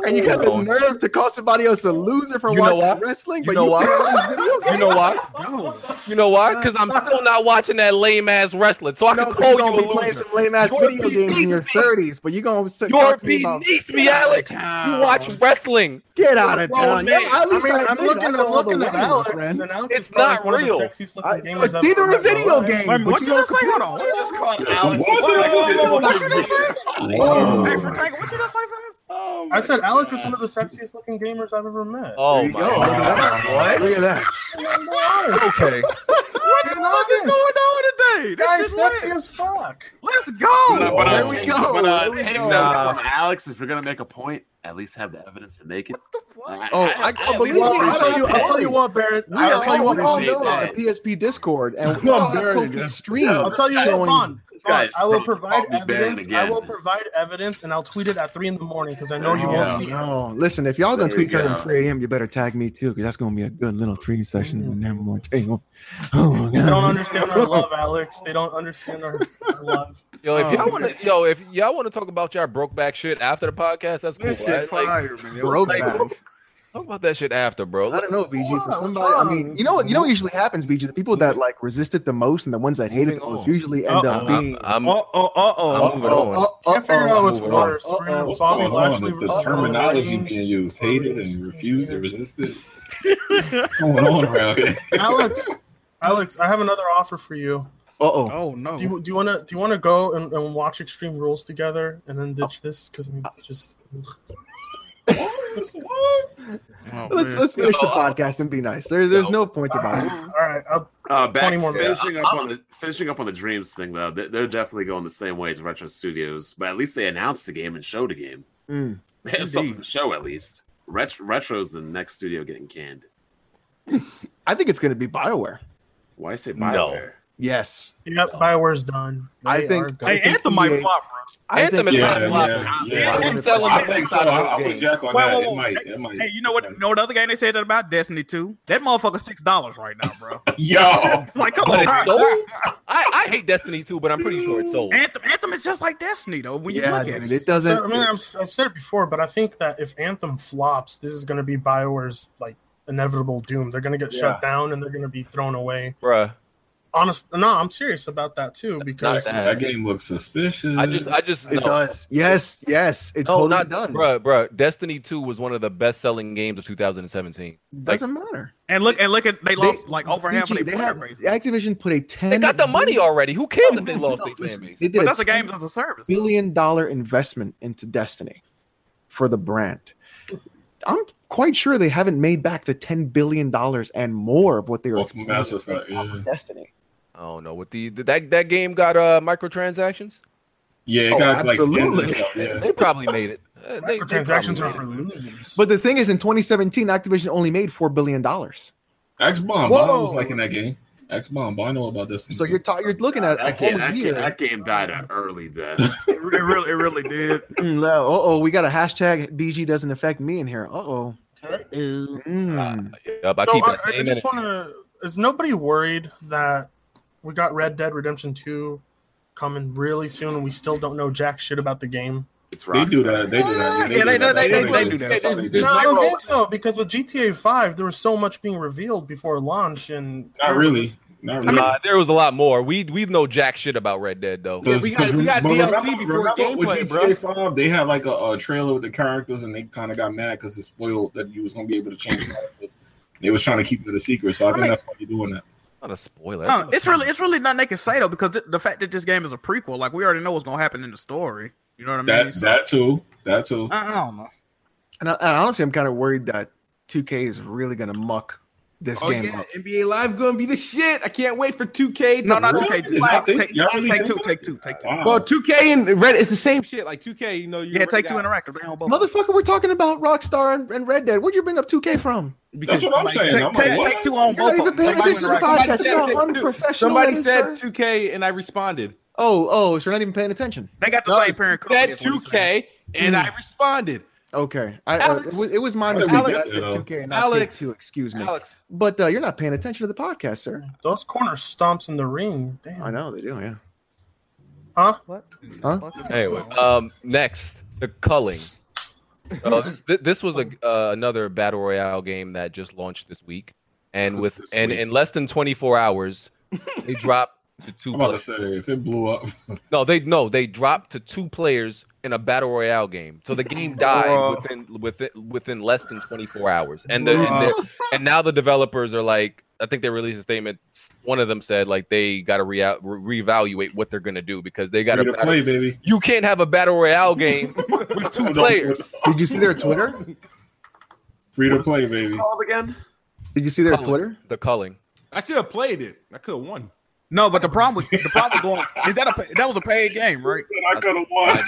G: And you got
D: Keep
G: the
D: going.
G: nerve to call somebody else a loser for
D: You know
G: watching
D: what?
G: wrestling,
D: You
G: but
D: know
G: you
D: what?
G: play all these video
D: You know why? You know why? Because I'm still not watching that lame ass wrestling, so I
G: No,
D: can
G: but you
D: call you
G: don't be
D: a
G: playing
D: loser.
G: some lame ass
D: You're a
G: video games in your 30s, but you gonna sit-
D: You're
G: talk to me about
D: beneath me, Alex. You watch wrestling.
G: get out of
D: You're a grown
G: town. Yeah,
D: man.
G: at
A: I
G: least
A: mean,
G: I
A: I'm
G: admit it. I
A: looking,
G: know
A: I'm
G: all the
A: looking at
G: women, my
A: Alex,
G: friend.
A: and Alex
D: It's
A: is probably
D: not
A: one
D: real.
A: of the sexiest looking
G: I, uh,
A: gamers. I've
G: these are
A: ever met in my
G: video
A: life.
G: games.
F: Wait a minute,
G: but
F: what
G: you
F: you
G: don't
F: just say? Hold
G: compare
F: on.
G: it to-
F: Hey,
B: Whoa.
F: Frank, what you just say for him?
D: Oh
A: I said Alex is one of the sexiest looking gamers I've ever met.
D: Oh
G: There you
D: my
G: go. Look at
D: god.
A: uh,
G: that. Look at that.
D: Okay.
F: What the
A: Being
F: fuck is
A: honest.
F: going on today? This
A: Guy's
F: is lit.
A: sexy as fuck.
F: Let's go.
B: But
E: There
B: I'll
E: we
B: take-
E: go.
B: but I'll
E: There we
B: take
E: go.
B: that.
E: From Alex, if you're gonna make a point, at least have the evidence to make it.
G: Oh, I-
E: at
G: but
E: least
G: we all-
E: appreciate
A: I'll tell you,
E: that.
A: I'll tell you what, Barrett.
E: I
A: I'll tell you what,
E: appreciate
G: all
A: Bond.
G: know
E: that.
G: about the PSP Discord,
A: [LAUGHS]
G: and we
A: No,
G: all have
A: Barrett,
G: Kofi
A: just-
G: stream.
E: I'll
A: I'll tell you what,
G: showing-
A: Bond.
E: This guy
A: Bond,
E: is
A: I will
E: probably
A: provide
E: Barrett
A: evidence. I
E: again.
A: will provide evidence, and I'll tweet it at three in the morning because I know
G: Oh,
A: you
E: Yeah.
A: won't
D: [LAUGHS]
A: see. it.
G: no. Listen, if y'all gonna
E: There you
G: tweet her
E: go.
G: at 3 a.m., you better tag me too, because that's gonna be a good little training session. And then I'm like, hey, oh, oh,
A: They don't
G: God.
A: understand our love, Alex. They don't understand our, our love.
D: Yo, if
G: Oh.
D: y'all want to, yo, if y'all want to talk about y'all broke back shit after the podcast, that's cool.
F: This shit
D: right? Like,
F: fire, man.
G: broke
D: like,
G: back.
D: talk about that shit after, bro.
G: I don't know,
A: Hold
G: BG.
A: on,
G: For
A: what's
G: somebody, I mean,
A: wrong?
G: you know what? You know what usually happens, BG. The people that like resist it the most and the ones that hate it the
D: Moving
G: most
D: on.
G: usually end up being.
D: I'm, I'm,
F: Uh oh, uh
D: I'm moving on.
A: Can't figure out what's
D: Uh-oh.
A: worse.
G: Uh-oh.
A: We're gonna have
G: What's
A: Bobby Lashley
H: with this
A: versus
H: terminology
A: Roman
H: being
A: Reigns.
H: used? Hated and refused and
A: [LAUGHS]
H: resisted. What's going on around here?
A: Alex, Alex, I have another offer for you.
G: Uh
F: [LAUGHS]
G: oh.
F: Oh no.
A: Do you do you want to do you want to go and, and watch Extreme Rules together and then ditch this because I mean, it's just
F: Oh,
G: Let's
F: man.
G: let's finish the
D: Yo, I-
G: podcast and be nice. There's there's
D: Yo.
G: no point to buy.
A: all right. I'll,
E: Uh, back,
A: 20 more minutes.
E: finishing up on the finishing up on the dreams thing though, they, they're definitely going the same way as Retro Studios, but at least they announced the game and showed the game. [LAUGHS]
G: Mm.
E: They have something to
F: Indeed.
E: show at least. Ret- Retro's the next studio getting canned.
G: I think it's going to be Bioware.
E: Why say
D: No.
E: Bioware?
G: Yes,
A: yep, Bioware's done.
G: I
A: They
G: think-
A: are done.
F: Hey,
G: think
F: Anthem might
G: EA
F: flop,
G: I
D: Anthem
G: think-
D: is
H: Yeah,
D: not flopping.
H: yeah,
D: I'm-
H: yeah.
D: I'm selling
H: I
D: the
H: think so.
D: fuck out of
H: I, I
D: this
H: would
D: game.
H: jack on
F: Wait,
H: that.
F: wait,
H: It
F: wait.
H: might. It might.
F: Hey, you
B: [LAUGHS]
F: know what? You know what other game they said that about Destiny 2? That motherfucker six dollars right now, bro.
H: Yo,
F: [LAUGHS] like, come
D: But
F: on.
D: it's sold? I, I hate Destiny too, but I'm pretty sure it's sold.
F: Anthem, Anthem is just like Destiny though. When you
G: yeah,
F: look at
G: dude,
F: it,
G: it doesn't.
A: So, I mean, I've, I've said it before, but I think that if Anthem flops, this is going to be Bioware's like inevitable doom. They're going to get shut down and they're going to be thrown away.
D: Bruh.
A: Honest, no, I'm serious about that too because
D: that.
H: that game looks suspicious.
D: I just, I just,
G: it
D: no.
G: does. Yes, yes, it
D: No,
G: totally
D: not
G: does.
D: Bruh, bruh. Destiny 2 was one of the best selling games of 2017.
G: Doesn't matter.
F: and look and look at they lost like over half
G: BG,
F: of their
G: they
F: player
G: had,
F: base.
G: Activision put a ten.
D: They got the money already. Who cares if they lost
G: No,
D: their fan
G: listen,
D: base?
G: They did
F: But that's a
G: $10
F: games as a service.
G: billion dollar investment into Destiny for the brand. I'm quite sure they haven't made back the ten billion dollars and more of what they were
H: Off Mass Effect, yeah.
G: off of Destiny.
D: I don't know. With the that that game got uh microtransactions.
H: yeah, it
G: Oh,
H: got like skins
G: absolutely.
H: and stuff. Yeah.
D: [LAUGHS] They probably made it. Uh, They, they
A: transactions are
D: probably
A: for
D: made it.
A: losers.
G: But the thing is, in 2017, Activision only made four billion dollars.
H: X Bomb.
A: Whoa.
H: I was liking that game. X Bomb. I know about this. thing,
G: So you're ta- you're looking at a
E: That game,
G: whole
E: that, game,
G: year.
E: that game died an early death.
F: It re- it really, it really did.
G: Mm, Uh oh, we got a hashtag BG doesn't affect me in here. Mm. Uh oh.
A: Okay.
D: Uh, yep, I
A: so
D: keep
A: I,
D: it.
A: I just want to. Is nobody worried that we got Red Dead Redemption Two coming really soon and we still don't know jack shit about the game?
E: It's
H: They
E: rock.
H: do that. They do
F: Yeah,
H: that.
F: they-
H: do
F: they-
H: that. That's
F: they-
H: how
F: they do that.
H: That's how they do
A: No,
H: it.
A: I don't
F: zero.
A: think so because with GTA Five there was so much being revealed before launch and
H: Not really. Not really.
D: uh, there was a lot more. We we know jack shit about Red Dead though.
H: Because-
I: we got- we
H: because
I: got
H: rem-
I: DLC
H: remember-
I: before
H: remember with
I: gameplay,
H: GTA 5, they had like a, a trailer with the characters, and they kind of got mad because it spoiled that you was gonna be able to change characters. They was trying to keep it a secret, so I, think
F: mean-
H: that's why you're doing that.
D: Not a spoiler.
F: No, it's really, it's really nothing they can say though because th- the fact that this game is a prequel, like we already know what's gonna happen in the story. You know what I mean?
H: That
F: So,
H: that too. That too.
F: I, I don't know.
G: And, I, and honestly, I'm kind of worried that 2K is really gonna muck this
I: Oh,
G: game
I: yeah.
G: up.
I: NBA Live gonna be the shit. I can't wait for 2K. to-
F: No, not
H: Really?
F: two K
H: Did
F: two.
H: y'all
F: Take,
H: think-
F: take,
H: y'all really
F: take
H: think
F: two,
H: that?
F: take two, take two.
H: Wow.
I: Well, 2K and Red, it's the same shit. Like 2K, you know, you
F: Yeah, take two
I: already got-
F: interactive. They on both.
G: Motherfucker, we're talking about Rockstar and, and Red Dead. Where'd you bring up 2K from?
H: that's what I'm saying.
F: Take,
H: I'm
F: take,
H: like, what?
F: take two on
G: You're
F: both.
G: not even
F: of them.
G: paying
F: Take
G: attention to
F: two
G: the
F: interactive.
I: Somebody
G: podcast.
I: said-
G: You're unprofessional.
I: Somebody
G: man,
I: said
G: sir.
I: 2K and I responded.
G: Oh, oh, so you're not even paying attention.
F: They got the
I: No,
F: same parent company.
I: Said
F: is what he's saying.
I: 2K and I responded.
G: Okay, I,
I: Alex-
G: uh, it, was, it was my
H: Alex-
G: mistake. I
H: Alex-
G: said 2K and not
I: Alex-
G: Alex, two. Excuse me.
I: Alex,
G: But uh, you're not paying attention to the podcast, sir.
A: Those corner stomps in the ring. Damn.
G: I know they do. Yeah.
A: Huh?
D: [LAUGHS] Anyway, um, next the culling. So this, thi- this was a uh, another battle royale
H: [LAUGHS]
D: game that just launched this week, and with
E: This
D: and
E: week.
D: in less than 24 hours, they dropped to 2
H: I'm about to
D: players.
H: say if it blew up,
D: No, they no, they dropped to two players in a battle royale game. So the game died
A: Bruh.
D: within within within less than 24 hours. And the and, the- and now the developers are like I think they released a statement. One of them said like they got to re- reevaluate what they're going to do because they got
H: free to
D: to
H: play, baby.
D: You can't have a battle royale game
B: [LAUGHS]
D: with two players.
G: Did you see their
I: [LAUGHS]
G: Twitter?
H: Free to play, baby.
E: Called again?
G: Did you see their
D: Colin.
G: Twitter?
D: The culling.
I: I should have played it. I could have won.
F: No, but the problem was the problem with going is that a pa- that was a paid game, right?
H: I could have won.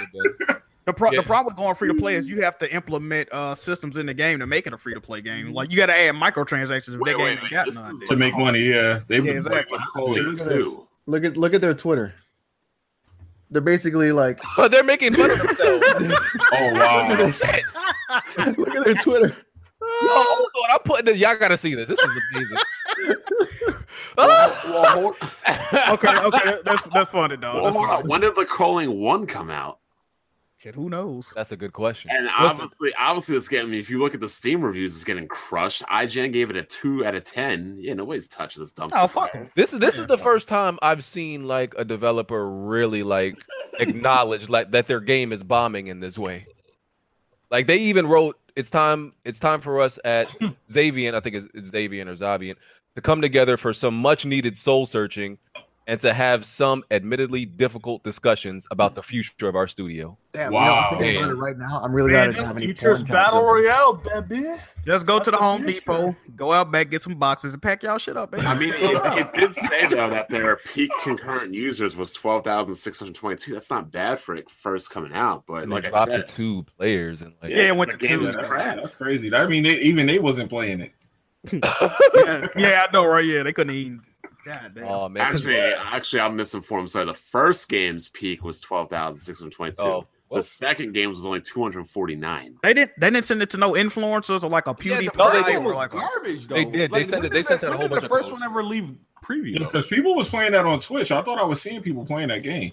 F: The pro-
D: Yeah.
F: the problem with going free to play is you have to implement uh systems in the game to make it a free to play game. Like you got to add microtransactions if that
E: Wait,
F: game
E: wait,
F: ain't
E: wait.
F: got
E: This
F: none.
E: is
H: to make money. Yeah, they've
F: Yeah,
H: been
F: exactly.
H: playing
E: Holy
H: it.
G: at this.
E: two.
G: Look at look at their Twitter. They're basically
I: [LAUGHS]
G: like,
D: But they're making fun of themselves. [LAUGHS]
H: Oh
G: look
H: wow!
G: at this. [LAUGHS] look at their Twitter.
D: Yo, hold on, I'm putting this. Y'all gotta see this. This is amazing. Ah!
F: [LAUGHS] okay, okay, that's that's funny, dog.
E: Well,
F: Oh, That's
E: hold
F: funny.
E: on. When did the calling one come out?
F: Shit, who knows?
D: That's a good question.
E: And obviously, obviously, it's getting. If you look at the Steam reviews, it's getting crushed. IGN gave it a two out of ten. Yeah, nobody's touching this dumpster.
F: Oh fuck 'em.
D: This is this is the first time I've seen like a developer really like acknowledge like that their game is bombing in this way. Like they even wrote, "It's time, it's time for us at Xavian, I think it's, it's Xavian or Zavian, to come together for some much-needed soul searching, and to have some admittedly difficult discussions about the future of our studio."
G: Damn,
H: Wow.
G: you know, I'm thinking
D: Damn.
G: about it right now. I'm really
A: Man,
G: glad I didn't
A: that's
G: have any
A: Futures
G: porn
A: Battle
G: tabs open.
A: Royale, baby.
F: Just go
A: That's
F: to the
A: the
F: Home
A: future.
F: Depot, go out back, get some boxes, and pack y'all shit up. Man.
E: I mean, it,
H: [LAUGHS]
E: it did say though that their peak concurrent users was twelve thousand six hundred twenty-two. That's not bad for it first coming out, but
D: And they
E: like I
D: dropped to
E: said,
D: two players and like.
F: Yeah, it went
E: the
F: to
E: game
F: two.
E: is
H: That's,
E: crap.
H: that's crazy. I mean, they, even they wasn't playing it.
F: [LAUGHS] yeah, yeah, I know, right? Yeah, they couldn't even. God damn.
D: Oh man! 'cause-
E: Actually, actually, I'm misinformed. Sorry, the first game's peak was twelve thousand six hundred twenty-two.
D: oh,
E: The
D: well,
E: second game was only two hundred forty-nine.
F: They didn't. They didn't send it to no influencers or like a
I: Yeah, the
F: PewDiePie
D: no, they
I: first
D: did.
I: one
F: or
I: was
F: like. a-
I: garbage though.
D: They did. They
I: Like,
D: sent
I: when
D: it- they
I: did
D: sent
I: the-
D: out a
I: when
D: whole
I: did
D: bunch
I: the
D: of
I: first
D: photos.
I: one ever leave preview. though?
H: Because people was playing that on Twitch. I thought I was seeing people playing that game.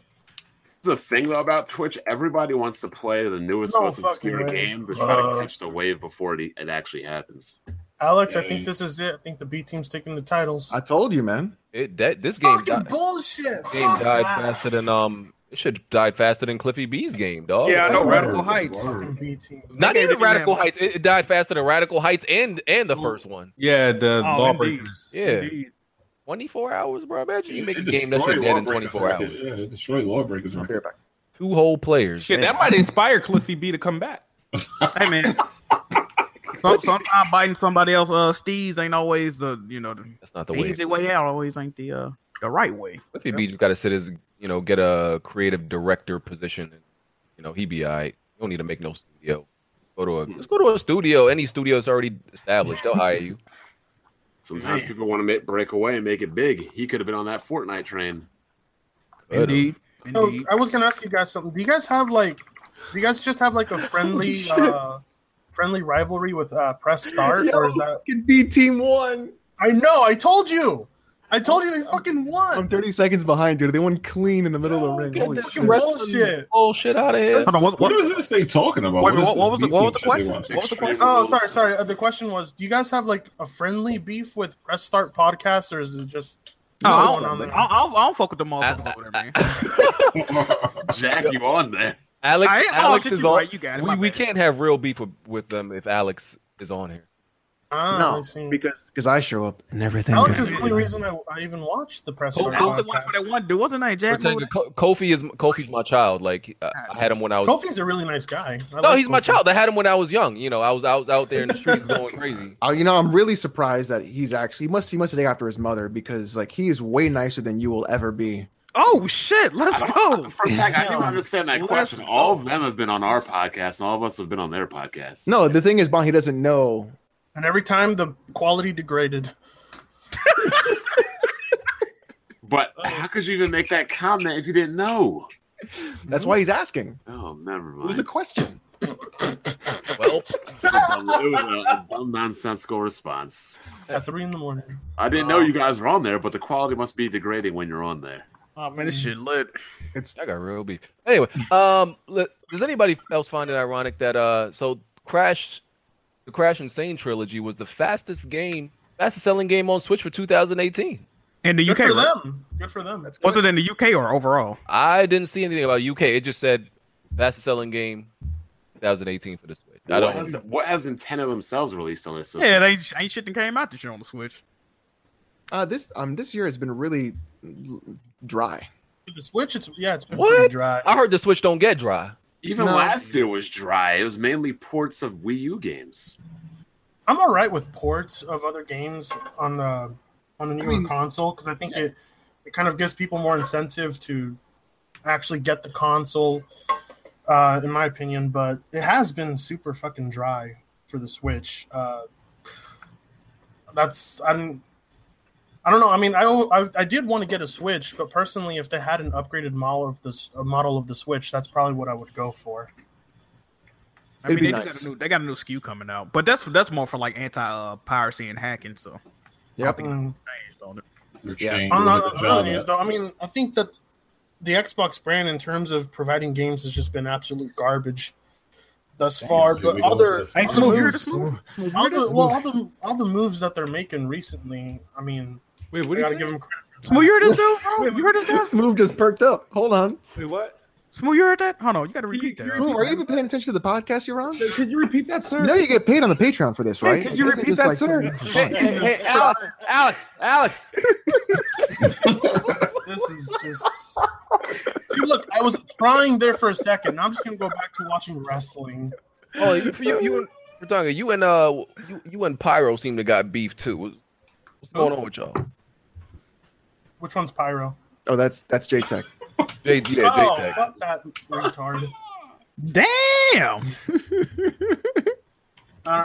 E: The thing though about Twitch, everybody wants to play the newest,
A: No
E: most
A: fucking
E: obscure
A: way.
E: game, but try
A: Uh.
E: to catch the wave before it, it actually happens.
A: Alex, I
H: Yeah,
A: think
H: you-
A: this is it. I think the B team's taking the titles.
G: I told you, man.
D: it, that, this game died,
A: bullshit.
D: game died faster than um. It should have died faster than Cliffy B's game, dog.
F: Yeah, I know.
A: Word,
F: Radical Heights.
A: Fucking B team.
D: Not
F: That game
D: even
F: didn't
D: Radical
F: have-
D: Heights. It, it died faster than Radical Heights and and the first one.
I: Yeah, the
F: Oh,
I: lawbreakers.
D: Yeah,
F: Indeed.
D: 24 hours, bro. Imagine you
H: It-
D: make a
H: it
D: game that
H: destroyed
D: should dead in
H: Lawbreakers
D: 24
H: record.
D: hours.
H: Yeah, it destroyed lawbreakers.
G: I'll be
H: record.
G: right back.
D: Two whole players.
I: Shit,
D: man.
I: that might inspire Cliffy B to come back.
F: Hey man. Some, sometimes biting somebody else, uh, steez ain't always the you know the,
D: That's not the
F: the
D: way.
F: easy way out. Always ain't the uh the right way.
D: Cliffy B just got to sit his, you know, get a creative director position. And, you know, he be all right. You don't need to make no studio. Go to a, let's go to a studio. Any studio is already established. They'll hire you.
E: Sometimes people want to make, break away and make it big. He could have been on that Fortnite train.
D: Good.
F: Indeed.
A: So,
F: Indeed.
A: I was gonna ask you guys something. Do you guys have like, do you guys just have
G: [LAUGHS]
A: like a friendly, uh, friendly rivalry with uh, Press Start, or is that?
G: Fucking B Team One.
A: I know. I told you. I told you they fucking
G: I'm
A: won.
G: 30 seconds behind, dude. They won clean in the middle of the ring.
D: Get
G: Holy
D: this
G: shit.
A: Oh, rest-
D: wrestling
A: Bullshit.
D: bullshit out of here.
F: Hold on,
H: What
F: what, what,
H: is this they talking about?
F: Wait, wait,
H: is
F: what- what was
H: this
F: the- what
H: BT
F: was the
H: shit they
F: question?
H: watching?
D: What was the question?
A: Oh, sorry, sorry. Uh, the question was, do you guys have like a friendly beef with Press Start podcast, or is it just?
F: No, I
A: what's
F: don't,
A: going on
F: I,
A: there?
F: don't, I don't fuck with the motherfuckers over there, man.
E: Jack, you on there?
D: Alex,
F: I am- oh,
D: Alex
F: shit,
D: is
F: you
D: on.
F: right, you got it, my
D: We, we
F: bad.
D: can't have real beef with, with them if Alex is on here.
A: Ah,
G: No,
A: I see.
G: because because I show up and everything.
A: Alex is the only reason I, I even watched the Press
D: Who-
A: Start
F: I was the one
A: podcast.
F: for that one dude. What's his name? Jack
D: Pretend
F: Moody?
D: Ko- Kofi is Kofi's my child. Like I I had him when I was.
A: Kofi's a really nice guy. I
D: no,
A: like
D: he's my
A: Kofi.
D: child. I had him when I was young. You know, I was I was out there in the
F: [LAUGHS]
D: streets going crazy.
G: Oh, you know, I'm really surprised that he's actually he must he must have taken after his mother because like he is way nicer than you will ever be.
F: Oh shit, let's go.
E: [LAUGHS] For a second, I didn't understand that
F: Let's
E: question. All of them have been on our podcast, and all of us have been on their podcast.
G: No, the thing is, Bon, he doesn't know.
A: And every time the quality degraded.
E: but how could you even make that comment if you didn't know?
G: That's why he's asking.
E: Oh, never
G: It was
E: mind.
G: a question.
D: Well,
E: It was a, it was a- a dumb, nonsensical response. Um,
A: At three in the morning.
E: I didn't know you guys were on there, but the quality must be degrading when you're on there.
F: Oh man, this shit lit.
D: I got real beef. Anyway, um, le- does anybody else find it ironic that uh, so Crash, the Crash Insane trilogy was the fastest game, fastest selling game on Switch for 2018?
F: in the
A: Good
F: UK.
A: for
F: Right?
A: them. Good for them. That's
F: Was it in the UK or overall?
D: I didn't see anything about UK. It just said fastest selling game 2018 for the Switch. I
E: What
D: don't.
E: has, what has Nintendo themselves released on this system?
F: Yeah, they ain't shit that came out this year on the Switch.
G: Uh, this um this year has been really dry.
A: The Switch, it's yeah, it's been
D: What?
A: pretty dry.
D: I heard the Switch don't get dry.
E: Even
G: No.
E: last year was dry. It was mainly ports of Wii U games.
A: I'm all right with ports of other games on the on the newer
D: mean-
A: console because I think it it kind of gives people more incentive to actually get the console, uh, in my opinion. But it has been super fucking dry for the Switch. Uh, that's I'm. I don't know. I mean, I, I, I did want to get a Switch, but personally, if they had an upgraded model of this a model of the Switch, that's probably what I would go for.
F: I mean, they,
G: It'd be
F: do got
G: nice.
F: a new, they got a new SKU coming out, but that's that's more for like anti uh, piracy and hacking. So
G: Yep.
A: Mm.
F: changed on it.
B: Yeah.
A: I'm
F: Uh,
A: not I'm not news, though. I mean, I think that the Xbox brand, in terms of providing games, has just been absolute garbage thus far.
B: dude,
A: But
B: we go
A: other,
B: with this.
A: other
B: Ain't some
F: weird
A: moves, all the, well, all the all the moves that they're making recently. I mean,
I: Wait,
A: we
I: what do you
A: gotta
I: say?
A: give them credit. For that.
F: Smooth, you heard this dude? Bro, you heard this guy?
G: This move just perked up. Hold on.
I: Wait, what?
F: Smooth, you heard that? Hold on, you got to repeat that.
G: Smooth, are you even paying attention to the podcast you're on?
I: Can you repeat that, sir?
G: You know you get paid on the Patreon for this, right?
I: could you
G: This ain't
I: repeat that, sir?
G: something for [LAUGHS] fun.
A: This is-
I: Alex, Alex, Alex.
A: this is just. See, look, I was trying there for a second. Now I'm just gonna go back to watching wrestling.
D: Oh, you, you, you and we're talking. You and uh, you, you and Pyro seem to got beef too. What's what's going on with y'all?
A: Which one's Pyro?
G: oh, that's that's JTech.
D: J, yeah,
A: oh,
D: JTech.
A: fuck that retard.
F: Damn.
A: I,
F: Hey,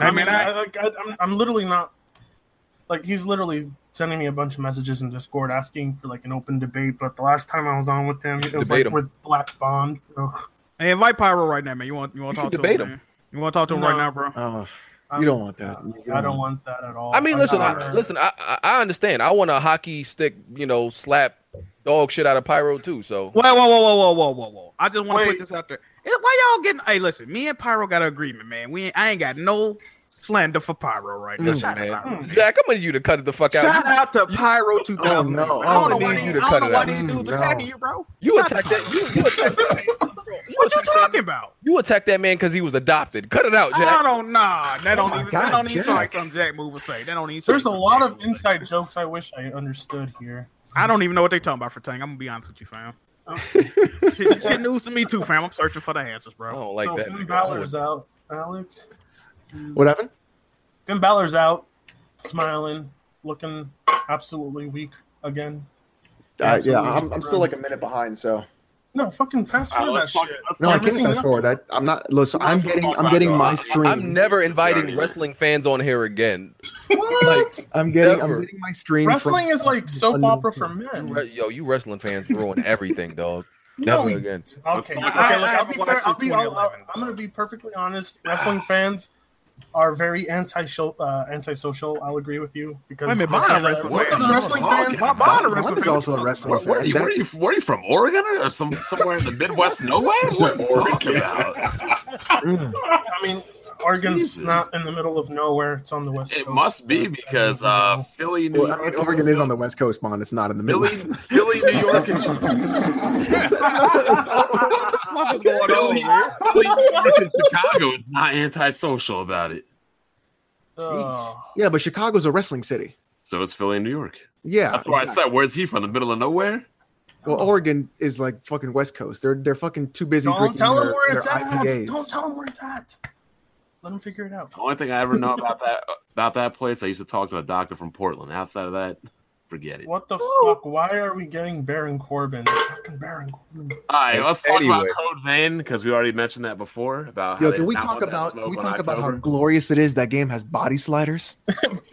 A: I mean,
F: man,
A: I,
F: I-
A: like, I, I'm, I'm literally not like he's literally sending me a bunch of messages in Discord asking for like an open debate. But the last time I was on with him, it was
D: Debate
A: like
D: him.
A: with Black Bond. Ugh,
F: Hey, invite Pyro right now, man. You want you want to
D: You
F: talk
D: should
F: to him?
D: debate him.
F: man? You want to talk to him right
A: No.
F: now, bro?
G: Oh,
A: I'm-
G: you don't want that.
A: I don't want that at all.
D: I mean,
A: I'm
D: listen,
A: not-
D: I, listen. I, I I understand. I want a hockey stick, you know, slap dog shit out of Pyro too. So
F: Whoa, whoa, whoa, whoa, whoa, whoa, whoa, whoa! I just want to
A: Wait.
F: put this out there. Eh, Why y'all getting? Hey, listen, me and Pyro got an agreement, man. We ain't, I ain't got no slander for Pyro right now.
G: Mm,
F: Shout out
D: man.
F: Pyro, man.
D: Jack, I'm gonna need you to cut the fuck out.
F: Shout out to Pyro 2000.
G: Oh, no.
F: I don't know
G: Oh,
F: why,
G: man,
F: they,
G: you
D: to
F: I
D: cut
F: don't know
D: it
F: why
D: out.
F: these dudes
G: Mm,
F: attacking
G: no.
F: you, bro.
D: You
F: Shut
D: attacked
F: the-
D: that. You, you attacked that man.
F: What you
D: attacked that-
F: talking about?
D: You attacked that man because he was adopted. Cut it out,
F: I
I: Ah.
D: Jack.
F: don't nah.
D: Oh
F: That don't
G: my
F: even
G: God,
F: that don't even
G: Jack.
F: sound like something Jack Move would say. That don't even sound
A: there's a
F: like something
A: lot
F: Jack
A: of
F: Move would say.
A: inside jokes I wish I understood here.
F: I don't even know what they talking about for Tang. I'm gonna be honest with you, fam. [LAUGHS] Shit shit news to me too, fam. I'm searching for the answers,
D: I
F: bro.
D: don't like
A: so
D: that.
A: Finn
D: nigga.
A: Balor's out. Alex.
G: What happened?
A: Finn Balor's out, smiling, looking absolutely weak again.
G: Uh, yeah,
A: Absolutely.
G: I'm, I'm still like a minute behind. So
A: No, fucking fast forward that
E: let's talk-
A: shit.
E: let's
G: no,
A: I've
G: I
E: talk
A: never
G: can't
A: seen
G: fast forward. I, I'm not. Listen, I'm getting I'm getting my stream.
D: I'm never
E: Yeah.
D: inviting wrestling fans on here again.
A: What?
G: I'm getting
D: Never.
G: I'm getting my stream. from-
A: Wrestling is like soap
G: unknown
A: opera for
G: source.
A: men.
D: Re- Yo, you wrestling
A: [LAUGHS]
D: fans ruin everything, dog.
A: No,
D: Never
A: we-
D: again.
A: Okay, okay.
E: I-
A: Look,
F: I
A: I'll
F: haven't
A: be
F: watched
A: fair. I'll
F: since
A: be. I'll, I'll,
F: 2011,
A: I'm gonna be perfectly honest. Wrestling fans are very anti-social. Uh, antisocial. I'll agree with you because
F: Wait a minute,
A: most,
F: mine
A: of the,
F: are wrestling
A: most of the
F: fans.
A: wrestling
E: Oh,
A: fans.
E: my
F: Bond a
G: Ron
F: wrestling
G: is
F: fan.
G: also a wrestling
E: Where,
G: fan.
E: where, are you,
G: That-
E: where, are you, where are you from? Oregon or some somewhere in the Midwest? Nowhere? What are you talking about?
G: mm.
A: I mean, Oregon's
E: Jesus.
A: not in the middle of nowhere. It's on the west
E: It
A: coast.
E: must be because uh, Philly, New
G: Well,
E: York,
G: I mean, Oregon is on the West Coast, Bond. It's not in the middle.
E: Philly, Philly, New York, [LAUGHS] and Philly, Philly, New York, and Chicago is not antisocial about it.
A: Oh,
G: Yeah, but Chicago's a wrestling city.
E: So it's Philly, and New York.
G: Yeah,
E: That's why I
G: exactly.
E: said, "Where's he from? The middle of nowhere?"
G: Well, Oregon is like fucking West Coast. They're they're fucking too busy.
A: don't
G: drinking
A: tell them
G: their-
A: where it's
G: their
A: at.
G: IPAs.
A: Don't tell them where it's at. Let them figure it out.
E: The only thing I ever know about that about that place, I used to talk to a doctor from Portland. Outside of that, forget it.
A: What the fuck? Why are we getting Baron Corbin? Fucking Baron Corbin.
E: All right, let's talk about
D: Anyway.
E: Code Vein because we already mentioned that before. About
G: Yo,
E: they
G: can we
E: did not
G: talk
E: want that
G: about can
E: smoke
G: we
E: on
G: talk about how
E: October.
G: glorious it is that game has body [LAUGHS] sliders?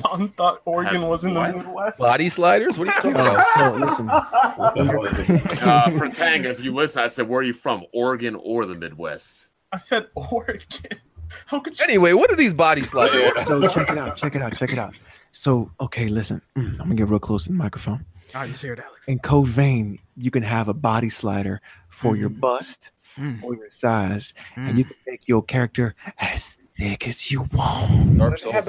A: Bond thought Oregon
E: Has
A: was in the
E: what?
A: Midwest.
D: Body sliders? What are you talking about?
G: Oh, so listen,
E: uh, for Tang, if you listen, I said, "Where are you from? Oregon or the Midwest?"
A: I said [LAUGHS] Oregon. How could [LAUGHS] you?
D: Anyway, what are these body sliders?
G: so check it out, check it out, check it out. So okay, listen, Mm, I'm gonna get real close to the microphone.
F: All right, you see it, Alex.
G: In Code Vein, you can have a body slider for your bust
F: Mm.
G: or your thighs, and
F: Mm.
G: you can make your character as thick as you want.
D: Dark Souls.
F: Yeah.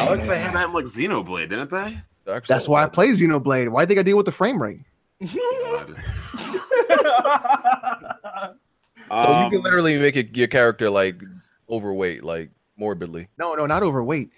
E: Alex, they had that in like Xenoblade, didn't they?
D: Dark
G: That's
D: Souls.
G: why I play Xenoblade. Why do you think I deal with the frame rate?
D: So you
E: Um,
D: can literally make it, your character like overweight, like morbidly.
G: No, no, not overweight.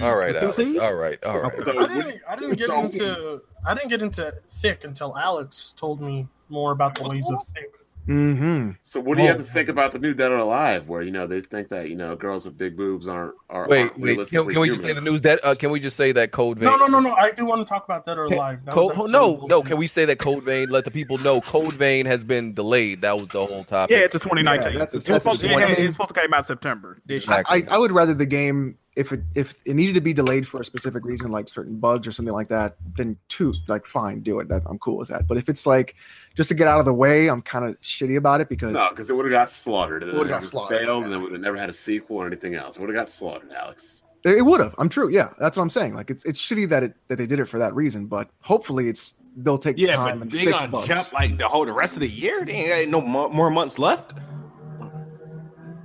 D: All right, Alex.
G: Disease?
D: All right, all right.
E: so
A: I
E: would-
A: didn't, I didn't get
E: so-
A: into I didn't get into thick until Alex told me more about the ways of thick.
G: Mm-hmm.
E: So what do you
A: Whoa.
E: have to think about the new Dead or Alive, where you know they think that you know girls with big boobs aren't are
D: Wait,
E: aren't
D: wait. Can,
E: realistically
D: can we just say the
E: human?
D: news that? Uh, can we just say that Code Vein?
A: No, no, no, no. I do want to talk about Dead or
D: Hey,
A: Alive. That was
D: Code,
A: episode
D: no, no.
A: one.
D: Can we say that Code Vein? Let the people know Code Vein has been delayed. That was the whole topic.
F: Yeah, it's a 2019.
G: Yeah, that's
F: It
G: a-
F: was
G: that's a
F: supposed to- it
G: 20.
F: had- it was supposed to come out September this year.
D: Exactly.
G: I, I would rather the game if it if it needed to be delayed for a specific reason, like certain bugs or something like that, then two like fine, do it. That, I'm cool with that. But if it's like just to get out of the way, I'm kind of shitty about it because
E: No, because it would have got slaughtered. It
G: Would've
E: would
G: got
E: have
G: slaughtered,
E: failed, and
G: yeah.
E: it would have never had a sequel or anything else. It would have got slaughtered, Alex.
G: it, it would have. I'm true. Yeah, that's what I'm saying. Like it's it's shitty that it that they did it for that reason, but hopefully it's they'll take
I: Yeah,
G: time
I: but
G: and
I: they
G: fix
I: gonna
G: bugs.
I: jump like the whole the rest of the year. They ain't got no mo- more months left.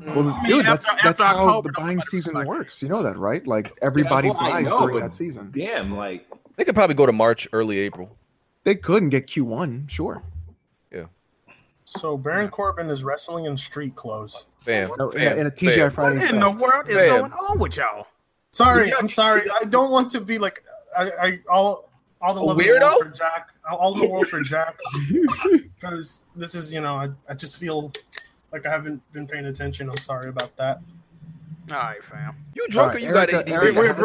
G: Well,
F: I mean,
G: dude, that's
F: after-
G: that's
F: after
G: how
F: October,
G: the buying
F: nobody
G: season
F: like it.
G: works. You know that, right? Like everybody
I: well, I
G: buys
I: know,
G: during
I: but-
G: that season.
I: Damn, like
D: They could probably go to March, early April.
G: They couldn't get Q1, sure.
A: So Baron Corbin is wrestling in street clothes.
D: Bam.
G: No, Oh, in, a,
D: bam,
G: in a TGI
D: bam.
F: What
G: Fridays.
F: in the
G: fest.
F: world is
D: Man.
F: going on with y'all?
A: Sorry, I'm sorry. I don't want to be like I, I all all the
D: A
A: love in the world
D: weirdo?
A: for Jack. All the world for
D: [LAUGHS]
A: Jack. Because this is, you know, I, I just feel like I haven't been paying attention. I'm sorry about that.
F: All right, fam.
D: You drunk or
G: Alright,
D: you got
G: Erica-
D: ADD?
G: Erica
I: We- we
G: has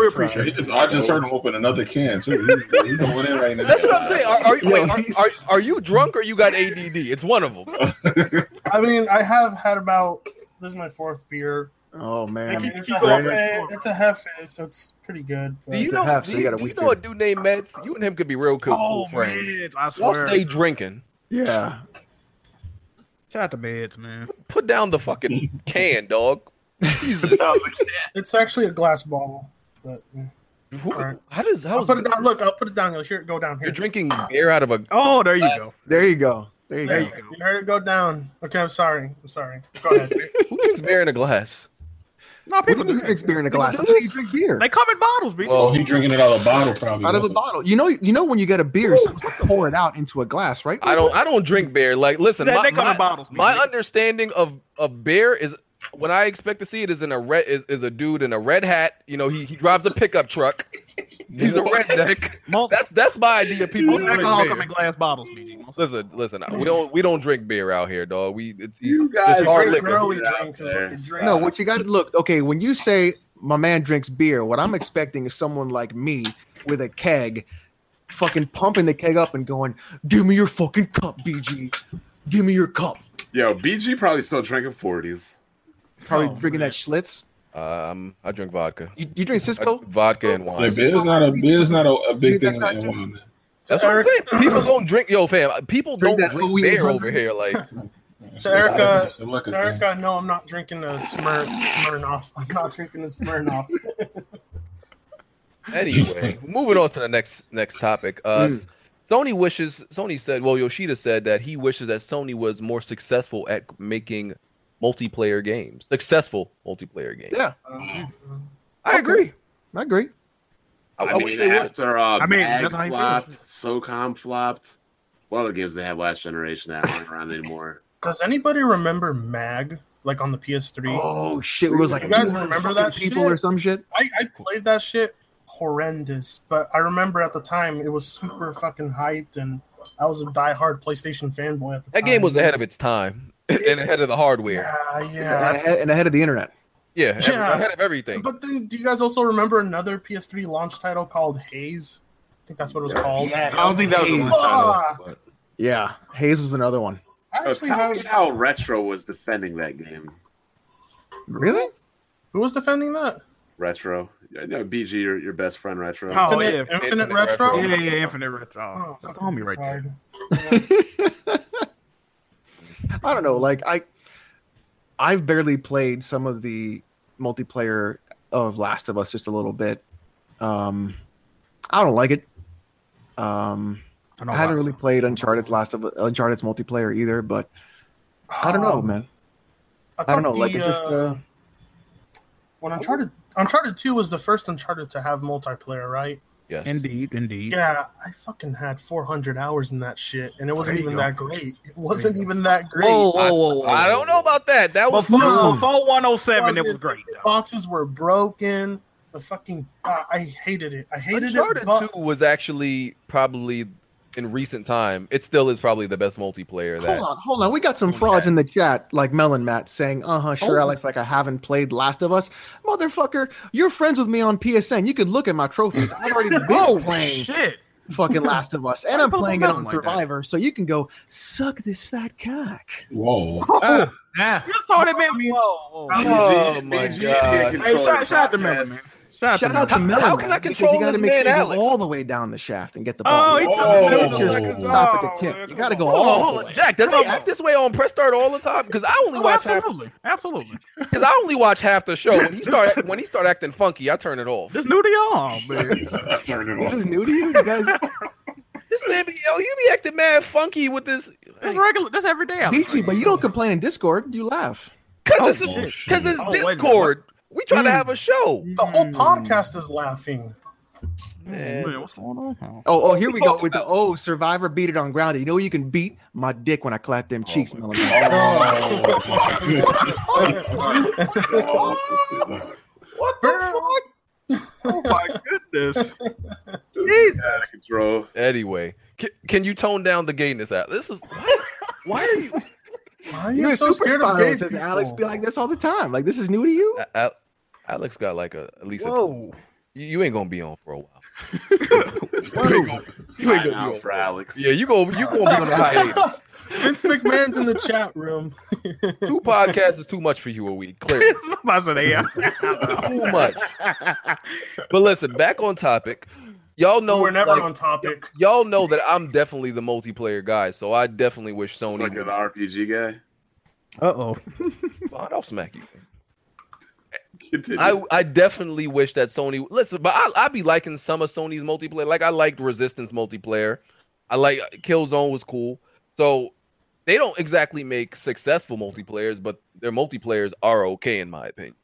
G: tried.
I: appreciate
H: I just, I just heard him open another can too. He- he going in right now.
D: That's what I'm saying. Are, are, you-
G: Yo,
D: wait,
G: he's-
D: are, are, are you drunk or you got ADD? It's one of them.
A: I mean, I have had about this is my fourth beer.
G: Oh
A: I mean,
G: man.
A: it's a hefe, it's a hefe, so it's pretty good.
D: Do
A: But
D: you
G: It's a
D: know,
G: half, so
D: do
G: you
D: you,
G: got a
D: do you
G: weak
D: know a
G: beer.
D: dude named Mets? You and him could be real cool,
F: Oh,
D: cool friends.
F: man, I
D: Y'all
F: swear.
D: stay drinking.
G: Yeah.
F: Shout out to Beds, man.
D: Put down
A: [LAUGHS]
D: the fucking can, dog. Jesus.
A: it's actually a glass bottle. But yeah.
D: Who-
A: Alright.
D: How does how
A: I'll
D: is-
A: put it down. Look, I'll put it down. You'll hear it go down
D: You're
A: here.
D: drinking beer out of a.
F: Oh, there you go.
G: There you go. There you
A: There
G: go.
A: you, go. you heard it go down. Okay, I'm sorry. I'm sorry. Go ahead.
D: Who drinks beer in a glass?
F: No, people
G: People do
F: do
G: drink
F: that.
G: beer in a glass.
D: do
G: That's how you drink beer.
F: They come in bottles, bitch.
D: Well,
H: Oh, he drinking it out of a bottle, probably.
G: out of a
H: wasn't
G: bottle. You know, you know when you get a beer, sometimes you pour it out into a glass, right?
D: I don't. I don't drink beer. Like, listen,
F: they,
D: my,
F: they come
D: my-
F: in bottles.
D: my
F: bitch.
D: understanding of of beer is when I expect to see it is in a red is, is a dude in a red hat. You know, he, he drives a pickup truck. He's a redneck.
F: most,
D: That's that's my idea. Of people
F: most
D: who
F: alcohol
D: drink
F: come
D: beer.
F: in glass bottles, BG. Most-
D: Listen, listen. We don't we don't drink beer out here, dog. We it's,
E: You
D: it's
E: guys
D: hard
E: drink
D: liquor.
E: girly-
A: Early drinks is what you drink.
G: No, what you got to look. Okay, when you say my man drinks beer, what I'm expecting is someone like me with a keg, fucking pumping the keg up and going, "Give me your fucking cup, BG. Give me your cup."
E: Yo, BG probably still drinking forties.
G: Probably
F: Oh,
G: drinking
F: man.
G: that Schlitz.
D: Um, I I drink vodka,
G: You, you drink
D: I-
G: Cisco?
D: vodka and
H: Like,
D: wine.
H: beer's not a beer's not a, a big
G: Dude,
H: thing in
G: that's not
H: Atlanta.
D: That's what I'm saying. People don't drink. Yo, fam. People
G: Drink
D: don't
G: that
D: drink
G: OE
D: beer
G: 800.
D: over here. Like,
H: It's
A: So Erica-
H: it's a liquor thing.
A: Erica, no, I'm not drinking a Smir- Smirnoff. I'm not drinking a Smirnoff.
D: anyway, moving on to the next next topic. Uh,
G: Mm.
D: Sony wishes. Sony said. Well, Yoshida said that he wishes that Sony was more successful at making multiplayer games. Successful multiplayer games.
G: Yeah.
A: Um,
D: I agree.
G: I agree.
D: I,
E: I,
D: I wish
E: mean,
D: they would.
E: after uh,
F: I mean,
E: Mag
F: that's how you feel.
E: flopped, SOCOM flopped. What other games they had last generation that aren't around anymore?
A: does anybody remember Mag? Like on the PS3?
G: Oh shit! It was like
A: You guys
G: 200
A: remember
G: fucking
A: that
G: people
A: shit?
G: or some shit.
A: I, I played that shit horrendous, but I remember at the time it was super fucking hyped, and I was a diehard PlayStation fanboy at the
D: That
A: time.
D: game was ahead of its time [LAUGHS] and ahead of the hardware.
A: Yeah,
G: And,
A: yeah.
G: ahead, and ahead of the internet.
D: Yeah, ev-
A: Yeah.
D: ahead of everything.
A: But then, do you guys also remember another PS3 launch title called Haze? I think that's what it was called.
I: I don't think that was a
G: Hey,
I: lunch title.
A: fuck.
I: but-
G: Yeah, Haze was another one.
A: I
E: I was
A: actually
E: kind of
A: have.
E: how Retro was defending that game.
G: Really?
A: Who was defending that?
E: Retro, I know BG, your, your best friend, Retro.
F: Oh,
A: Infinite,
F: yeah.
A: Infinite,
D: Infinite
A: Retro.
D: Retro.
F: Yeah, yeah, yeah, infinite retro.
A: Oh,
F: That's the
A: fucking
F: homie right there.
A: retard.
G: I don't know. Like I, I've barely played some of the multiplayer of Last of Us just a little bit. Um, I don't like it. Um,
F: I know
G: I
F: why.
G: haven't really played Uncharted's Last of Uncharted's multiplayer either, but I don't know, man.
A: Um, I,
G: I don't know.
A: thought
G: Like uh,
A: the,
G: it just
A: uh,
G: uh,
A: when Uncharted Uncharted Two was the first Uncharted to have multiplayer, right?
F: Indeed, indeed.
A: Yeah, I fucking had 400 hours in that shit, and it wasn't
G: There you
A: even
G: go.
A: that great. It wasn't even that great.
F: Whoa, whoa, whoa, whoa.
D: I don't know about that. That was
F: Before,
A: No. oh
F: before 107, it was great, though.
A: Boxes were broken. The fucking ah, I hated it. I hated
D: Uncharted
A: it. But
D: 2 was actually probably in recent time. It still is probably the best multiplayer that
G: Hold on, hold on. We got some frauds in the chat, like Melon Matt saying, "Uh huh, sure, Alex. Like I haven't played Last of Us, motherfucker. You're friends with me on PSN. You could look at my trophies. I've already been playing
F: Shit.
G: fucking Last of Us, and
F: Why
G: I'm
F: people
G: playing it
F: don't
G: on
F: like that?
G: Survivor. So you can go suck this fat cock.
H: Whoa.
F: Ah, You just told it, man.
A: I mean,
D: Oh my God.
F: Hey, shout, shout out to Melon, man. Shout,
G: Shout
F: to
G: out to
D: How-
G: Melon.
D: how can
G: Matt,
D: I
G: because
D: control
G: you gotta
D: this
G: make
D: man,
G: sure you
D: Alex?
G: go all the he down the shaft and get the ball.
F: Oh, he took
H: Oh.
G: You don't
H: the
G: just
H: Melon.
G: stop at the
D: Oh,
G: tip. you gotta go all the way.
D: Jack, does he act this way on press start all the time? Because I only
F: Oh,
D: watch half,
F: absolutely. Absolutely.
D: because I only watch half the show. When he start when he start acting funky, I turn it off.
F: This new to y'all, man.
H: Turn it
G: This
H: off.
G: is new to you, you
D: [LAUGHS]
G: guys.
D: This man, be, yo, you be acting mad funky with this.
F: That's regular. That's every day.
G: DG, but you don't complain in Discord. You laugh.
D: Because it's,
H: Oh,
D: the-
H: shit.
D: 'cause it's
F: Oh, wait a minute.
D: Discord. We try to have a show.
A: the whole
G: Hmm.
A: podcast is laughing.
D: Man.
F: what's going on?
G: Oh, oh, here we go with the oh survivor beat it on ground. You know you can beat my dick when I clap
I: Oh
G: them cheeks, Melon. Matt. [LAUGHS]
H: [LAUGHS]
E: [LAUGHS] Oh,
D: What
I: Oh.
A: the
F: Goodness.
E: [LAUGHS] Out of control.
D: Anyway, can, can you tone down the gayness? Out. This is why, why are you?
A: Why are
G: You're
A: you so
G: super
A: scared of gay
G: spiral. Says
A: people?
G: Alex, be [LAUGHS] like this all the time. Like this is new to you.
D: A- Al- Alex got like a at least. a-
A: Whoa.
D: you, you ain't gonna be on for a while. You ain't
E: Time
D: gonna be on
E: out for
D: a while.
E: Alex.
D: Yeah, you go. You gonna be on
A: [LAUGHS]
D: the hiatus.
A: Vince McMahon's in the chat room.
D: Two podcasts is too much for you a week. Clearly,
F: [LAUGHS] Somebody said, yeah.
D: too much. But listen, back on topic. Y'all know
A: We're never
D: like,
A: on topic.
D: Y'all know that I'm definitely the multiplayer guy, so I definitely wish
E: It's
D: Sony.
E: like
D: would-
E: an RPG guy.
F: Uh oh.
D: Fine, [LAUGHS] I'll smack you.
E: Continue.
D: I, I definitely wish that Sony listen, but I I be liking some of Sony's multiplayer. Like I liked Resistance multiplayer. I like uh, Killzone was cool. So they don't exactly make successful multiplayers, but their multiplayers are okay in my opinion.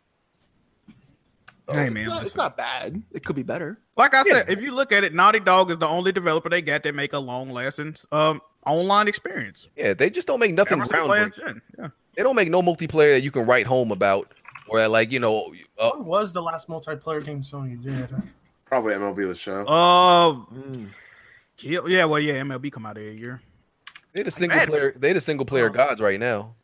F: Hey,
G: It's not,
F: man.
G: it's not bad. It could be better.
F: Like I said, if you look at it, Naughty Dog is the only developer they got that make a long lasting um, online experience.
D: Yeah, they just don't make nothing
F: Ever since
D: groundbreaking.
F: last gen. Yeah.
D: They don't make no multiplayer that you can write home about, or that, like you know, uh,
A: What was the last multiplayer game Sony did?
E: Probably MLB the show. [LAUGHS]
F: Uh, kill, yeah, well, yeah, MLB come out every year.
D: they the single
F: Madden.
D: player they the single player gods right now.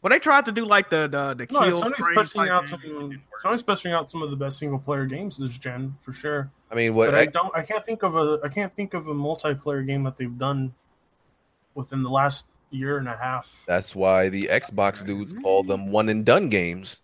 F: Well, they tried to do like the the the
A: No,
F: kill.
A: Sony's
F: frame
A: pushing
F: type
A: out
F: thing.
A: some. Sony's pushing out some of the best single player games this gen for sure.
D: I mean,
A: But
D: what
A: I don't. I can't think of a. I can't think of a multiplayer game that they've done within the last year and a half.
D: That's why the Xbox dudes call
A: Mm-hmm.
D: them one and done games.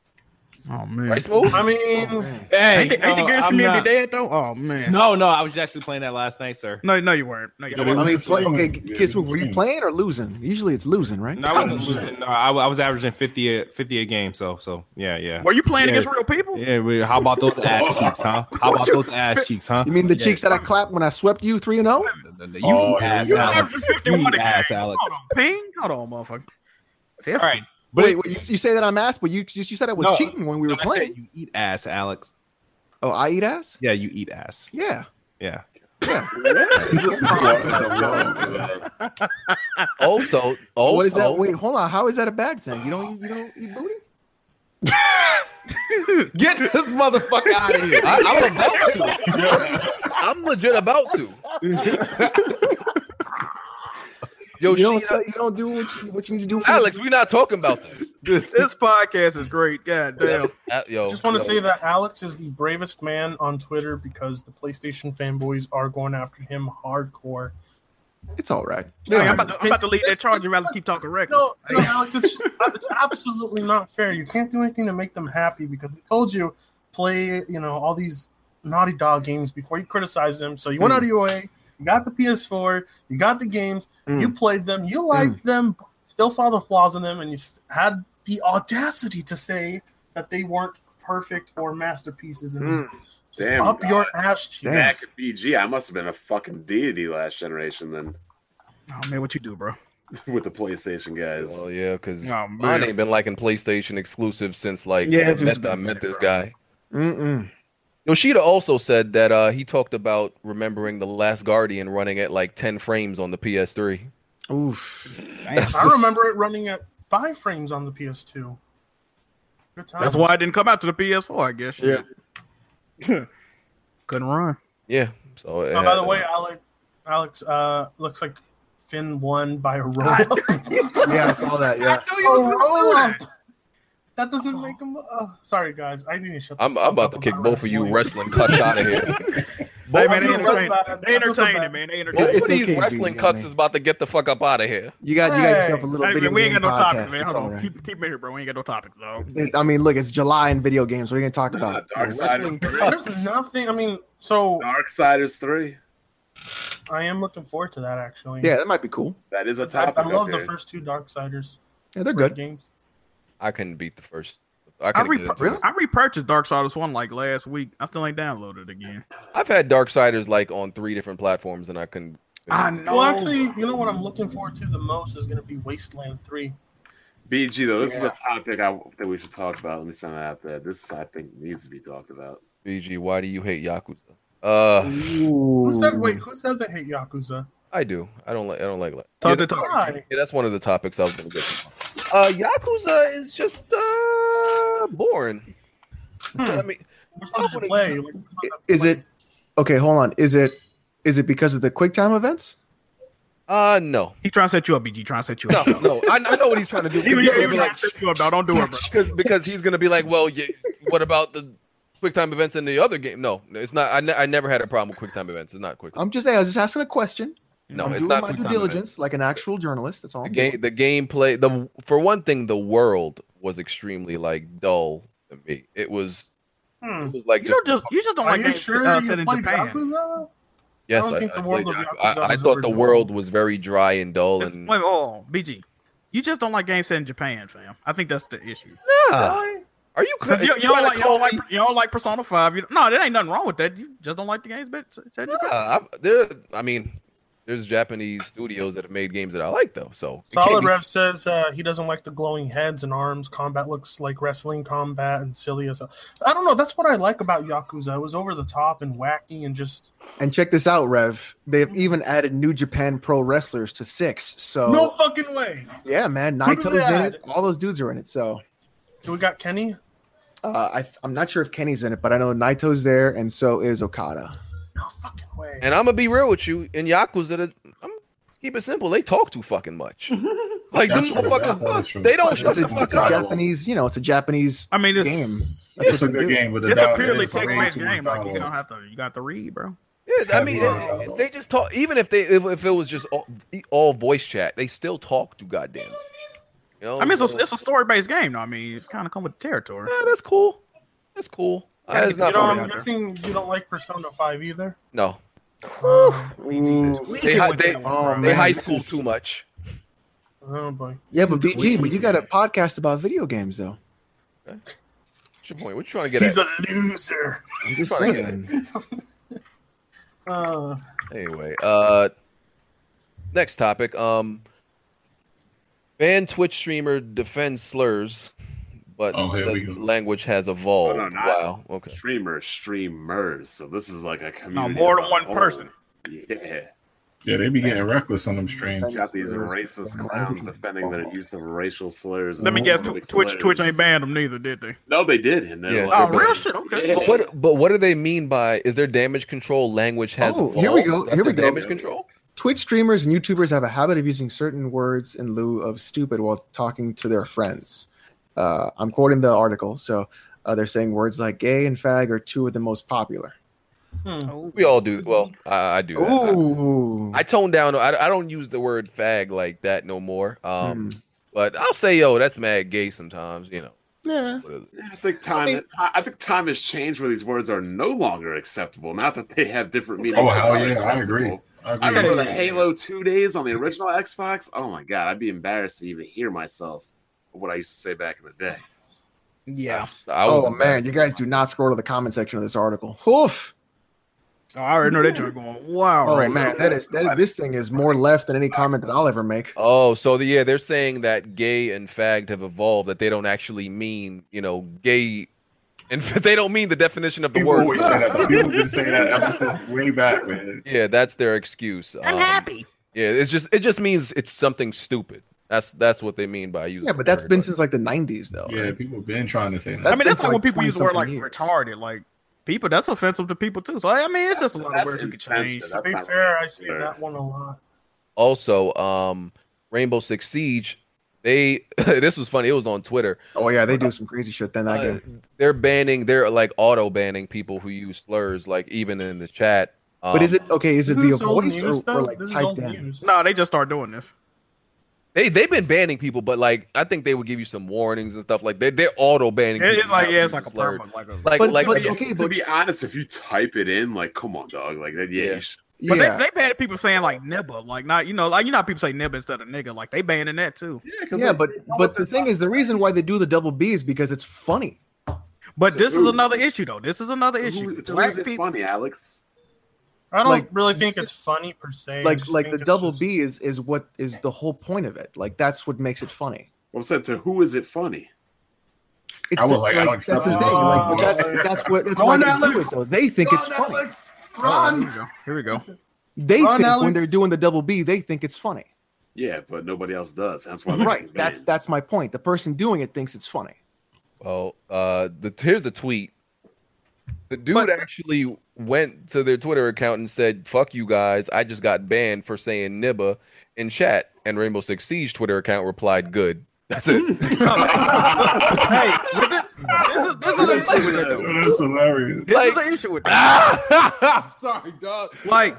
F: Oh man,
D: Right, Smooth?
A: I
I: Oh,
A: mean,
G: Oh,
I: Hey,
F: ain't the, ain't the
I: no,
F: games
I: I'm
F: community
I: not-
F: dead though? Oh man,
I: No, no, I was actually playing that last night, sir.
F: no, no, you weren't. No, you
H: Yeah,
F: weren't.
G: I mean,
H: it's like-
G: okay,
H: yeah,
G: Kiss, were you
H: it's-
G: playing or losing? Usually it's losing, right?
I: No, I wasn't losing. No, I, I was averaging 50 a, 50 a game. So, so yeah, yeah.
F: Were you playing
I: Yeah.
F: against real people?
I: Yeah, we- how about those
H: Oh,
I: ass cheeks, huh? [LAUGHS] How about those ass cheeks, huh?
G: You mean the
I: Yeah.
G: cheeks that I clapped when I swept you three and zero?
I: You
H: Oh,
I: eat
H: yeah.
I: ass,
H: You
I: Alex.
F: averaged
I: You
F: 51
I: eat
F: a
I: ass,
F: game.
I: Alex.
F: Hold on, ping. Hold on, motherfucker.
I: All right, but
G: Wait, wait you, you say that I'm ass, but you you, you said I was
I: No,
G: cheating when we were
I: I said
G: playing.
I: you eat ass, Alex.
G: Oh, I eat ass.
I: Yeah, you eat ass.
G: Yeah.
I: Yeah.
D: Also, also,
G: [LAUGHS] what is that? Wait, hold on. How is that a bad thing? You don't eat- you don't eat booty?
I: Get this motherfucker out of here.
D: I, am about to. I'm legit about
G: [LAUGHS]
D: to. Yo,
G: You don't,
D: Sheena-
G: say- you don't do what you, what you need to do. For
D: Alex, we're not talking about this.
I: This
F: This podcast is great. God damn.
D: Uh, yo,
A: I just want
D: yo,
A: to say that Alex is the bravest man on Twitter because the PlayStation fanboys are going after him hardcore.
G: it's all right.
F: Hey, I'm, about to, I'm about to leave that charge. You rather keep talking records.
A: No, no, Alex, it's,
E: [LAUGHS]
A: just, uh, it's absolutely not fair. You can't do anything to make them happy because I told you play, you know, all these Naughty Dog games before you criticize them. So you
E: Hmm.
A: went out of your way, you got the PS4, you got the games,
G: Mm.
E: Hmm.
A: you played them, you liked them, still saw the flaws in them, and you s- had the audacity to say that they weren't perfect or masterpieces. And just
E: Hmm. Damn,
A: up
E: God.
A: your ass cheeks.
G: Damn.
E: Back at BG, I must have been a fucking deity last generation then [LAUGHS]
F: Oh man, what you do, bro?
E: with the PlayStation guys. [LAUGHS]
D: Well, yeah, because
F: Oh,
D: mine
F: man.
D: ain't been liking PlayStation exclusives since like
F: Yeah,
D: I
F: it's
D: met-
F: been
D: I met
F: bad,
D: this
F: bro.
D: guy.
G: Mm-mm.
D: Yoshida also said that uh, he talked about remembering the Last Guardian running at like 10 frames on the PS3.
G: Oof.
D: [LAUGHS]
A: I remember it running at five frames on the PS2. Good time.
F: That's why it didn't come out to the PS4, I guess.
B: Yeah.
F: Couldn't run.
D: Yeah. So it
A: Oh, by
D: had,
A: the way,
D: uh,
A: Alex, Alex uh, looks like Finn won by a roll [LAUGHS] up.
G: Yeah, I saw that. Yeah.
F: No,
A: a roll up. That doesn't make him. Oh, sorry, guys. I need to shut. the
D: I'm,
A: fuck
D: I'm about
A: up
D: to kick
A: about
D: both of you wrestling cuts out of here.
A: [LAUGHS]
F: Hey,
A: I
F: man, they
A: feel so
F: entertain,
A: bad.
F: they
A: I feel so
F: entertain
A: bad.
F: man. They
D: Both
F: entertain
G: It's
D: of these
G: okay,
D: wrestling
G: BB, I
D: cuts
G: mean.
D: is about to get the fuck up out of here.
G: You got you got yourself
A: Hey.
G: a little
F: Hey,
G: bit
F: man,
G: of
F: we ain't got no
G: podcast.
F: topics, man.
G: It's
F: Hold
G: all
F: on.
G: right.
F: Keep, keep it here, bro. We ain't got no topics, though.
G: It- I mean, look, it's July and video games. What are you gonna talk about?
E: Dark
D: Wrestling
A: [LAUGHS]
E: Siders,
D: cuts.
A: There's nothing. I mean, so
E: Dark Siders Three.
A: I am looking forward to that actually.
G: Yeah, that might be cool.
E: That is a
A: I,
E: topic.
A: I love
E: up
A: the
E: there.
A: first two Darksiders
G: Yeah, they're good.
A: games.
D: I couldn't beat the first. I
F: I,
D: couldn't
F: re-
D: get into it.
G: really?
F: I repurchased Darksiders 1 like last week. I still ain't downloaded it again.
D: I've had Darksiders like on three different platforms and I couldn't.
F: I know.
A: Well, actually, you know what I'm looking forward to the most is going to be Wasteland Three.
E: BG though, this is a topic I think we should talk about. Let me send that out there. This I think needs to be talked about.
D: BG, why do you hate Yakuza? Uh,
A: Who said? Wait, who said they hate Yakuza?
D: I do. I don't like. I don't like. Talk
F: Talk to talk.
A: Why?
D: Yeah, that's one of the topics I was going to get to. Uh, Yakuza is just uh, boring. I mean,
A: Which one did you play? Like, which ones
G: I-
A: have you
G: Is it okay? Hold on. Is it is it because of the quick time events?
D: uh, no.
F: He trying to set you up, BG. Trying to set you
D: No,
F: up.
D: no. I, I know what he's trying to do.
F: He, he, he
D: He'll be
F: trying
D: like,
F: to set you up, dog. Don't do it, bro.
D: because because he's gonna be like, well, you, what about the quick time events in the other game? No, no, it's not. I, ne- I never had a problem with quick time events. It's not quick.
G: I'm just I was just asking a question.
D: No,
G: I'm
D: it's
G: doing
D: not
G: my
D: quick
G: due
D: time events.
G: diligence like an actual journalist. That's all.
D: The
G: I'm
D: game, the gameplay, the for one thing, the world was extremely like dull to me. It was,
A: Hmm.
D: it was like
F: You don't just you just don't
A: Are
F: like
A: you
F: games
A: sure
F: uh,
A: you
F: set in
A: played
F: Japan.
A: Yakuza?
D: yes,
A: don't think the world of
D: I,
A: Yakuza
D: I
A: was
D: thought the
A: original.
D: world was very dry and dull
F: Just-
D: and
F: Wait, oh, BG, you just don't like games set in Japan, fam. I think that's the issue.
D: Nah.
A: Really?
D: Are you?
F: You,
D: cra-
F: you,
D: you
F: don't
D: gotta
F: like, you
D: call
F: don't like
D: me-
F: you don't like Persona Five. You, no, there ain't nothing wrong with that. You just don't like the games but set in
D: Nah,
F: Japan.
D: I, there, I mean, there's Japanese studios that have made games that I like though. So it can't
A: Solid
D: be-
A: Rev says uh, he doesn't like the glowing heads and arms. Combat looks like wrestling combat and silly as hell. I don't know. That's what I like about Yakuza. It was over the top and wacky and just
G: And check this out, Rev. They've
A: Mm-hmm.
G: even added New Japan Pro wrestlers to six. So
A: no fucking way.
G: yeah, man,
A: Who did
G: Naito's
A: they
G: in
A: add?
G: it. All those dudes are in it. So
A: Do we got Kenny?
G: uh, I, I'm not sure if Kenny's in it, but I know Naito's there, and so is Okada.
A: No fucking way.
D: And I'm gonna be real with you. In Yakuza, the- I'm keep it simple. They talk too fucking
F: [LAUGHS]
D: much. like them
H: That's true. That's
D: motherfuckers,
H: totally true.
D: they don't Oh, shut
G: It's
D: the
G: a,
D: fuck
G: it's a
D: up.
G: Japanese, you know, it's a Japanese
F: I mean, it's,
G: game.
H: It's a
G: what they
H: good
G: do.
H: game, but the
F: it's a
H: dial-
F: purely
H: it's way
F: text-based
H: too much
F: game. Like you
H: dialogue.
F: don't have to. You got to read, bro.
D: Yeah, I mean,
H: It's
D: it-
H: heavy.
D: they just talk. Even if they, if, if it was just all, all voice chat, they still talk to goddamn. You know,
F: I mean, it's
D: so-
F: a, it's a story-based game. though. I mean, it's kind of come with the territory.
D: yeah, that's cool. That's cool.
F: Gotta
D: Uh,
F: get
D: it's
F: the
A: you
D: not
A: know,
D: for
F: story out
A: I'm
D: me.
F: there.
A: guessing you don't like Persona Five either.
D: no,
G: Ooh.
D: they, hi- they,
G: Oh,
D: they
G: man,
D: high
G: this
D: school
G: is-
D: too much.
A: Oh boy.
G: Yeah, but BG, but you got a podcast about video games, though.
D: What's your point? What you trying to get
A: He's
D: at?
A: a loser.
G: I'm just
D: Fuck it.
G: saying.
A: Uh,
D: Anyway, uh, next topic. Um, banned Twitch streamer defends slurs, but
H: Oh, here we
D: says
H: go.
D: language has evolved.
E: Hold on, I-
D: wow. Okay.
E: Streamer, streamers. So this is like a community.
F: more than
E: of
F: one
E: our own.
F: person.
E: Yeah.
H: Yeah, they be getting reckless on them streams.
E: You got these racist clowns defending their use of racial slurs.
F: Let me
E: and
F: guess.
E: homophobic
F: Tw- Twitch
E: slurs.
F: Twitch ain't banned them neither, did they?
E: No, they did. And they're
D: Yeah.
E: like,
F: Oh,
D: they're
F: real
D: banned.
F: shit. Okay.
E: Yeah.
D: But what? But what do they mean by is there damage control? Language has.
G: Oh, here we
D: evolved?
G: go,
D: That's
G: here we
D: their
G: go.
D: Damage control.
G: Twitch streamers and YouTubers have a habit of using certain words in lieu of stupid while talking to their friends. Uh, I'm quoting the article. So uh, they're saying words like gay and fag are two of the most popular.
A: hmm.
D: We all do. Well, I, I do. That. I-
G: Oh. Ooh.
D: I tone down. I, I don't use the word fag like that no more. Um,
G: Hmm.
D: but I'll say yo, that's mad gay sometimes. You know.
G: yeah.
D: What is it?
E: Yeah, I think time. ti- I think time has changed where these words are no longer acceptable. Not that they have different meanings.
H: Oh,
E: but
H: hell
E: they're
H: yeah, I
E: acceptable.
H: agree. I
E: I
H: agree.
E: remember the Halo Two days on the original Xbox. Oh my god, I'd be embarrassed to even hear myself what I used to say back in the day.
F: Yeah.
D: I was
G: Oh
D: embarrassed.
G: man, you guys do not scroll to the comment section of this article. Oof.
F: Oh, I already know that you're going. Wow.
G: Oh
F: right
G: man, that is that. This thing is more left than any comment that I'll ever make.
D: Oh, so the, yeah, they're saying that gay and fagged have evolved, that they don't actually mean, you know, gay And [LAUGHS] they don't mean the definition of the
H: People
D: word.
H: always say that. People been saying that
I: [LAUGHS]
H: ever since way back, man.
D: [LAUGHS] Yeah, that's their excuse.
J: I'm
D: Um,
J: happy.
D: Yeah, it's just it just means it's something stupid. That's that's what they mean by using.
G: Yeah, but that's been since like the '90s, though.
H: Yeah, people been trying to say that.
G: That's
F: I mean,
G: been
F: that's
G: for,
F: like when
G: like,
F: people use the word like
G: 20-something years.
F: retarded. Like people, that's offensive to people too. So I mean, it's just a lot of
E: That's
F: words you could
E: expensive.
F: change.
E: That's
A: To be
E: not
A: fair, I see
E: fair.
A: that one a lot.
D: also um Rainbow Six Siege. They [LAUGHS] this was funny. It was on Twitter.
G: Oh yeah, they do some crazy shit. Then that
D: Uh,
G: game.
D: They're banning. They're like auto banning people who use slurs, like even in the chat. Um,
G: But is it okay? Is it
A: Isn't
G: via
A: this old
G: voice or,
A: news,
G: or
A: though?
G: like
A: This is
G: typed
A: old
G: in?
A: news.
F: [LAUGHS] No, they just start doing this.
D: They they've been banning people, but like I think they would give you some warnings and stuff. Like they they're auto banning.
F: It-
D: people
F: it's like
D: who
F: yeah,
D: use
F: it's like
D: the
F: a
D: slur.
F: perma, like a.
D: Like
G: But-
D: like
G: but-
D: yeah,
G: okay,
E: to be honest, if you type it in, like, come on, dog, like that, yeah,
D: Yeah.
E: You should,
F: But
G: yeah,
F: they, they banned people saying like nibba, like not you know, like you know how people say nibba instead of nigga, like they banning that too.
E: yeah, 'cause,
G: yeah.
E: like,
G: but
E: they know
G: but
E: what
G: the
E: they're
G: thing is, the reason why they do the double B is because it's funny.
F: But this is
E: Ooh.
F: another issue though. This is another
E: not-
F: issue.
E: It's
F: Black
E: always
F: people,
E: funny, Alex.
A: I don't
G: Like-
A: really think it's funny per se. I
G: like
A: just
G: like
A: think
G: the
A: it's
G: double
A: just-
G: B is is what is the whole point of it. Like that's what makes it funny.
E: Well, I'm saying to who is it funny?
G: It's
H: I
G: the,
H: was like, Alex,
G: that's the
A: that's
G: thing.
A: it.
G: Like, but that's
A: Oh.
G: that's what that's why
A: Run,
G: they do
A: Alex.
G: it. Though they think it's funny.
F: Hold on, here we go. Here we go.
G: They
A: Run,
G: think
A: Alex.
G: when they're doing the double B, they think it's funny.
E: Yeah, but nobody else does. That's why. they're
G: Right.
E: getting
G: That's
E: banned.
G: that's my point. The person doing it thinks it's funny.
D: Well, uh, the here's the tweet. The dude
F: But-
D: actually went to their Twitter account and said, "Fuck you guys! I just got banned for saying nibba in chat." And Rainbow Six Siege Twitter account replied, "Good." [LAUGHS] That's
G: [LAUGHS]
D: it.
F: hey, with it- this is this is an issue with it.
H: Yo, That's hilarious.
F: This is an issue with that.
I: I'm sorry, dog.
F: Like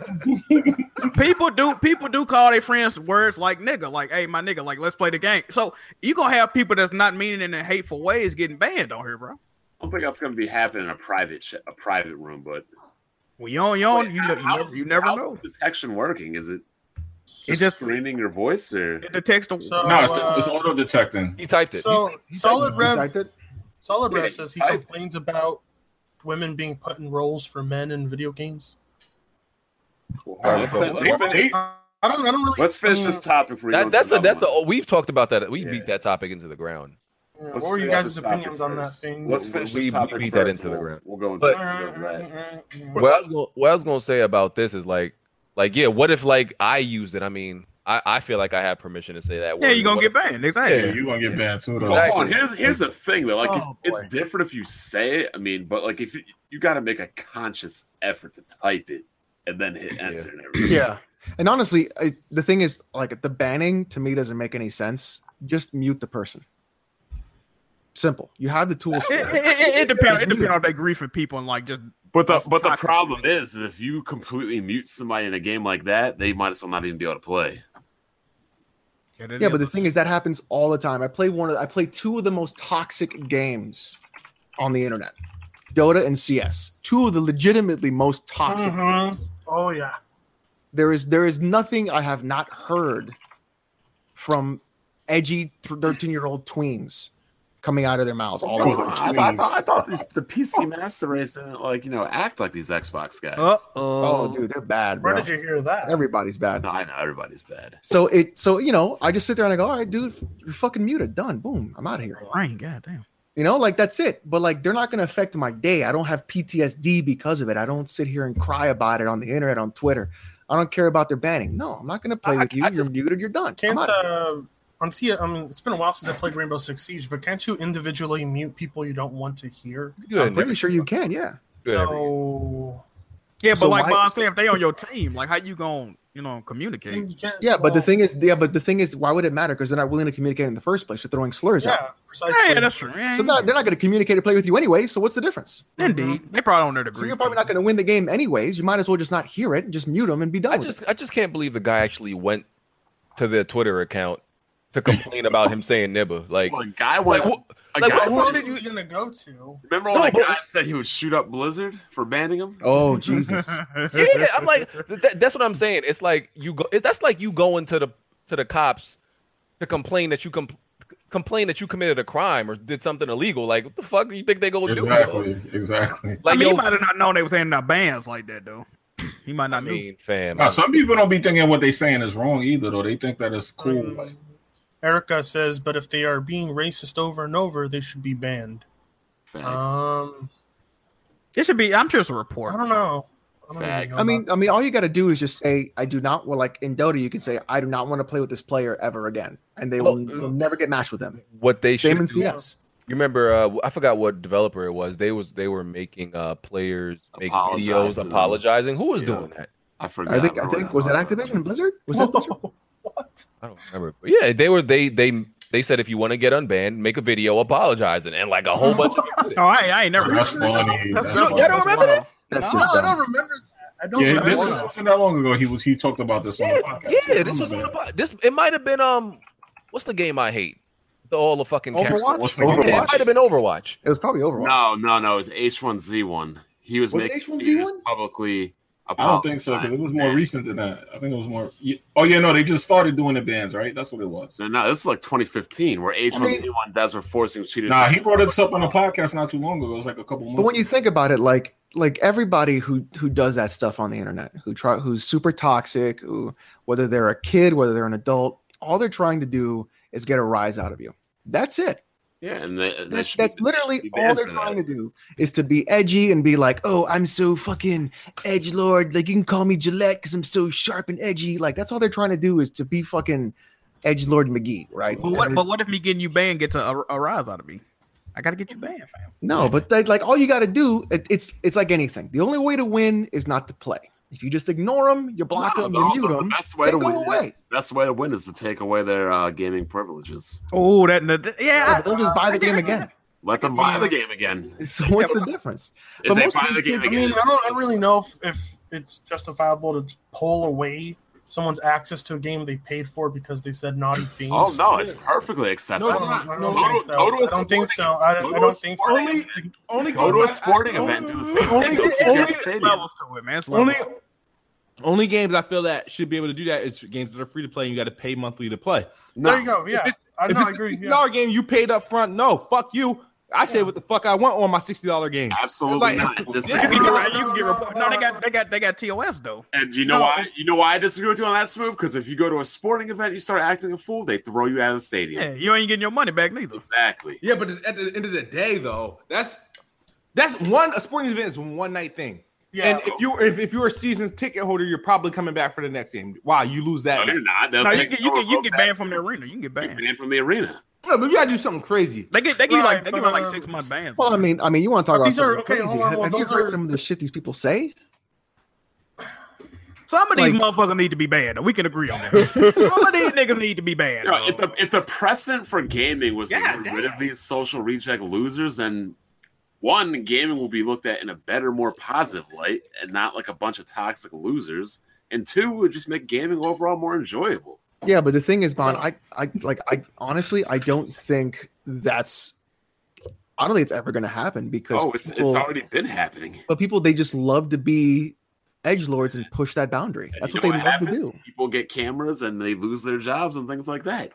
F: people do people do call their friends words like nigga, like hey my nigga, like let's play the game. So you gonna have people that's not meaning in a hateful ways getting banned on here, bro.
E: I don't think that's gonna be happening in a private sh- a private room, but
F: Well, you don't, you, don't,
E: Wait,
F: you, know, you,
E: how's-
F: never, you never
E: how's
F: know.
E: Detection working? Is it?
F: It
E: It
F: just-
E: just screening your voice, or
F: It detects the
A: So,
H: No, it's,
A: uh,
H: it's auto detecting.
D: He typed it.
A: So solid rev,
G: Typed it.
A: solid
E: Yeah,
A: rev says he
E: I-
A: complains about women being put in roles for men in video games.
E: let's,
H: They-
A: I I don't. I don't really.
E: let's finish
A: I mean,
E: this topic. before we go
D: That,
E: into
D: that's a
E: another
D: that's a
E: one.
D: oh, we've talked about that. We
E: Yeah.
D: beat that topic into the ground.
A: yeah,
E: Let's
A: what were you
E: finish
A: guys'
E: this topic
A: opinions on that
E: first.
A: thing? Mm-hmm.
E: Let's
D: We-
E: finish
D: we-
E: this topic
D: we beat
E: first
D: that into the
E: and we'll-
D: ground.
E: We'll go into
D: But-
E: the red.
A: Mm-hmm.
D: What I was gonna, what I was gonna say about this is like, like yeah, what if like I used it? I mean, I, I feel like I have permission to say that.
F: Yeah,
D: word.
F: you're gonna
D: What
F: get banned.
D: Yeah,
F: Exactly.
H: you're gonna get banned
D: Oh,
H: too,
E: Well,
H: though.
E: hold on. Here's here's the thing though. Like if-
A: Oh,
E: it's
A: boy.
E: different if you say it. I mean, but like if you you got to make a conscious effort to type it and then hit enter and everything.
G: Yeah. And honestly, I, the thing is, like, the banning to me doesn't make any sense. Just mute the person. Simple. You have the tools. For
F: It, it,
G: it.
F: it, it depends. It depends on if they griefing people and like just
E: But the
F: That's
E: but the
F: toxic.
E: problem is if you completely mute somebody in a game like that, they might as well not even be able to play.
G: Yeah, but the thing is, that happens all the time. I play one of, I play two of the most toxic games on the internet, Dota and CS. Two of the legitimately most toxic.
A: Mhm. Oh yeah.
G: There is there is nothing I have not heard from edgy thirteen year old tweens coming out of their mouths all the
E: Hold
G: time.
E: on, I, thought- I thought, I thought these, the PC master race didn't like you know act like these Xbox guys.
F: Uh
G: Oh, dude, they're bad,
A: Where
G: bro.
A: did you hear that?
G: Everybody's bad.
E: No, I know everybody's bad.
G: So it so you know, I just sit there and I go, all right, dude, you're fucking muted. Done. Boom. I'm out of here.
F: Rain, goddamn.
G: You know, like that's it. But like they're not gonna affect my day. I don't have PTSD because of it. I don't sit here and cry about it on the internet, on Twitter. I don't care about their banning. No, I'm not gonna play
D: I-
G: with you.
D: I
G: you're muted, you're done.
A: Can't
G: I'm outta here.
A: um on Tia? I mean, it's been a while since I played Rainbow Six Siege, but can't you individually mute people you don't want to hear?
D: you doing?
G: I'm pretty sure you can, yeah.
D: Good,
A: So
F: Yeah, but
G: So
F: like
G: why-
F: Bob said, if they on your team, like how you gonna you know communicate?
A: you can't,
G: Yeah, but the
A: well,
G: thing is, yeah, but the thing is, why would it matter? Because they're not willing to communicate in the first place. They're throwing slurs out.
A: yeah, precisely.
F: Yeah, that's true. Yeah,
G: Mm-hmm. So not, they're not going to communicate or play with you anyway. So what's the difference?
F: indeed, they probably don't know the
G: So you're
F: grief
G: probably not
F: people.
G: going to win the game anyways. You might as well just not hear it and just mute them and be done
D: I
G: with
D: just
G: it.
D: I just can't believe the guy actually went to their Twitter account to complain about him saying nibba. Like,
E: Well, a guy
D: like,
E: went.
D: wh-
E: a
D: like, what-
E: guy
A: Who
E: went-
A: else are you gonna go to?
E: remember when
D: No,
E: a
D: but-
E: guy said he would shoot up Blizzard for banning him?
G: Oh Jesus!
D: yeah, I'm like th- that, that's what I'm saying. It's like you go. It, that's like you going to the to the cops to complain that you com- complain that you committed a crime or did something illegal. Like, what the fuck do you think they go do?
H: Exactly, exactly.
F: I
D: Like,
F: mean,
D: yo,
F: he might have not known they was handing out bands like that though. [CLEARS THROAT] He might not
D: I mean, fam.
H: Nah, some people don't be thinking what they saying is wrong either, though. They think that it's cool.
A: Um,
H: like,
A: Erica says, but if they are being racist over and over, they should be banned.
E: Facts.
A: Um,
F: It should be. I'm sure it's a report.
A: I don't know. I, don't even
E: Facts.
A: know
G: I mean, I mean, all you got to do is just say, "I do not." Well, like in Dota, you can say, "I do not want to play with this player ever again," and they will,
D: Well,
G: will never get matched with them.
D: What they should
G: Same in
D: do, you
G: CS.
D: remember? Uh, I forgot what developer it was. They was they were making uh players make videos
E: Apologizing.
D: apologizing. Who was
E: Yeah.
D: doing that?
E: I forgot.
G: I think. I
E: bro.
G: think was it Activision and Blizzard? Was
A: [LAUGHS]
G: that Blizzard?
A: about- what?
D: I don't remember. But yeah, they were they they they said if you want to get unbanned, make a video apologizing, and like a
G: [LAUGHS]
D: whole bunch of people did.
F: Oh, I, I ain't never.
H: That's funny. That's
D: y'all
H: funny.
D: don't remember this?
G: That's
A: No,
G: just
A: I
G: dumb.
A: don't remember that. I don't
H: Yeah, this
A: remember.
H: was
A: that.
H: not that long ago. He was he talked about this on
D: Yeah,
H: the podcast. I
D: yeah, this
H: remember
D: was on the
H: that.
D: pod. This it might have been um, what's the game I hate? The, all the fucking characters.
F: Overwatch?
H: What's the
G: Overwatch?
D: Yeah, it might have been Overwatch.
G: It was probably Overwatch.
E: No, no, no. It was H1Z1. He was,
G: Was it
E: making
G: H1Z1?
E: videos publicly.
H: I don't think so because it was more recent
E: recent.
H: than that. I think it was more. yeah- Oh yeah, no, they just started doing the bans, right? That's what it was.
E: No, no, this is like 2015, where H1Z1 devs were forcing cheaters.
H: Nah, he brought this up on a podcast not too long ago. It was like a couple months.
G: But when you
H: ago.
G: think about it, like like everybody who who does that stuff on the internet, who try who's super toxic, who whether they're a kid, whether they're an adult, all they're trying to do is get a rise out of you. That's it.
E: yeah, and they, and they
G: That's
E: should be-
G: that's
E: they should be
G: literally all
E: banned
G: they're
E: for
G: trying
E: that.
G: to do is to be edgy and be like, "Oh, I'm so fucking edge lord. Like you can call me Gillette because I'm so sharp and edgy." Like that's all they're trying to do is to be fucking edge lord McGee, right?
F: But what, but what if me getting you banned gets a, a, a rise out of me? I gotta get you banned, fam.
G: No, but they, like all you got to do, it, it's it's like anything. The only way to win is not to play. If you just ignore them, you block
E: No,
G: them,
E: no,
G: you mute
E: the
G: them,
E: best way
G: they
E: to
G: go
E: win.
G: away.
E: That's the way to win is to take away their uh, gaming privileges.
F: Oh, that, that yeah.
G: They'll just buy the game again.
E: Let them buy the game again.
G: So what's the difference?
E: If
G: But
E: they
G: most of
E: buy
G: these
E: the game
G: kids-
A: I
E: again,
A: mean, I don't I really know if, if it's justifiable to pull away someone's access to a game they paid for because they said naughty things.
E: oh no, it's perfectly accessible.
A: I don't, I don't think
E: Go to-
A: so.
E: go to a
A: I don't think
E: sporting-
A: so. I
E: go
A: don't,
E: to
A: I
E: a
A: don't think so.
H: sporting- only
E: go to a sporting event, do the same
F: [LAUGHS]
E: thing. They'll keep you at the
A: [LAUGHS]
E: stadium.
F: levels to it, man. It's
I: Only
F: levels.
I: [LAUGHS] only games I feel that should be able to do that is games that are free to play. And you got to pay monthly to play.
A: There you
E: No,
A: go. Yeah,
I: it's-
A: I
I: if
A: know. I
I: it's a
A: agree.
I: sixty
A: Yeah.
I: dollar game, you paid up front. No, fuck you. I say what the fuck I want on my sixty dollar game.
E: absolutely
I: Like-
E: not. This-
F: You can
A: [LAUGHS]
F: get,
A: No,
F: ri- you can get
A: no,
F: report.
A: no,
F: No, they
A: no.
F: got they got they got TOS though.
E: And you know
A: No,
E: why?
A: if-
E: You know why I disagree with you on that move? Because if you go to a sporting event, you start acting a fool, they throw you out of the stadium.
F: Yeah, you ain't getting your money back neither.
E: Exactly.
I: Yeah, but at the end of the day, though, that's that's one a sporting event is one night thing.
A: Yeah.
I: And if you if, if you're a season ticket holder, you're probably coming back for the next game. Wow, you lose
E: No,
I: that.
E: you're
I: match.
E: not. That's
F: No, you
E: like
F: get you
E: throwing
F: get you get
E: rope
F: banned
E: bats.
F: from the arena. You can get
H: [LAUGHS]
E: You're
F: banned.
E: banned from the arena.
I: No, but you gotta do something crazy.
F: They get they give you
A: Right,
F: like they
A: but,
F: give you like
A: uh,
F: six month bans.
G: Well, I mean, I mean, you want to talk
A: But
G: about
A: these are-
G: something
A: okay,
G: crazy.
A: hold on,
G: Have,
A: well,
G: have you
A: those
G: heard
A: are-
G: some of the shit these people say?
F: Some of these
G: like-
F: motherfuckers need to be banned. though. We can agree
H: [LAUGHS]
F: on that. Some of these niggas need to be banned.
E: No,
F: though.
E: if the if the precedent for gaming was
F: Yeah,
E: to get rid
F: damn.
E: of these social reject losers, then one gaming will be looked at in a better, more positive light, and not like a bunch of toxic losers. And two, it would just make gaming overall more enjoyable.
G: Yeah, but the thing is, Bon, I, I like, I honestly, I don't think that's, I don't think it's ever going to happen because
E: Oh, it's it's
G: people-
E: already been happening.
G: but people they just love to be edge lords and push that boundary.
E: And
G: That's
E: you
G: what
E: know
G: they love to
E: happens?
G: do.
E: People get cameras and they lose their jobs and things like that.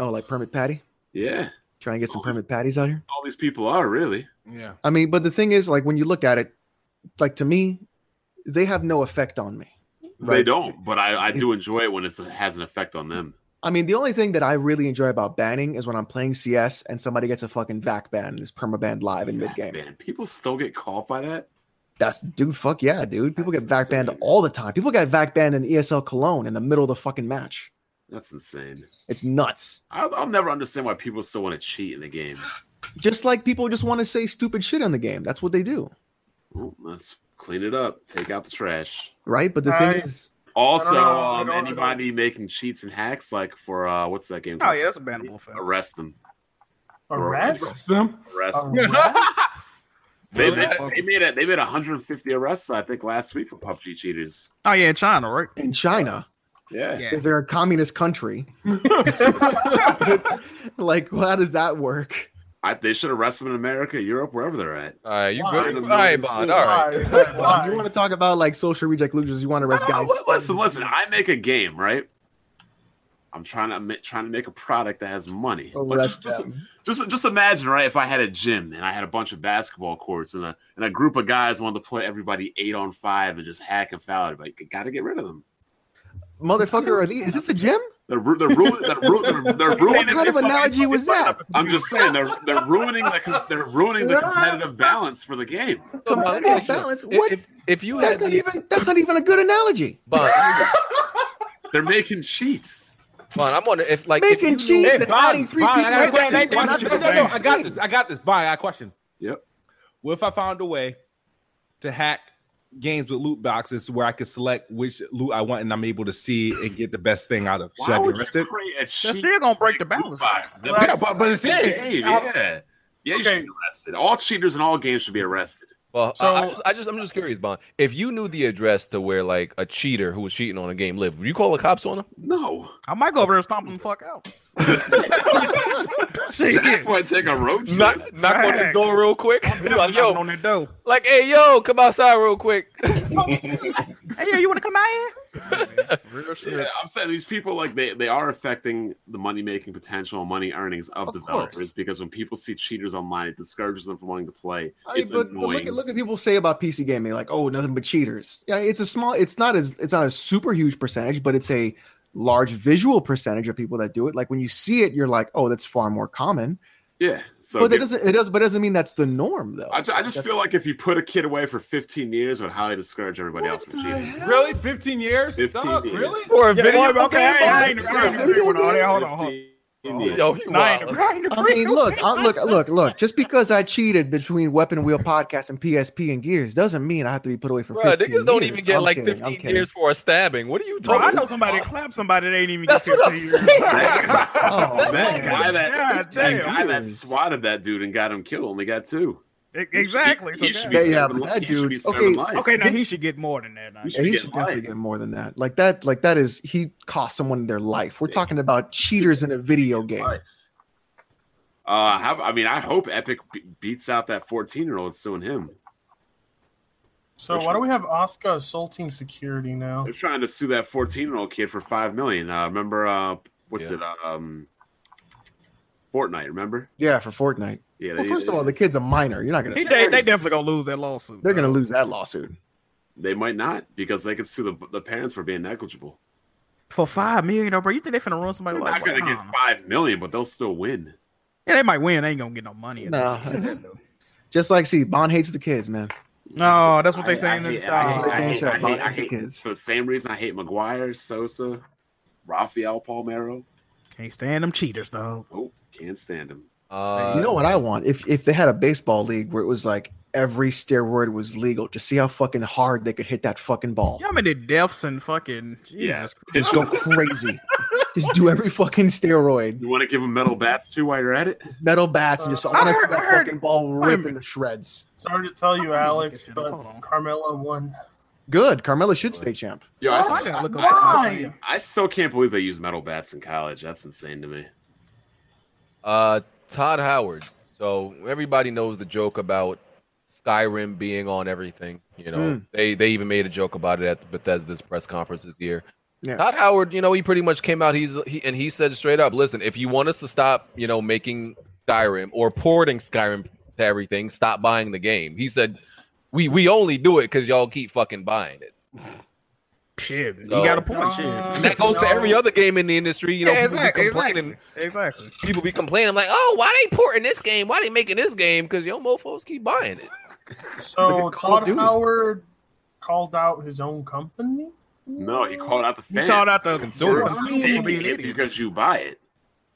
G: Oh, like permit patty,
E: Yeah,
G: try and get some
E: Oh, it's-
G: permit patties out here.
E: all these people are really.
I: Yeah.
G: I mean, but the thing is, like when you look at it, like to me, they have no effect on me.
E: They
G: Right.
E: don't, but I, I do enjoy it when it's, it has an effect on them.
G: I mean, the only thing that I really enjoy about banning is when I'm playing CS and somebody gets a fucking vac ban and is perma banned live in mid game.
E: Man, people still get caught by that.
G: That's dude, fuck yeah, dude. People get
E: That's
G: vac banned
E: insane.
G: all the time. People got vac banned in ESL Cologne in the middle of the fucking match.
E: That's insane.
G: It's nuts.
E: I'll, I'll never understand why people still want to cheat in the game.
G: Just like people just want to say stupid shit in the game. That's what they do.
E: Well, let's clean it up. Take out the trash.
G: right? But the
A: I-
G: thing is,
E: Also,
A: know, I
E: um,
A: don't- I don't-
E: anybody making cheats and hacks, like for uh, what's that game?
F: oh
E: called?
F: yeah, that's a bannable offense.
E: Arrest them.
A: Arrest.
E: Arrest.
A: Oh,
E: them.
A: Arrest?
E: They,
A: Really?
E: made, they made a, they made 150 arrests, I think, last week for PUBG cheaters.
F: Oh yeah, in China, right?
G: in China,
E: Yeah.
F: Yeah.
G: because they're a communist country, it's like, well, how does that work?
E: I, they should arrest them in America, Europe, wherever they're at.
D: All right, you
A: Why?
D: good? All right, Bond. All right.
A: Why?
G: You want
A: Why?
G: to talk about like social reject losers? You want to arrest
E: I
G: guys?
E: don't- listen, listen. I make a game, right? I'm trying to ma- trying to make a product that has money. But just,
G: Arrest
E: just,
G: them.
E: just just imagine, right? If I had a gym and I had a bunch of basketball courts and a and a group of guys wanted to play everybody eight on five and just hack and foul everybody, you gotta get rid of them.
G: motherfucker, are these? Is this a gym?
E: They're ru- they're ruining they're, ru- they're, they're
G: What
E: ruining.
G: kind of analogy was that?
E: I'm just saying they're they're ruining the com- they're ruining the competitive balance for the game.
G: Competitive balance?
D: If,
G: What?
D: if, if you
G: That's
D: had
G: not
D: the-
G: even. That's not even a good analogy. [LAUGHS]
D: Bun,
E: They're making cheats.
D: Bun, I'm wondering if like if
G: Making
D: you-
G: cheese
I: Hey,
G: and
I: Brian,
G: adding three people.
I: Brian, I got a question.
E: They- they-
I: Brian,
E: they-
I: no, no,
E: they-
I: no, I got this. I got this. Brian, I got a question.
E: Yep.
I: What if I found a way to hack games with loot boxes where I could select which loot I want and I'm able to see and get the best thing out of? Should
E: Why
I: I be
E: would you
I: arrested?
E: create a
F: That's
E: cheat
F: still gonna break the
E: boot
F: balance.
E: box? The
A: Well,
E: best
I: but- but it's
E: fucking
I: it.
E: game, yeah. Yeah, you
A: Okay.
E: should be arrested. All cheaters in all games should be arrested.
D: Well, I, I
A: So-
D: just, I just, I'm just curious, Bond. If you knew the address to where like a cheater who was cheating on a game lived, would you call the cops on him?
G: [LAUGHS]
E: No.
F: I might go over there and stomp him the
E: [LAUGHS]
F: fuck out.
E: That's why I take a road trip.
D: Knock, knock on his
F: Facts.
D: door real quick. like,
F: Knocking
D: yo,
F: on that door.
D: like, hey, yo, come outside real [LAUGHS] quick.
F: Hey, yo, you want to come out here?
E: Yeah, I'm saying these people like they, they are affecting the money making potential and money earnings of,
G: Of
E: developers
G: course.
E: because when people see cheaters online, it discourages them from wanting to play.
G: I mean,
E: It's
G: but, but look,
E: annoying.
G: at, look at people say about PC gaming, like, oh, nothing but cheaters. Yeah, it's a small, it's not as, it's not a super huge percentage, but it's a large visual percentage of people that do it. Like when you see it, you're like, oh, that's far more common.
E: yeah. So
G: but that
E: give-
G: doesn't, it does, but it doesn't mean that's the norm though.
E: I, ju- I just feel like if you put a kid away for 15 years, it would highly discourage everybody else from cheating.
I: Really? 15 years?
E: 15
I: Dog,
E: years.
I: Really?
D: Or a
F: Yeah,
D: video.
F: well, okay,
D: game.
F: I ain't- I ain't agreeing with all that. Hold on, hold on.
E: 15 years.
D: Yo, you
F: Nah, I ain't
D: wild.
F: agreeing.
G: I mean, look, I, look, look,
D: [LAUGHS]
G: look. Just because I cheated between Weapon Wheel Podcast and PSP and Gears doesn't mean I have to be put away for.
D: Bruh,
G: 15
D: niggas don't
G: years.
D: even get
G: I'm
D: like
G: kidding, I'm
D: 15
G: kidding.
D: years for a stabbing. What are you
F: Bro,
D: talking?
F: I know
D: about?
F: somebody that clapped somebody that ain't even
D: That's
F: get
D: what I'm
F: 15 years.
D: saying.
G: [LAUGHS]
D: [LAUGHS]
G: Oh,
E: [LAUGHS] That
G: man.
E: guy that,
F: God
E: that
F: damn.
E: guy that swatted that dude and got him killed only got two.
F: E- Exactly. So
E: He should
F: that-
E: be
G: Yeah, yeah,
E: serving
G: but
E: li-
G: that
E: he should be
G: dude-
E: serving
G: okay,
E: life.
F: okay, now he should get more than that. Now.
E: You
G: Yeah,
E: should
G: he
E: get
G: should
E: life.
G: definitely get more than that. Like that, like that is he cost someone their life. We're talking about cheaters in a video game.
E: Right. Uh, how, I mean, I hope Epic be- beats out that 14 year old suing him.
A: So why do we have Oscar assaulting security now?
E: They're trying to sue that 14 year old kid for five million. Uh, remember, uh, what's
D: Yeah.
E: it? Um, Fortnite. Remember?
G: Yeah, for Fortnite.
E: Yeah.
G: Well,
E: they-
G: first of
E: they-
G: all, the kid's a minor. You're not
F: He,
G: gonna.
F: they, they definitely gonna lose that lawsuit.
G: They're gonna lose that lawsuit.
E: they might not because they could sue the, the parents for being negligible.
F: for five million, though, bro. You think they finna run
E: They're
F: somebody
E: not
F: like
E: going to get five million, but they'll still win.
F: Yeah, they might win. They ain't gonna get no money.
G: No, Just like see, Bond hates the kids, man.
F: no, that's what they
E: I- I
F: saying in the
E: hate- I hate-
G: That's what they
E: I
G: say in
E: hate-
G: the
E: I hate-
G: chat.
E: I
G: Bond hates the
E: hate-
G: Oh, kids.
E: For the same reason I hate McGuire, Sosa, Rafael Palmero.
F: Can't stand them cheaters, though.
E: Oh, can't stand him.
D: Uh,
G: you know what I want? If if they had a baseball league where it was like every steroid was legal, just see how fucking hard they could hit that fucking ball.
F: You know how many deaths and fucking Jesus
E: Yeah.
F: Christ.
G: Just go crazy. just do every fucking steroid,
E: You want to give him metal bats too while you're at it?
G: metal bats, and just I
F: Uh, I
G: want to see
F: heard- I
G: that
F: heard-
G: fucking ball
F: wait a
G: rip
F: minute.
G: into shreds.
A: Sorry to tell you, Alex,
F: Hold
A: but
F: on.
A: Carmella won.
G: Good. Carmella should stay champ.
E: Yo, I,
F: I
E: s-
F: gotta look up
A: Why?
E: I still can't believe they use metal bats in college. That's insane to me.
D: Uh, Todd Howard. So everybody knows the joke about Skyrim being on everything. You know,
G: Mm.
D: they they even made a joke about it at the Bethesda's press conference this year.
G: Yeah.
D: Todd Howard, you know, he pretty much came out. He's he, and he said straight up, "Listen, if you want us to stop, you know, making Skyrim or porting Skyrim to everything, stop buying the game." He said, "We we only do it because y'all keep fucking buying it."
F: Shit, you
D: So-
F: got a point.
A: Uh,
F: Shit. [LAUGHS]
D: And that goes to every
A: No.
D: other game in the industry. You know,
F: yeah,
D: people be
F: exactly,
D: complaining
F: exactly. Exactly.
D: people be complaining. I'm like, oh, why they porting this game? Why they making this game? Because yo mofos keep buying it.
A: So
G: Look at Call of
A: Todd
G: Duty.
A: Howard called out his own company.
E: No, he called out the
F: You
E: fans.
F: called out the
E: You're
F: consumer
A: Dude,
E: a
A: I'm
E: thief
A: gonna
F: be an
E: if-
F: idiot.
E: because you buy it.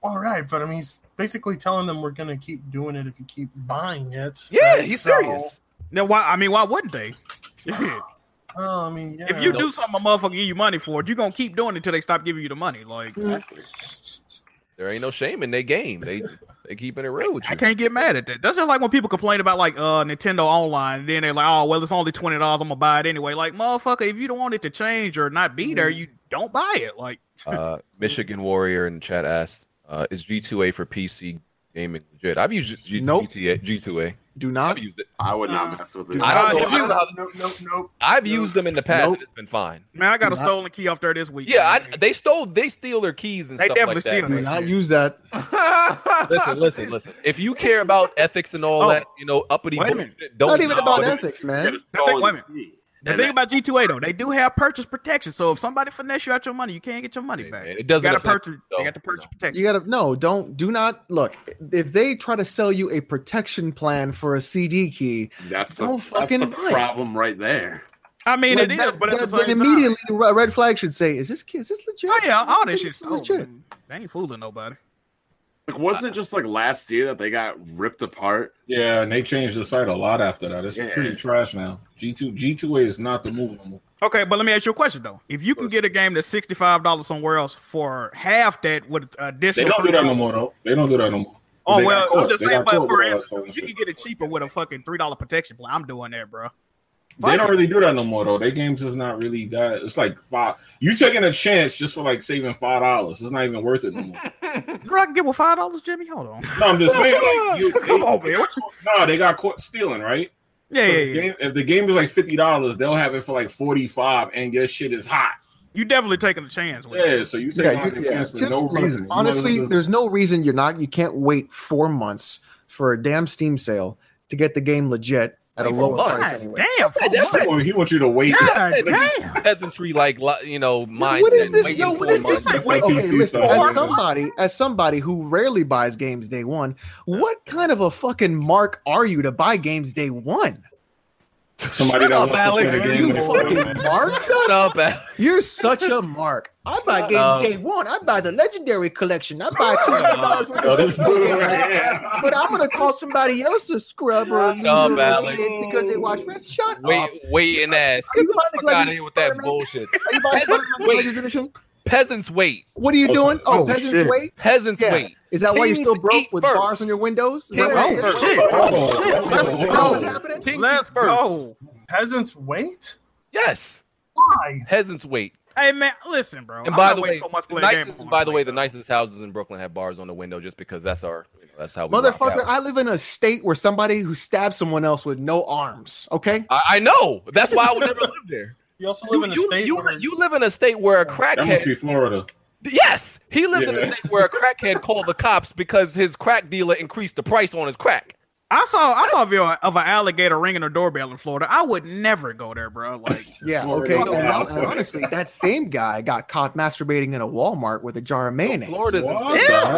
A: All right, but I mean, he's basically telling them we're gonna keep doing it if you keep buying it.
D: Yeah,
A: right?
D: he's
A: So,
D: serious.
F: Now, why? I mean, why wouldn't they? Shit.
A: uh, I mean, yeah.
F: If you do something, a motherfucker give you money for it, you gonna keep doing it until they stop giving you the money. Like,
D: There ain't no shame in their game. They they keeping it real with you.
F: I can't get mad at that. That's just like when people complain about like uh Nintendo Online, and then they're like, "Oh, well, it's only twenty dollars. I'm gonna buy it anyway." Like, motherfucker, if you don't want it to change or not be
D: Mm-hmm.
F: there, you don't buy it. Like,
D: Uh, Michigan Warrior in the chat asked, uh, "Is G2A for PC gaming legit?" I've used G-
G: Nope.
D: GTA, G2A.
G: Do
D: I've
G: not.
D: used it.
E: I would
A: Uh,
E: not mess with it.
G: I
D: don't know-
A: Nope,
D: I don't know how-
A: nope, nope, nope.
D: I've used them in the past.
G: Nope.
D: And it's been fine.
F: man, I got a
G: Not-
F: stolen key off there this week.
D: Yeah, I,
F: man.
D: they stole. They steal their keys and
F: They
D: stuff
F: definitely
D: like that.
F: steal
G: Do
F: them.
G: not use that.
F: [LAUGHS]
D: Listen, listen, listen. If you care about ethics and all
F: Oh.
D: that, you know, uppity
F: Wait a
D: bullshit, don't
G: not even
D: use
G: about
D: it.
G: ethics, man.
E: Get a stolen
F: wait a minute.
E: key.
F: The thing about G2A though, they do have purchase protection. So if somebody finesse you out your money, you can't get your money
D: Hey,
F: back.
D: man, it doesn't
F: You got to
D: affect
F: purchase.
D: though,
F: They got the purchase protection.
G: You gotta no, don't do not look. If they try to sell you a protection plan for a CD key,
E: That's the,
G: Don't
E: that's
G: fucking
E: the
G: buy it.
E: problem right there.
F: I mean,
G: like,
F: it is,
G: that-
F: but at the
G: that- then
F: same
G: immediately
F: time,
G: the re- red flag should say, "Is this kid? Is this legit?
F: oh yeah, all this
G: Is
F: shit's
G: legit.
F: stolen. They ain't fooling nobody.
E: Like, wasn't it just like last year that they got ripped apart?
B: Yeah, and they changed the site a lot after that. It's
E: Yeah.
B: pretty trash now. G two G two A is not the move no more.
F: Okay, but let me ask you a question though. If you could get a game that's sixty five dollars somewhere else for half that with
B: They
F: additional,
B: don't do that no
F: $3
B: more though. They don't do that no more.
F: Oh
B: They got
F: well, I'm
B: caught.
F: just
B: They
F: saying.
B: got
F: But
B: caught
F: for
B: with all that
F: instance,
B: stolen
F: you can
B: shit.
F: get it cheaper with a fucking three dollar protection plan. I'm doing that, bro.
B: They don't really do that no more though. Their games is not really that. It's like five. You taking a chance just for like saving five dollars. It's not even worth it no more.
F: Bro, I can get with five dollars, Jimmy. Hold on.
B: No, I'm just saying.
F: [LAUGHS]
B: Like, you,
F: Come
B: they-
F: on, man.
B: [LAUGHS]
F: What
B: No, they got caught stealing, right?
F: Yeah,
B: So
F: yeah,
B: the
F: yeah.
B: game- if the game is like fifty dollars, they'll have it for like forty five, and your shit is hot.
F: You definitely taking a chance with. it.
B: Yeah, so you taking
G: Yeah, you-
B: out your
G: yeah.
B: chance for
G: Just-
B: no
G: look,
B: reason. You
G: honestly,
B: know what I'm saying?
G: there's no reason you're not. You can't wait four months for a damn Steam sale to get the game legit at a
D: Wait, four months?
G: lower price.
F: God,
G: Anyway,
F: damn. for
B: He
F: what?
G: [LAUGHS]
B: want- he wants you to wait.
F: God damn.
D: peasantry like li- you know mindset.
G: what is this?
D: waiting
G: Yo,
D: for
G: what is
D: money.
G: this?
B: That's
G: Wait,
B: like
G: okay,
B: PC
G: listen,
B: stuff.
G: as somebody, as somebody who rarely buys games day one, what kind of a fucking mark are you to buy games day one?
B: Somebody that
D: up,
B: wants
D: Alex.
B: to play the game.
G: You
B: with
G: [LAUGHS]
B: everyone
G: fucking
B: [LAUGHS] else.
G: mark.
D: Shut up, Alex.
G: You're such a mark. I buy games
D: Um,
G: day one. I buy the legendary collection. I buy two hundred dollars worth
B: Yo,
G: of
B: Oh, this
G: games. [LAUGHS]
B: dude right here.
G: But I'm gonna call somebody else a scrub or a
D: Shut up,
G: loser or
D: Alex.
G: idiot because they watch wrestling. Shut
D: [LAUGHS]
G: up.
D: Wait, waiting ass.
G: Are
D: Get the
G: you buying the
D: fuck out
G: Gladiator
D: of here with that
G: Spider-Man?
D: bullshit.
G: Are you buying Spider-Man
D: Wait.
G: Collector's Edition?
D: Peasants wait.
G: What are you
B: Oh,
G: doing?
B: oh,
G: Oh, peasants
E: shit.
G: wait.
D: Peasants
G: Yeah.
D: wait.
G: Is that why you're
D: Kings
G: still broke
D: eat
G: with
D: first.
G: bars on your windows? Is that
D: Kings
G: why-
D: eat
G: is that
D: first.
G: why-
B: Oh,
F: shit.
B: oh, oh,
F: Let's
G: is that
B: oh.
G: what's happening?
D: Kings
F: Let's
D: first.
F: go.
A: Peasants wait?
D: Yes,
A: Why?
D: peasants wait.
F: Hey man, listen, bro.
D: And
F: I'm
D: by
F: not
D: the way,
F: waiting for much to
D: the
F: play a game I
D: nicest,
F: wanna
D: by the
F: play,
D: way, the
F: bro.
D: nicest houses in Brooklyn have bars on the window just because that's our you know, that's how we rock
G: Motherfucker,
D: out.
G: I live in a state where somebody who stabbed someone else with no arms. Okay,
D: I, I know. That's why I would never live there.
A: You also live
D: You,
A: in a
D: you,
A: state
D: you-
A: where
D: you live in a state where a
B: That must
D: crackhead.
B: be Florida.
D: [LAUGHS] Yes, he lived in a
B: Yeah.
D: state where a crackhead called the cops because his crack dealer increased the price on his crack.
F: I saw I saw a video of an alligator ringing a doorbell in Florida. I would never go there, bro. Like,
G: yeah,
B: Florida.
G: okay. No,
B: Yeah.
G: no, no, honestly, that same guy got caught masturbating in a Walmart with a jar of mayonnaise.
D: Florida's
B: What
D: insane.
B: the hell?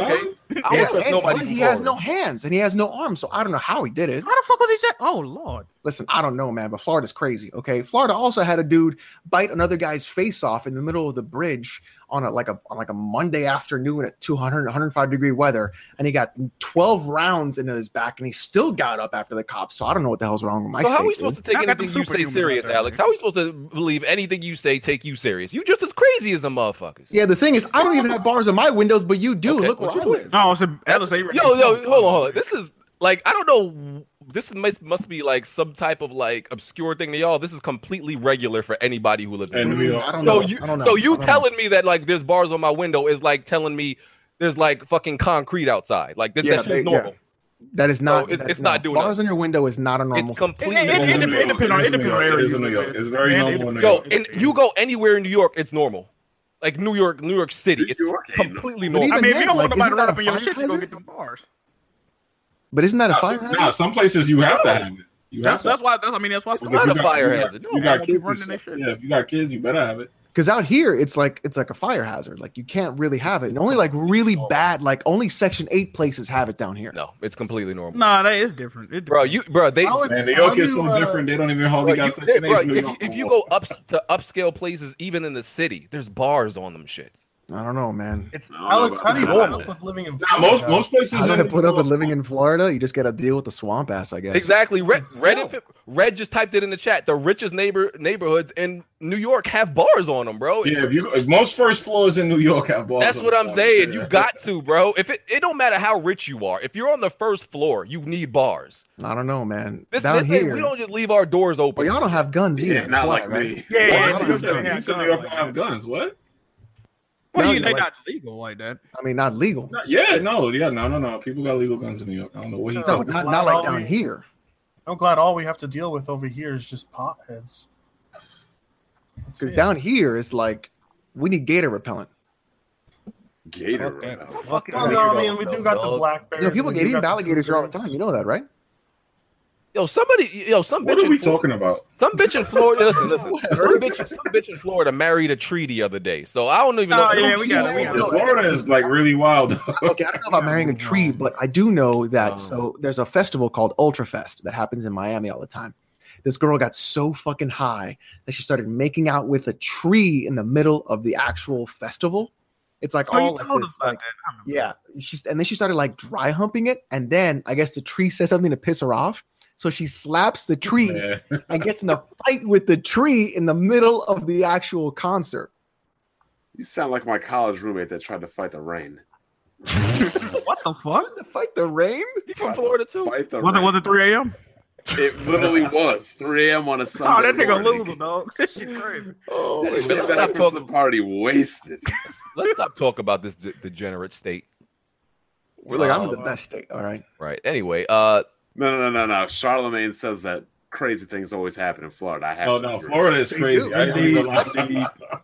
D: Okay, I
G: Yeah,
D: don't trust
G: and
D: nobody.
G: one,
D: from
G: he has no
D: Florida.
G: hands and he has no arms, so I don't know how he did it.
F: how the fuck was he? Just- oh lord.
G: Listen, I don't know, man, but Florida's crazy. Okay, Florida also had a dude bite another guy's face off in the middle of the bridge on a like a on like a Monday afternoon at 200 105 degree weather, and he got 12 rounds into his back, and he still got up after the cops. So I don't know what the hell's wrong with my
D: So
G: state.
D: how are we
G: dude.
D: supposed to take
F: Y'all got
D: anything
F: them
D: you say
F: superhumans out
D: serious,
F: there,
D: Alex?
F: man.
D: How are we supposed to believe anything you say take you serious? You just as crazy as them motherfuckers.
G: yeah, the thing is, I don't even have bars on my windows, but you do.
D: Okay,
G: Look
D: what
G: where I
D: you
G: live.
F: No, it's a
D: That's- yo, yo, hold on, hold on. This is like I don't know. This must must be like some type of like obscure thing to y'all. This is completely regular for anybody who lives in.
B: And
D: Brooklyn.
B: we
G: Mm,
B: are-
G: I don't
D: So
G: know.
D: you,
G: I don't know.
D: so
G: I
D: you
G: don't know.
D: telling me that like there's bars on my window is like telling me there's like fucking concrete outside. Like this,
G: Yeah,
D: that's
G: they- yeah.
D: normal.
G: that is not.
D: it's-
G: that is
D: it's not
G: not-
D: doing
G: bars on your window is not a normal.
D: It's completely
F: It- it- it
D: normal.
F: depends- it depends on- it depends on
B: It is
F: area.
B: in New York. It's very
F: Man, it
B: normal in New
F: depends-
D: Yo,
B: York.
D: and you go anywhere in New York, it's normal. Like New York, New York City, it's completely
G: But
D: normal.
F: I
G: even
F: mean, if
G: then,
F: you don't want
G: like,
F: nobody
G: isn't that
F: running up
G: a
F: in your
G: fire
F: shit, you go
G: hazard?
F: get them bars.
G: but isn't that a
B: Nah,
G: fire?
B: some-
G: hazard?
B: nah, some places you have to have it. You have
F: That's
B: to.
F: that's why. That's I mean that's why.
B: If you
D: not a
B: got-
D: fire
B: you got-
D: hazard. No,
B: You
F: I
B: got
F: won't be
B: kids.
F: running
B: and
F: that
B: shit.
F: shit.
B: Yeah, if you got kids, you better have it.
G: Because out here, it's like it's like a fire hazard. Like you can't really have it. And only like really bad, like only Section Eight places have it down here.
D: no, it's completely normal.
F: [LAUGHS] Nah, that is different. It
D: Bro, you, bro, they,
A: Alex,
B: Man, New
A: how
B: York
A: do
B: is so
A: you, uh,
B: different. They don't even hardly
D: Bro, you-
B: got Section
D: bro,
B: 8 in New
D: if,
B: York.
D: if
B: no
D: you
B: more.
D: go up to upscale places, even in the city, there's bars on them shits.
G: I don't know, man.
E: I don't know
A: Alex,
E: about
A: how do you
E: that.
A: put up with living in
B: Nah, most
A: Florida?
B: most places.
G: How did I
B: in
G: put up
B: New
G: with
B: York-
G: living in Florida? You just got to deal with the swamp ass, I guess.
D: Exactly. Red, Red,
A: No.
D: if- Red just typed it in the chat. The richest neighbor neighborhoods in New York have bars on them, bro.
B: Yeah, if you go- if most first floors in New York have balls.
D: That's
B: on
D: what
B: the
D: I'm
B: floor,
D: saying.
B: yeah.
D: You got to, bro. If it, it don't matter how rich you are, if you're on the first floor, you need bars.
G: I don't know, man.
D: This,
G: down
D: this ain't,
G: here,
D: we don't just leave our doors
G: well,
D: open.
G: y'all don't have guns either.
E: Yeah, not
G: Fly,
E: like
G: right?
E: me.
F: Yeah,
B: Why?
F: yeah,
B: You
F: yeah,
B: said-
F: yeah, yeah,
B: you said
F: guns
B: New York
F: like
B: don't have guns. What?
F: Well,
G: No,
F: you,
G: you
F: they
G: like-
F: not legal like that.
G: I mean, not legal.
B: No, yeah, no, yeah, no, no, no. People got legal guns in New York. I don't know what he's
G: No,
B: talking
G: not,
B: about.
G: not like
A: Wow.
G: down here.
A: I'm glad all we have to deal with over here is just potheads. That's
G: Because
A: it.
G: down here, it's like we need gator repellent.
E: Gator.
F: Fuck
E: right
F: that.
E: now.
A: Well, no, I mean we do got the black bears.
G: You know, people
A: we
G: get
A: do
G: eaten by
A: got
G: alligators here all the
A: cougars.
G: time. You know that, right?
D: Yo, somebody, yo, some
H: What
D: bitch
H: are
D: in
H: we
D: Flor-
H: talking about?
D: Some bitch in Florida. Listen, listen. Some bitch, some bitch in Florida married a tree the other day. So I don't even know.
F: Oh, yeah, we got it, we got it.
H: Yeah, Florida is like really wild.
G: okay, I don't know about marrying
F: [LAUGHS]
G: a tree, but I do know that.
D: Oh.
G: So there's a festival called Ultrafest that happens in Miami all the time. This girl got so fucking high that she started making out with a tree in the middle of the actual festival. It's like
F: Oh, you
G: all like
F: told
G: this,
F: us about
G: like,
F: that. I remember.
G: yeah. She's and then she started like dry humping it, and then I guess the tree says something to piss her off. So she slaps the tree
H: Yeah.
G: and gets in a fight with the tree in the middle of the actual concert.
E: You sound like my college roommate that tried to fight the rain.
F: What the fuck?
G: To fight the rain?
D: He from Florida too.
E: Fight the
F: Was it
E: rain.
F: was it 3 a.m.?
E: it, literally was 3 a.m. on a Sunday.
F: Oh, that nigga
E: morning.
F: loser, dog. [LAUGHS] That shit crazy.
E: Oh,
D: Hey,
E: we
D: man,
E: left
D: let's
E: that
D: not
E: prison party wasted.
D: Let's stop talking about this de- degenerate state.
G: We're like, I'm in
D: Um,
G: the
F: Oh.
G: best state. All right.
D: Right. Anyway, uh,
E: No, no, no, no, no. Charlemagne says that crazy things always happen in Florida. I have
H: Oh
E: to
H: no,
E: agree.
H: Florida is crazy.
G: do,
H: I didn't even
G: indeed.
H: lie.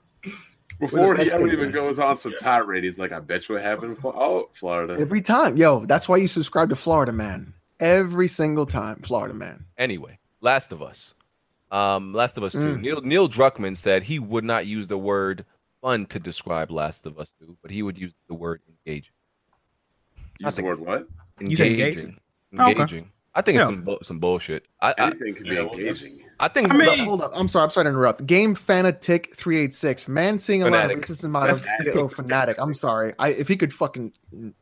E: Before
G: We're the
E: he
G: best
E: ever
G: state,
E: even
G: man.
E: goes on some tirade, he's like, "I bet you it happened." in Flo- Oh, Florida.
G: Every time. Yo, that's why you subscribe to Florida Man. Every single time, Florida Man.
D: anyway, Last of Us. Um, Last of Us Two.
G: Mm.
D: Neil Neil Druckmann said he would not use the word fun to describe Last of Us Two, but he would use the word engaging.
E: Use the
D: think-
E: word what?
F: You said
D: Engaging.
F: engaging?
D: Engaging.
F: Oh, okay.
D: I think
F: Yeah.
D: it's some bu- some bullshit. I I,
E: Anything could be
B: yeah, well,
E: engaging.
D: I think
F: I mean-
G: Hold up, hold up. I'm sorry. I'm sorry to interrupt. Game Fanatic 386. Man seeing a lot of
D: Fanatic.
G: racist and models.
E: That's-
G: Yo, Fanatic. I'm sorry. I if he could fucking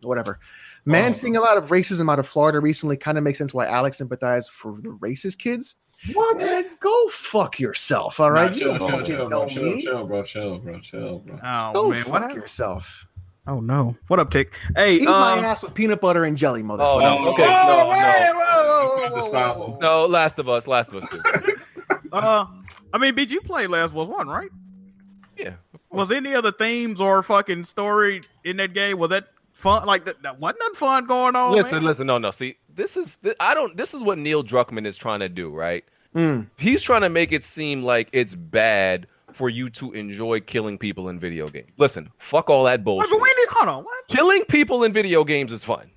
G: whatever. Man seeing a lot of racism out of Florida recently kind of makes sense why Alex empathized for the racist kids. What? Go fuck yourself. All
H: Nah,
G: right.
H: chill,
G: You
H: chill,
G: don't
H: chill,
G: know
H: bro, chill,
G: me.
H: chill, bro, chill, bro, chill, bro.
F: Oh,
G: Go
F: man. What
G: fuck
F: happened?
G: yourself.
F: Oh, no. What up, Tick? Hey,
G: Eat my
F: um,
G: ass with peanut butter and jelly,
D: Oh,
G: motherfucker.
D: no.
H: Oh,
D: Okay.
H: oh,
D: No,
H: wait,
D: no.
H: You have to stop him.
D: No, Last of Us, Last of Us 2.
F: uh, I mean, BG played Last was One, right?
D: Yeah.
F: Was any other themes or fucking story in that game? Was that fun? Like, that, that wasn't nothing fun going
H: Oh,
F: on.
D: listen,
F: man.
D: listen. No, no. See, this is th- I don't this is what Neil Druckmann is trying to do, right?
G: Mm.
D: He's trying to make it seem like it's bad for you to enjoy killing people in video games. Listen, fuck all that
F: Wait,
D: bullshit.
F: but we need, hold on. What?
D: Killing people in video games is fun.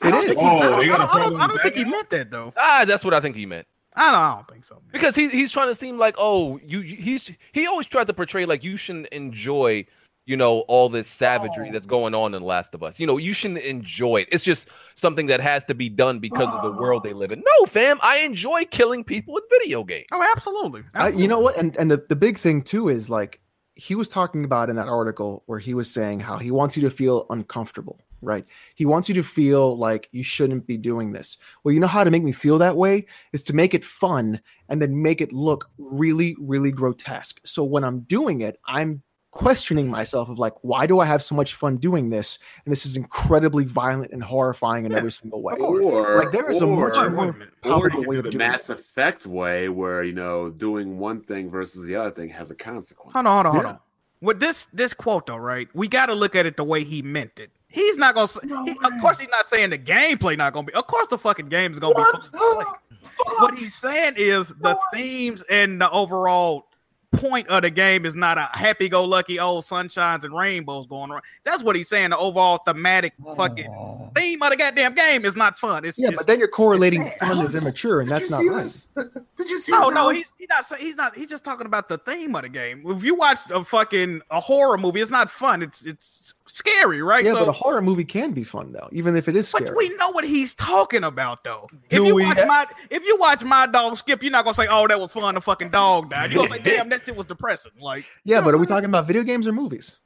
F: I don't
G: is.
F: think he-
H: Oh,
F: I don't-
H: they got a
F: I don't- I don't,
H: problem
F: I
H: with
F: don't think he
H: that?
F: meant that though.
D: Ah, that's what I think he meant.
F: I don't, I don't think so. man.
D: Because he he's trying to seem like, oh, you you- he's he always tried to portray like you shouldn't enjoy, you know, all this savagery that's going on in The Last of Us. You know, you shouldn't enjoy it. It's just something that has to be done because of the world they live in. No, fam, I enjoy killing people in video games.
F: oh, absolutely.
G: I,
F: absolutely.
G: you know what? And and the, the big thing too is like he was talking about in that article where he was saying how he wants you to feel uncomfortable, right? He wants you to feel like you shouldn't be doing this. Well, you know how to make me feel that way is to make it fun and then make it look really, really grotesque. So when I'm doing it, I'm questioning myself of like, why do I have so much fun doing this? And this is incredibly violent and horrifying in
F: Yeah,
G: every single way.
E: Or
G: Like there is a
E: or,
G: much
F: Wait,
G: more
F: wait a minute.
E: or
G: palpable
E: you
G: way
E: do
G: of
E: the
G: doing it.
E: Mass Effect way, where you know doing one thing versus the other thing has a consequence.
F: Hold on, hold on, hold
G: Yeah.
F: on. With this this quote though, right? We got to look at it the way he meant it. He's not gonna. Say, he, of course, he's not saying the gameplay not gonna be. Of course, the fucking game's gonna be. fun to play. What he's saying is the themes and the overall point of the game is not a happy-go-lucky old sunshines and rainbows going on. That's what he's saying. The overall thematic fucking theme of the goddamn game is not fun. It's,
G: Yeah,
F: it's
G: but then you're correlating
J: sad.
G: fun as immature, and that's not right.
A: [LAUGHS]
J: Did you see
F: Oh, No, no, he's, he's not. saying- He's not. He's just talking about the theme of the game. If you watch a fucking a horror movie, it's not fun. It's it's scary, right?
G: Yeah,
F: So-
G: but a horror movie can be fun though, even if it is scary.
F: but we know what he's talking about, though.
D: Do
F: if you
D: we
F: watch
D: have-
F: my if you watch my dog Skip, you're not gonna say, "Oh, that was fun." The fucking dog died. You're gonna say, "Damn, that shit was depressing." Like
G: yeah, but are we talking about video games or movies?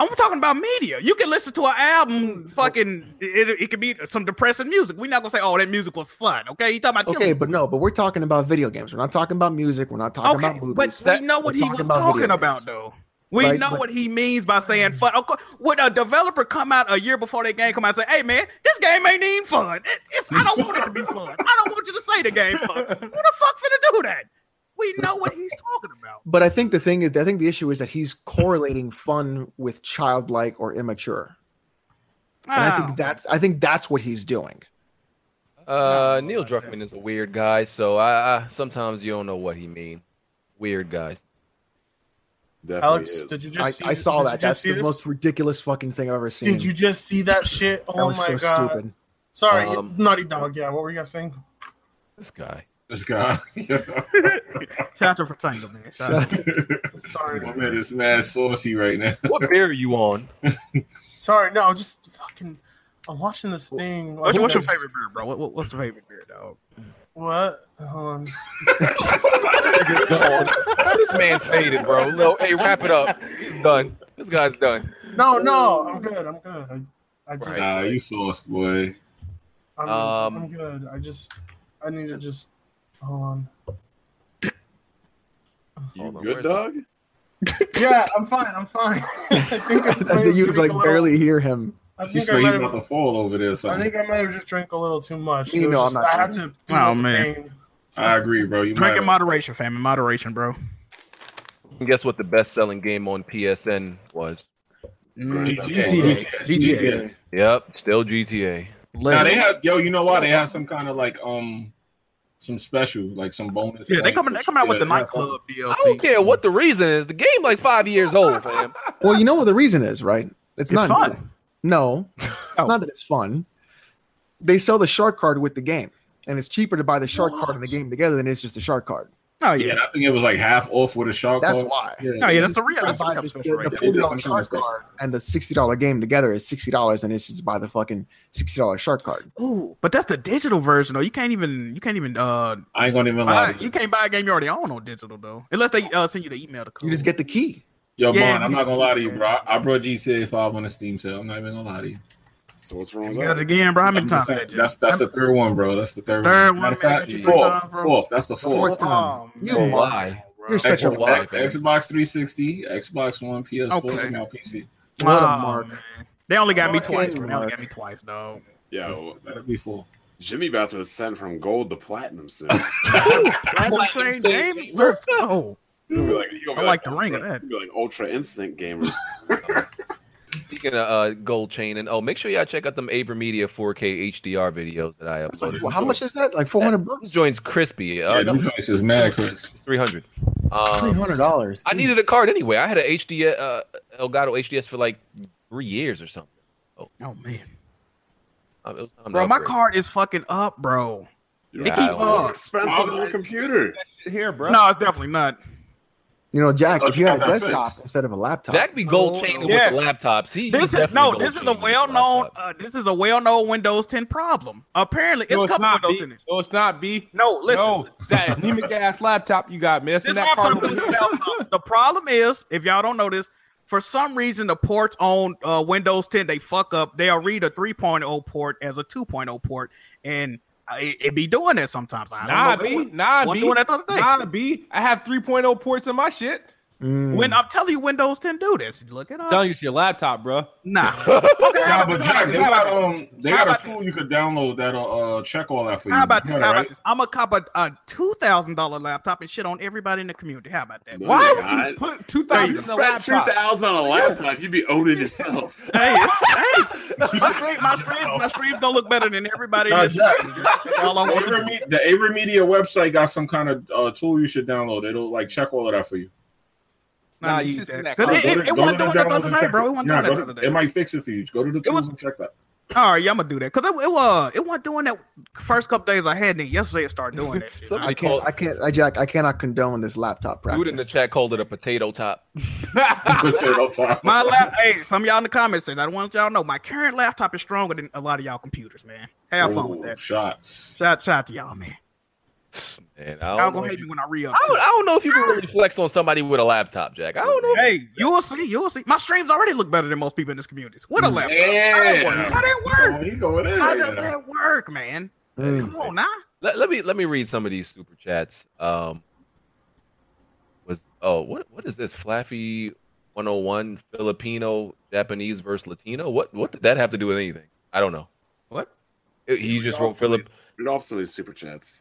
F: I'm talking about media. You can listen to an
G: Mm, oh.
F: album. Fucking it, it could be some depressing music. We're not gonna say, "Oh, that music was fun." Okay, you talking about
G: Okay,
F: killing
G: but no, but we're talking about video games. We're not talking about music. We're not talking about movies.
F: But
G: That-
F: we know
G: we're
F: what he
G: talking
F: was
G: about
F: talking
G: video
F: about,
G: games.
F: though. We
G: Right,
F: know
G: but-
F: what he means by saying fun. Of course, would a developer come out a year before their game come out and say, "Hey, man, this game ain't even fun. It- it's, I don't want it to be fun. I don't want you to say the game
G: [LAUGHS]
F: fun. Who the fuck finna do that?" We know what he's talking about.
G: But I think the thing is, I think the issue is that he's correlating fun with childlike or immature, and I
F: Oh.
G: think that's I think that's what he's doing.
D: Uh, Neil Druckmann is a weird guy, so I, I sometimes you don't know what he mean. Weird guys.
E: Definitely
A: Alex,
E: is.
A: did you just
G: I,
A: see
G: I
A: did
G: saw
A: you
G: that.
A: just
G: That's
A: see
G: the
A: this?
G: most ridiculous fucking thing I've ever seen.
A: Did you just see that shit?
G: that
A: Oh
G: was
A: my
G: so
A: god!
G: stupid.
A: Sorry,
D: Um,
A: Naughty Dog. Yeah, what were you guys saying?
D: This guy.
B: This guy.
F: Shout out for Tango, man. Shout out.
A: [LAUGHS] Sorry,
B: [LAUGHS] My man is mad saucy right now.
D: What beer are you on?
A: sorry. No, just fucking. I'm watching this thing.
F: What's,
A: like,
F: what's your
A: this-
F: favorite beer, bro? What, what- what's the favorite beer, dog?
A: What? Hold on.
D: Nigga's gone. this man's faded, bro. No, hey, wrap it up. He's done. This guy's done.
G: Oh,
A: No, no, I'm good. I'm good. I, I just,
B: Nah, you sauced, boy.
A: I'm,
D: Um,
A: I'm good. I just, I need to just, hold on.
E: You
D: Hold on,
E: good,
D: where's the-
E: dog?
A: Yeah, I'm fine. I'm fine. [LAUGHS] I think I just might
G: [LAUGHS] As
A: have
G: if you
A: drank
G: like
A: a little-
G: barely hear him.
A: I
B: You
A: think I
B: straight
A: might
B: about
A: have.
B: to fall over there.
A: I
B: Something.
A: think I might have just drank a little too much.
G: You
A: It was
G: know I'm
A: just-
G: not
A: I had to. Do
F: Oh,
A: with the
F: man.
A: pain.
B: I agree, bro. You
F: Drink
B: might
F: in moderation, fam. In moderation, bro.
D: And guess what the best selling game on PSN was?
F: Mm.
B: GTA.
F: GTA.
D: Yep, still GTA.
B: Now they have yo. You know why they have some kind of like um, some special like some bonus.
F: Yeah, they
B: package.
F: coming. They coming out with
B: Yeah,
F: the
B: they have
F: nightclub
D: I
F: DLC.
D: don't care what the reason is. The game like five years [LAUGHS] old, fam.
G: Well, you know what the reason is, right?
F: It's
G: It's, not
F: fun.
G: new. No,
F: Oh.
G: not that it's fun. They sell the shark card with the game, and it's cheaper to buy the shark card and the game together than it's just the shark card.
F: Oh
B: some- Yeah,
F: yeah.
B: and I think it was like half off with a shark.
G: That's
B: card.
G: why.
B: Yeah.
F: Oh yeah. That's the real.
G: I
F: That's the
G: buy
F: real
G: the,
F: special right
G: the
F: there.
G: forty
B: Yeah,
G: dollar
B: that's
G: shark
B: something
G: card and the sixty dollar game together is sixty dollars, and it's just buy the fucking sixty dollar shark card.
F: Ooh, but that's the digital version though. You can't even. You can't even. Uh,
B: I ain't gonna even lie.
F: buy,
B: to you.
F: you can't buy a game you already own on digital though, unless they uh, send you the email to code.
G: You just get the key.
B: Yo,
F: Yeah,
B: Bond, I'm
F: we
B: not
F: can-
B: gonna lie to you, bro. I, I brought GTA 5 on a Steam sale. I'm not even gonna lie to you.
E: So what's wrong with
F: Got it
E: that?
F: again, bro. How many
B: I'm
F: times?
B: just
F: did
B: saying,
F: you-
B: that's that's the third one, bro. That's the third,
F: Third
B: one.
F: one,
B: Matter of
F: man.
B: fact,
F: Get your
B: fourth,
F: time, bro.
B: fourth. That's the fourth.
G: Fourth time.
F: Oh,
G: You
D: Oh,
G: moron.
D: why?
G: You're such a
B: Xbox,
G: liar.
D: X-
B: Xbox 360, Xbox One, PS4,
F: Okay.
B: and now PC.
G: What a
F: Oh,
G: mark.
F: man. They only got me
G: Fucking
F: twice, bro. They only
G: mark.
F: got me
B: [LAUGHS]
F: twice, dog.
B: That's-
E: Yo,
B: that'll be four.
E: Jimmy about to ascend from gold to
A: [LAUGHS]
E: platinum soon.
F: Platinum chain
B: [LAUGHS]
F: game. Let's go.
E: You'll be like, you'll be
F: I like the ring of that.
E: you'll be like ultra
A: [LAUGHS]
E: instant gamers.
D: Speaking of uh, gold chain, and oh, make sure y'all check out them AverMedia 4K HDR videos that I
G: It's like,
D: uploaded.
G: well, how much is that? Like four hundred bucks?
D: This joint's crispy. Uh,
B: yeah,
D: no,
B: them joints is mad, Chris.
D: 300.
G: Three
D: Um,
G: hundred dollars.
D: I needed a card anyway. I had an HD uh, Elgato HDS for like three years or something.
F: Oh man,
D: Um, it was time to
F: bro, my
D: upgrade.
F: card is fucking up, bro.
E: You're
D: It
E: like,
D: keeps
E: "It's
D: on.
E: more
F: uh,
E: expensive than your computer.
I: Here, bro.
F: No, it's definitely
B: [LAUGHS]
F: not.
G: You know, Jack,
B: Oh,
G: if you had a
B: that's
G: desktop
B: fixed.
G: instead of a laptop,
D: That could be gold
F: Oh,
D: chaining
F: yeah.
D: with the laptops. He
F: This is
D: definitely
F: no.
D: gold
F: This is a
D: chaining with the
F: well-known.
D: laptop.
F: Uh, this is a well-known Windows 10 problem. Apparently, it's
I: no,
F: a
I: it's
F: couple
I: not
F: Windows
I: B.
F: 10.
I: No, it's not B.
F: No, listen.
I: No, it's
F: [LAUGHS]
I: that anemic ass laptop you got, man. It's in
F: This
I: that
F: laptop
I: car over
F: is
I: here.
F: $1,000. [LAUGHS] the problem is, if y'all don't know this, for some reason the ports on uh, Windows 10 they fuck up. They'll read a 3.0 port as a 2.0 port, and uh, it, it be doing that sometimes. I don't
I: Nah,
F: know.
I: B. Nah,
F: Wasn't
I: B.
F: doing that the other day.
I: Nah, B. I have 3.0 ports in my shit.
G: Mm.
F: When I'm telling you, Windows 10 do this. Look it
I: I'm
F: up.
I: telling you, it's your laptop, bro.
F: nah.
B: Nah, but Jack, they got um, they
F: How
B: got
F: about
B: a tool
F: this?
B: you could download that'll uh check all that for you.
F: How about
B: You
F: this?
B: know
F: How
B: that,
F: about this? I'm gonna cop a, a two thousand dollar laptop and shit on everybody in the community. How about
B: [LAUGHS]
F: that?
E: No,
I: Why
E: you're
I: would
E: not.
I: you put 2,000 in
E: You
I: the
E: spent two
I: laptop?
E: thousand on a laptop, you'd be owning yourself.
F: Hey, it's- hey, my streams, my streams, my streams don't look better than everybody. in this That's all I
B: The
F: want.
B: Avery, Me- the Avery Media website got some kind of uh, tool you should download. It'll like check all of that for you.
I: Nah,
F: Nah,
I: you
F: you
I: should send that
F: that.
I: card.
F: Cause It,
B: Go
F: it,
B: to-
F: it
B: go
F: wasn't
B: to
F: doing that the
B: downloads
F: other
B: and
F: day,
B: check
F: bro. It
B: it.
F: wasn't
B: Nah,
F: doing
B: go
F: that the
B: to-
F: other day.
B: It might fix it for you. Go to the tools and check that.
F: All right, yeah, I'm gonna do that because it, it was it wasn't doing that first couple days I had. Then yesterday it started doing that shit.
D: Somebody
G: I can't,
D: called-
G: I can't, I Jack, I cannot condone this laptop practice.
D: Dude in the chat called it a potato top. [SIGHS]
B: Potato time.
F: My lap, hey, some of y'all in the comments said I want y'all to know my current laptop is stronger than a lot of y'all computers, man. Have fun with
B: Ooh,
F: that.
B: Shots.
F: Shout, shout out to y'all, man.
D: Man, I don't,
F: Y'all
D: know
F: gonna
D: if
F: hate me
D: you,
F: when I re up.
D: I, don't, I don't know if you can really flex on somebody with a laptop, Jack. I don't know.
F: Hey, you'll see, you'll see. My streams already look better than most people in this community. What a laptop!
B: Yeah.
F: How that
B: Oh,
F: work?
B: he going in
F: How
B: right
F: does
B: now.
F: that work, man?
G: Mm.
F: Come on now.
D: Let, let me let me read some of these super chats. Um, was oh what what is this? Flaffy 101 Filipino Japanese versus Latino. What what did that have to do with anything? I don't know.
F: What?
D: It- [LAUGHS] he just wrote
E: also
D: Philip.
E: Read off some of these super chats.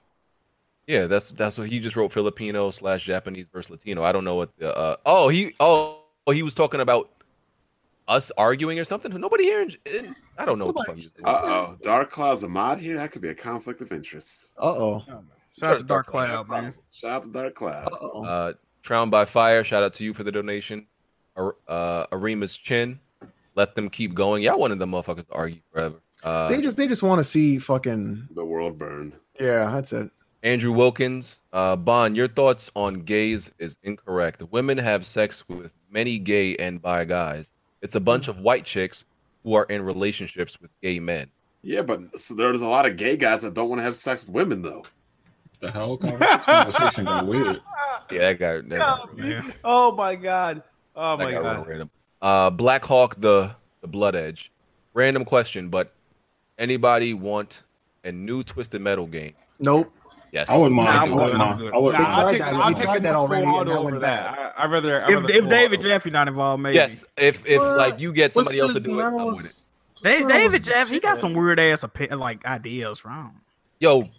D: Yeah, that's that's what he just wrote Filipino slash Japanese versus Latino. I don't know what the uh, oh he oh he was talking about us arguing or something. Nobody here. in- in- I don't know what the fuck. he was-
E: Uh oh, Dark Cloud's a mod here. That could be a conflict of interest.
G: Uh oh.
F: Shout out to Dark Cloud, man.
E: Shout out to Dark Cloud.
G: Uh oh.
D: Uh, Trown by Fire, shout out to you for the donation. Ar- Uh, Arima's Chin, let them keep going. Y'all wanted the motherfuckers to argue forever. Uh,
G: They just, they just want to see fucking.
E: The world burned.
G: Yeah, that's it.
D: Andrew Wilkins, uh, Bon, your thoughts on gays is incorrect. Women have sex with many gay and bi guys. It's a bunch
J: Mm-hmm.
D: of white chicks who are in relationships with gay men.
E: Yeah, but so there's a lot of gay guys that don't want to have sex with women, though.
H: The hell conversation got weird.
D: Yeah, that guy. That,
J: Yeah,
H: man.
J: oh my god. Oh
D: that
J: my
D: guy
J: god.
D: overrated him. Uh, Black Hawk, the the Blood Edge. Random question, but anybody want a new Twisted Metal game?
G: Nope. [CLEARS THROAT]
D: Yes.
H: I wouldn't
F: Nah,
H: mind.
F: I'm
H: I wouldn't
F: good.
H: mind. I wouldn't
G: Nah,
H: mind.
G: tried
J: I'll take,
G: that-
J: I'll
G: we
J: take
G: tried
J: a
G: that already,
J: full
G: and that
J: auto over
G: went
J: that. I, I'd rather. I'd
F: If,
J: rather
F: if
J: full
F: David
J: auto.
F: Jaffe not involved, maybe.
D: Yes. If if
A: Well,
D: like you get somebody else to
A: Twisted
D: do it,
A: Metal
D: I'm with it.
A: was-
F: Da-
A: Twisted Metal uh,
F: David
A: was
F: Jeff, he got
A: shit.
F: some weird ass opi- like ideas wrong.
D: Yo,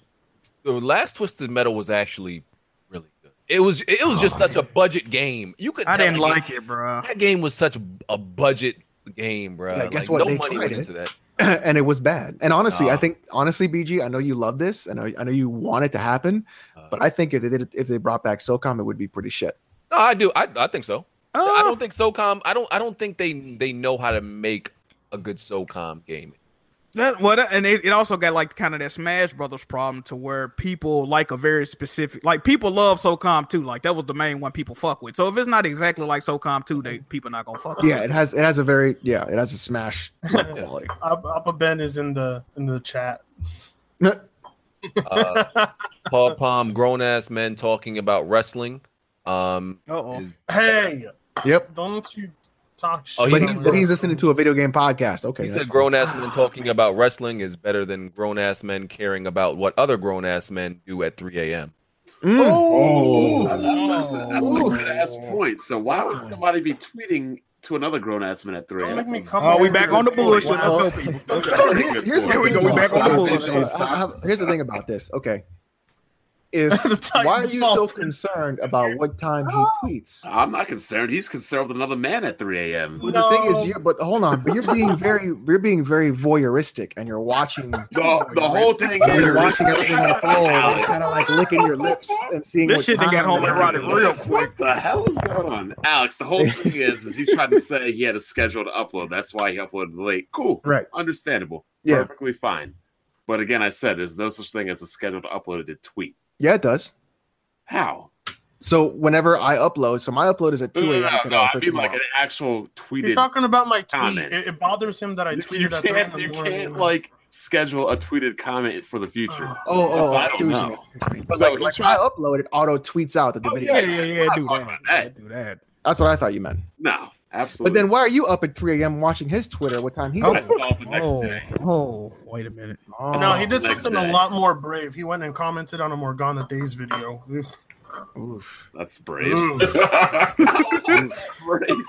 D: the last Twisted Metal was actually really good. It was it was just
F: Oh,
D: such a budget game. You could.
F: I
D: tell
F: didn't
D: that
F: like
D: game-
F: it, bro.
D: That game was such a budget game, bro.
G: Yeah, guess
D: like,
G: what?
D: No
G: They
D: money
G: tried
D: went
G: it.
D: into that.
G: and it was bad. And honestly, I
D: Ah.
G: think honestly, BG, I know you love this, and I, I know you want it to happen,
D: Uh,
G: but I think if they did, it, if they brought back SOCOM, it would be pretty shit.
D: no, I do. I, I think so. I
F: Oh,
D: don't think SOCOM. I don't. I don't think they they know how to make a good SOCOM game.
F: that, well, that- and it, it also got like kind of that Smash Brothers problem to where people like a very specific, like people love SOCOM too. Like that was the main one people fuck with. So if it's not exactly like SOCOM two, they people not gonna fuck. with
G: Yeah, it has it has a very yeah, it has a
D: [LAUGHS]
G: smash quality. [LAUGHS]
A: Up, Upper Ben is in the in the chat.
D: Uh,
F: [LAUGHS]
D: Paul Palm, grown ass men talking about wrestling. Um,
F: Uh oh.
D: is-
A: Hey,
G: Yep.
A: don't you talk shit?
D: Oh,
G: But,
D: he's-
G: he, but he's listening to a video game podcast. Okay,
D: he
G: Oh, that's
D: said
G: fine.
D: grown ass men talking about wrestling is better than grown ass men caring about what other grown ass men do at 3 a.m.
G: Mm.
H: Oh.
E: That's, that's a, that's a good ass point. So why would somebody be tweeting to another grown ass man at three?
A: Don't make me
E: a.m.?
A: come
F: Oh, we
A: over
F: back
A: here
F: on the
A: and say,
F: bullshit.
A: "Wow,
F: Let's go,
G: Wow.
F: people.
E: That's a
G: Here's,
E: good
G: here's the
E: point.
F: we go,
G: thing
F: we
G: about-
F: back on the bullshit.
G: so, I- I- Here's the thing about this. Okay,
A: The
G: if
A: Titan
G: why are you so
A: fall.
G: concerned about what time he tweets?
E: I'm not concerned. He's concerned with another man at 3 a.m.
G: But the thing is,
A: No.
G: you but hold on, but you're being very you're being very voyeuristic, and you're watching.
E: The, the whole thing
G: But
E: here
G: you're
E: is
G: watching everything unfold, kind of like licking your lips and seeing.
F: This
G: what
F: shit done got
G: time
F: home
G: it
F: and rotted
G: is.
F: real
E: What the hell is going on, Alex? The whole thing is, is he tried to say he had a scheduled upload. That's why he uploaded late. Cool,
G: Right.
E: Understandable.
G: Yeah.
E: Perfectly fine. But again, I said there's no such thing as a scheduled uploaded tweet.
G: Yeah, it does.
E: How?
G: So whenever I upload, so my upload is at
E: No,
G: two
E: no,
G: a.m.
E: no, no,
G: today
E: I
G: for
E: mean like
G: tomorrow.
E: an actual tweeted.
A: He's talking about my tweet.
E: Comment.
A: It, it bothers him that I
E: you,
A: tweeted
E: you
A: at three in
E: can't,
A: the
E: you
A: morning.
E: can't like schedule a tweeted comment for the future.
G: Oh, oh,
E: So I
G: I see
E: don't
G: what you
E: know.
G: mean. But
E: So
G: like,
E: he
G: like
E: tried-
G: I upload it, auto tweets out that the
E: Oh,
G: video.
F: Yeah, yeah, yeah.
E: I'm
F: Do
E: talking
F: that.
E: about that.
F: Do that.
G: That's what I thought you meant.
E: No,
G: But
E: absolutely.
G: then why are you up at 3 a.m. watching his Twitter? What time he?
E: I
G: does it?
E: saw it the next
F: Oh,
E: day.
F: oh, wait a minute.
G: Oh,
A: No, he did
E: Next
A: something
E: day.
A: a lot more brave. He went and commented on a Morgana Days video.
G: Oof.
E: That's brave.
A: Oof.
E: [LAUGHS] That's brave.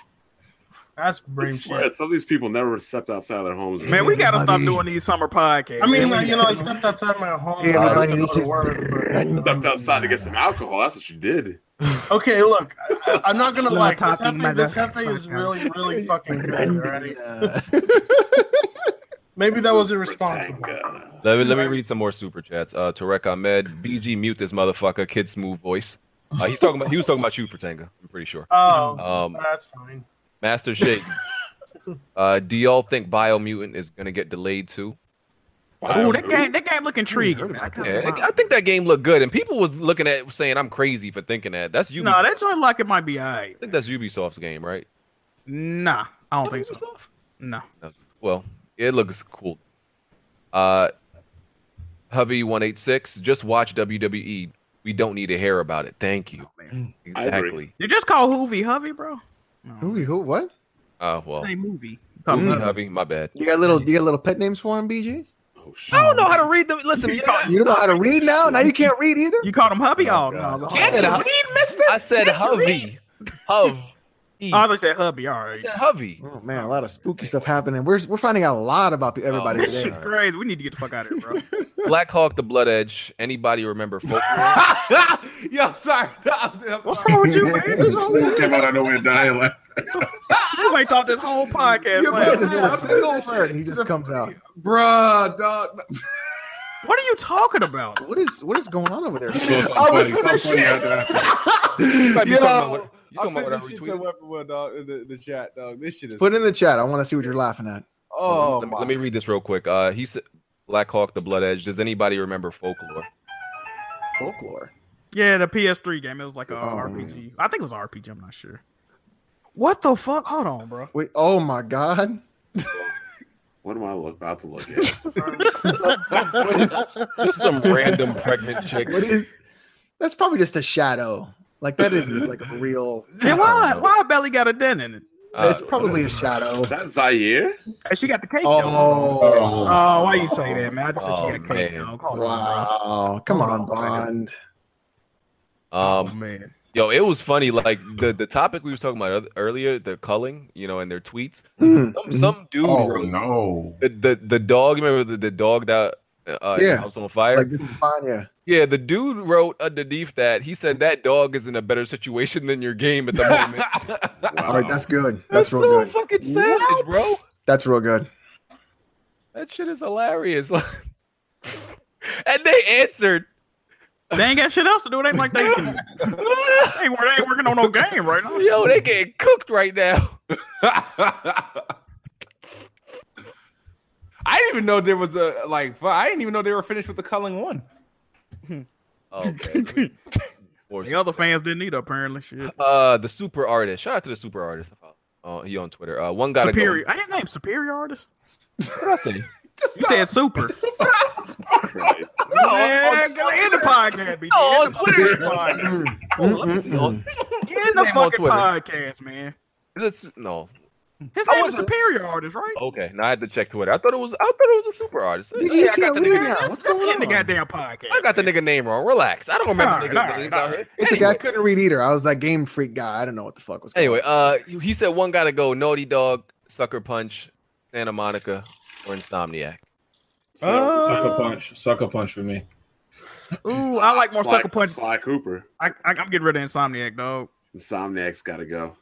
A: That's
E: I
A: brave
E: swear,
A: shit.
E: some of these people never stepped outside of their homes.
F: Man, we gotta stop doing these summer podcasts.
A: I mean, like, you know, I stepped outside my home.
G: Hey,
A: I
G: everybody,
A: used to go to
G: this is-
F: [LAUGHS]
A: work, but, um,
E: stepped outside to get some alcohol. That's what you did.
A: okay, look, I, I'm not gonna
F: Slow
A: lie. This
F: talking,
A: hefe, this
F: mother-
A: hefe is
F: fucker.
A: really, really fucking good. Already.
F: [LAUGHS]
A: Maybe that wasn't responsible.
E: Topanga.
D: Let me, let me read some more super chats. Uh, Tarek Ahmed, BG, mute this motherfucker. Kid Smooth voice. Uh, he's talking about he was talking about you for Tanga. I'm pretty sure.
A: Oh,
D: Um,
A: that's fine.
D: Master
F: [LAUGHS]
D: Shake. uh, do y'all think Biomutant is gonna get delayed too?
F: Ooh, that game, that game look intriguing. man. I kinda
D: Yeah,
F: want-
D: I think that game looked good, and people was looking at saying I'm crazy for thinking that. That's Ubisoft.
F: Nah, that joint like it might be alright.
D: I think that's Ubisoft's game, right?
F: Nah, I don't think so.
D: Ubisoft?
F: No.
D: Well, it looks cool. Uh, Hubby one eight six. Just watch WWE. We don't need to hear about it. Thank you.
E: I agree.
D: Exactly.
F: You just call Hoovy Hovey, bro? No.
G: Who? Who? What?
D: Oh well.
F: Say movie. Call him
D: Hubby,
G: Mm.
F: Hovey.
D: Hubby, my bad.
G: You got little? You got little pet names for him, BG?
E: Oh,
D: I
E: shit.
D: don't know how to read them.
I: [LAUGHS]
D: Listen, you know,
G: You don't know how to read now. Now you can't read either.
F: [LAUGHS] You called him Hubby? Oh,
D: God.
F: no.
D: Can't you
F: mister?
D: I said Hubby. Hub.
F: I
D: I
F: thought you said Hubby. All right.
D: said Hubby.
G: Oh man, a lot of spooky stuff happening. We're we're finding out a lot about
D: Oh,
F: [LAUGHS]
G: everybody
F: This
G: today.
F: shit crazy. We need to get the fuck out of here, bro.
D: Black Hawk the Blood Edge. Anybody [LAUGHS] remember folklore?
I: [LAUGHS]
J: Yo, sorry.
F: What's wrong with [LAUGHS] you, man? What's wrong with you?
H: Came out of nowhere dying laugh.
F: You ain't thought this whole
G: [LAUGHS]
F: podcast.
J: Your
F: last.
J: business
G: It's a single
J: I'm saying
G: word, and he just comes out.
J: Bruh, dog.
F: What are you talking about?
G: What is what is going on over there? Oh,
J: I
H: I
J: was
H: was
J: in this shit.
D: might be
J: Yo,
D: talking about what- you
J: I'm
D: talking
J: sending
D: about what I
J: shit
D: retweeted?
J: to everyone, dog, in the, in the chat, dog. This shit is.
I: [LAUGHS]
G: Put it in the chat. I want to see what you're laughing at.
J: oh,
D: let, me,
J: my.
D: let me read this real quick. Uh, he said, "Black Hawk, the Blood Edge." Does anybody remember folklore?
G: folklore.
F: Yeah, the PS3 game. It was like a RPG. I think it was a RPG. I'm not sure. What the fuck? Hold on, bro.
G: Wait, oh my god.
E: What am I look, about to look at?
D: What is- just some random pregnant chick.
G: What is that's probably just a shadow. Like that isn't like a real
F: Then why? Why Belly got a dent in it?
D: Uh,
G: that's probably a shadow.
E: Is that Zaire?
F: And she got the cake. though.
G: Oh
F: Oh, why you say that, man? I just said
D: Oh,
F: she got cake.
D: man.
F: Dog. Hold on,
G: wow. Come on,
F: Hold on a
G: Bond.
F: bro. oh
D: um,
F: man.
D: yo, it was funny. Like the, the topic we was talking about oth- earlier, the culling, you know, and their tweets. [LAUGHS] Some some dude
B: Oh
D: wrote
B: no!
D: the, the the dog. You remember the, the dog that uh,
G: Yeah.
D: yeah. house on fire?
G: [LAUGHS] Like this is fine, yeah.
D: yeah, the dude wrote underneath that he said that dog is in a better situation than your game
G: [LAUGHS]
D: at the moment.
G: All right, that's good. That's,
D: That's,
G: real
D: so
G: good.
D: fucking savage, bro.
G: That's real good.
D: That shit is hilarious. [LAUGHS] Like, and they answered. [LAUGHS]
F: They ain't got shit else to do. It ain't like they can. they, ain't, wor- they ain't working on no game
D: [LAUGHS]
F: right now.
D: Yo, they getting cooked right now.
I: I didn't even know there was a like. fu- I didn't even know they were finished with the culling one.
D: Oh,
G: [LAUGHS]
D: man. Or-
F: The other fans didn't either, apparently. Shit.
D: uh, the super artist. Shout out to the super artist. Oh, he on Twitter. Uh, one got
F: superior. I didn't name superior artist.
D: Go.
F: [LAUGHS]
D: What I say?
F: You said super.
E: Christ.
D: No,
F: Man,
D: on,
F: get in the podcast, BG.
D: Oh,
F: End the
D: on Twitter.
F: podcast.
D: on, let me see. On-
F: End the
D: Name on
F: fucking
D: Twitter.
F: podcast, man.
D: is it su- no.
F: His
D: Oh,
F: name
D: is
F: is
D: it?
F: Superior Artist, right?
D: Okay, now I had to check Twitter. I thought it was. I thought it was a super artist.
G: You-
D: Hey,
G: you
D: I,
G: can't
D: got the
G: win
D: nigga,
G: now.
F: Let's-
G: What's
F: let's
G: going
F: end the
G: on?
F: goddamn podcast.
D: I got the nigga name wrong. Relax. I don't remember
F: Alright,
D: the nigga's
F: alright,
D: name out here.
G: It's
D: anyway,
G: a guy couldn't read either. I was that game freak guy. I don't know what the fuck was going
D: Anyway, uh, he said one gotta go. Naughty Dog, Sucker Punch, Santa Monica, or Insomniac.
E: So,
F: Uh,
H: Sucker punch, sucker punch for me.
F: Ooh, I like more
E: Sly,
F: sucker punch.
E: Sly Cooper.
F: I, I, I'm getting rid of Insomniac, dog.
E: Insomniac's got to go.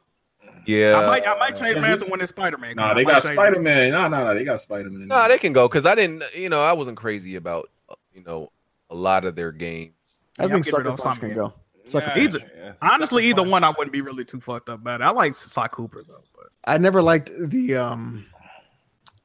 D: Yeah.
F: I might I might change my answer when it's Spider Man.
H: Nah, they got Spider Man. Nah, nah, nah, they got Spider Man.
D: No, they can go because I didn't. You know, I wasn't crazy about uh, you know a lot of their games.
G: on. I
F: Yeah, I'm
G: think
F: getting rid
G: Sucker
F: of
G: Punch can
F: Insomniac.
G: go. Sucker
F: Yeah. Either-
B: [LAUGHS]
F: Honestly, either one I wouldn't be really too fucked up about it. I like Cy Cooper though. But
G: I never liked the um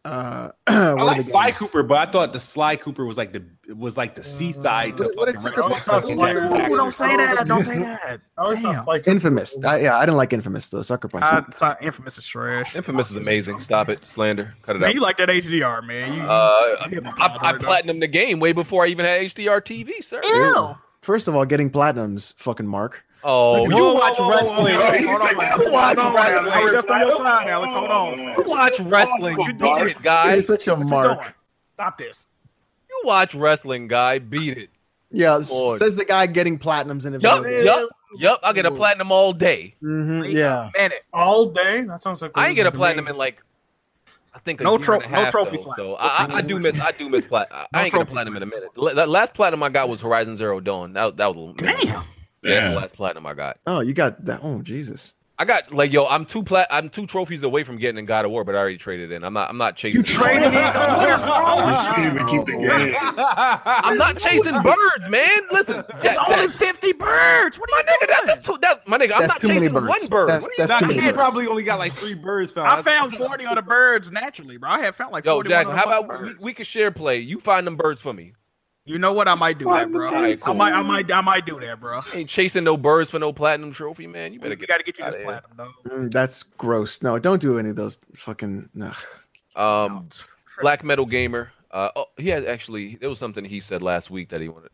G: uh [CLEARS THROAT] I
I: I like Sly Cooper, but I thought the Sly Cooper was like the was like the [LAUGHS] seaside to
A: What- what
I: fucking
A: is
I: Red
A: Sucker
I: Fox
A: Punch?
I: Mountain.
A: Why-
F: Ooh, don't say that. Don't [LAUGHS] say that.
A: I always
F: Damn.
A: thought like
G: Infamous. I, yeah, I didn't like Infamous though. Sucker Punch.
D: Uh,
F: I, Cy- Infamous is trash.
D: Infamous is amazing. Stop it, slander. Cut it
F: Man, you
D: out.
F: like that HDR, man. You,
D: Uh,
F: you hit my
D: I, I
F: dog, dog.
D: platinum the game way before I even had HDR TV, sir.
G: Ew. First of all, getting platinums, fucking Mark.
D: Oh,
G: Second-
D: you
G: Whoa,
D: watch
F: whoa, whoa,
D: wrestling.
F: whoa, whoa.
E: He's
F: Hold
E: like,
F: on, Alex. Hold
E: "Why not
F: on, Alex.
E: Alex?
F: Just on your side, Alex. Hold on.
D: You watch wrestling.
E: Oh,
D: You
E: Mark.
D: beat it, guy.
G: You're
D: You
G: such a
F: What you
G: Mark.
F: doing? Stop this.
D: watch wrestling, guy. Beat it.
G: Yeah, s-
D: Lord.
G: says the guy getting platinums in a
D: Yup,
G: video.
D: yup, yup. I get a platinum all day.
G: hmm yeah.
D: Minute.
A: all day. That sounds like
D: I ain't get a
A: to me.
D: platinum in like. I think a
F: No
D: year
F: tro-
D: and a
F: no
D: half,
F: trophy
D: though,
F: slap.
D: So I, I, I do miss. I do miss plat. I,
F: [LAUGHS] No
D: I ain't get a
F: trophy
D: platinum
F: slap.
D: in a minute. The, the last platinum I got was Horizon Zero Dawn. That, that was a minute.
F: Damn.
D: That's
H: Yeah.
D: the last platinum I got.
G: Oh, you got that. Oh, Jesus.
D: I got like yo, I'm two plat I'm two trophies away from getting in God of War, but I already traded in. I'm not I'm not chasing.
F: Training. What is wrong?
E: You didn't even keep the game.
D: I'm not chasing birds, man. Listen,
F: It's
D: that-
F: only
D: that-
F: 50 birds. What are
D: my
F: you doing?
D: nigga, that's, too, that's my nigga. I'm not
G: That's too many
D: chasing
G: birds.
D: one bird.
G: That's,
D: What are you-
G: that's too
I: Nah,
G: many
I: he
G: birds.
I: probably only got like three birds found.
F: I found 40 on the birds naturally, bro. I had found like
D: yo,
F: 40
D: Jack,
F: on the
D: how
F: fucking
D: about we,
F: birds.
D: we can share play? You find them birds for me.
F: You know what? I might do that, bro.
D: All right, cool.
F: I might, I might, I might do that, bro.
D: I ain't chasing no birds for no platinum trophy, man. You
F: We
D: better get
F: gotta get you
D: outta
F: this
D: here.
F: platinum, dog.
G: Mm, that's gross. No, don't do any of those fucking. Nah.
D: Um, Black Metal Gamer. Uh, oh, he had actually. There was something he said last week that he wanted.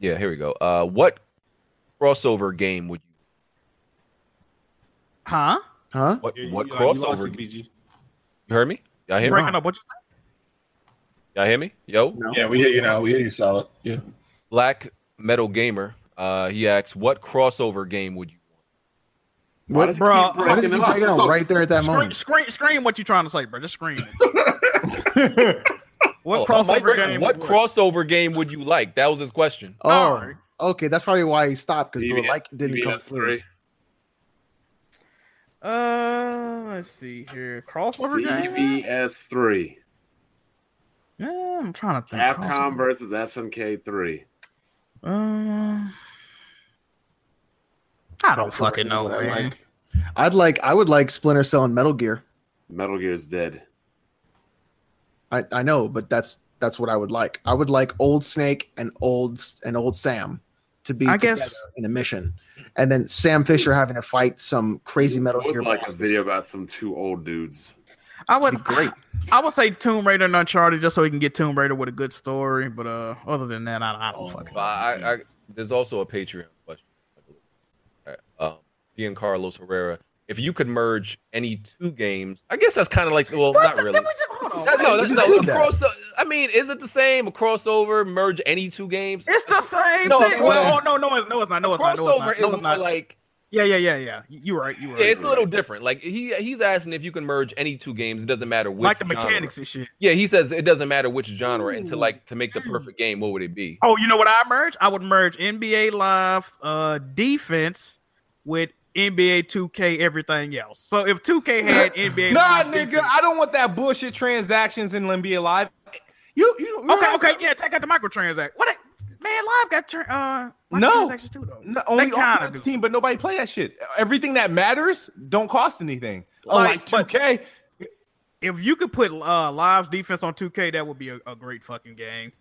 D: Yeah, here we go. Uh, what crossover game would you?
F: Huh?
G: Huh?
D: What
I: You- you-
D: what
I: you- you lost
D: crossover?
I: it,
D: game?
I: BG.
D: You heard me? Y'all hear me?
F: Breaking up. What you
D: Y'all hear me? Yo,
G: No.
H: Yeah, we hear you now. We hear you solid. Yeah.
D: Black Metal Gamer. Uh, he asks, what crossover game would you?
E: Why does he
F: Bro,
E: keep
G: Why does
E: breaking
G: he
E: it
G: keep
E: up?
G: breaking up right there at that
F: scream,
G: moment?
F: scream, scream! What you trying to say, bro? Just scream.
D: [LAUGHS]
F: what
D: Oh, my
F: crossover
D: brain-
F: game?
D: What
F: would-
D: crossover game would you like? That was his question.
G: Oh, okay. That's probably why he stopped because the
E: CBS
G: like didn't come
E: CBS
G: through.
E: three.
F: Uh, let's see here. Crossover game.
E: CBS three.
F: Yeah, I'm trying to think.
E: Capcom
F: Crossover.
E: versus SNK three.
F: Uh, I don't fucking know,
G: But,
F: man.
G: like, I'd like. I would like Splinter Cell and Metal Gear.
E: Metal Gear's dead.
G: I, I know, but that's that's what I would like. I would like old Snake and old and old Sam. to be
F: I
G: together
F: guess-
G: in a mission, and then Sam Fisher having to fight some crazy metal
E: Would
G: gear.
E: like a
G: bosses.
E: video about some two old dudes.
F: I would
G: great.
F: I would say Tomb Raider and Uncharted just so he can get Tomb Raider with a good story. But uh, other than that, I, I don't fucking.
D: But I, I, I, there's also a Patreon question. I believe. All right, Um, Ian Carlos Herrera. If you could merge any two games, I guess that's kind of like well, not really. That- no, that's
G: You
D: not
G: did
D: a
G: that.
D: crosso- I mean, is it the same? A crossover, merge any two games?
F: It's the same
D: No,
F: thing.
D: no,
F: Well, oh, no, no, it's- no, it's not. No, it's not. No, it's
D: crossover
F: not.
D: is
F: No, it's
D: more
F: not.
D: like
F: Yeah, yeah, yeah, yeah. You right. You right.
D: yeah, it's a
F: you
D: little
F: right.
D: different. Like he he's asking if you can merge any two games. It doesn't matter which
F: like the
D: genre.
F: mechanics and shit.
D: Yeah, he says it doesn't matter which genre, and to like to make the perfect game, what would it be?
F: Oh, you know what I merge? I would merge NBA Live uh defense with NBA 2K everything else. So if 2K had
D: [LAUGHS]
F: NBA
I: Nah,
F: Live
I: nigga,
F: defense-
I: I don't want that bullshit transactions in NBA Live. You, you, you
F: Okay, okay, yeah, take out the microtransact. What? a- Man, Live got tran- uh
I: No.
F: microtransactions too though.
I: No, only
F: kinda
I: on the
F: do.
I: team, but nobody play that shit. Everything that matters don't cost anything.
F: Like, but-
I: Like, 2K,
F: If you could put uh Live's defense on 2K, that would be a, a great fucking game.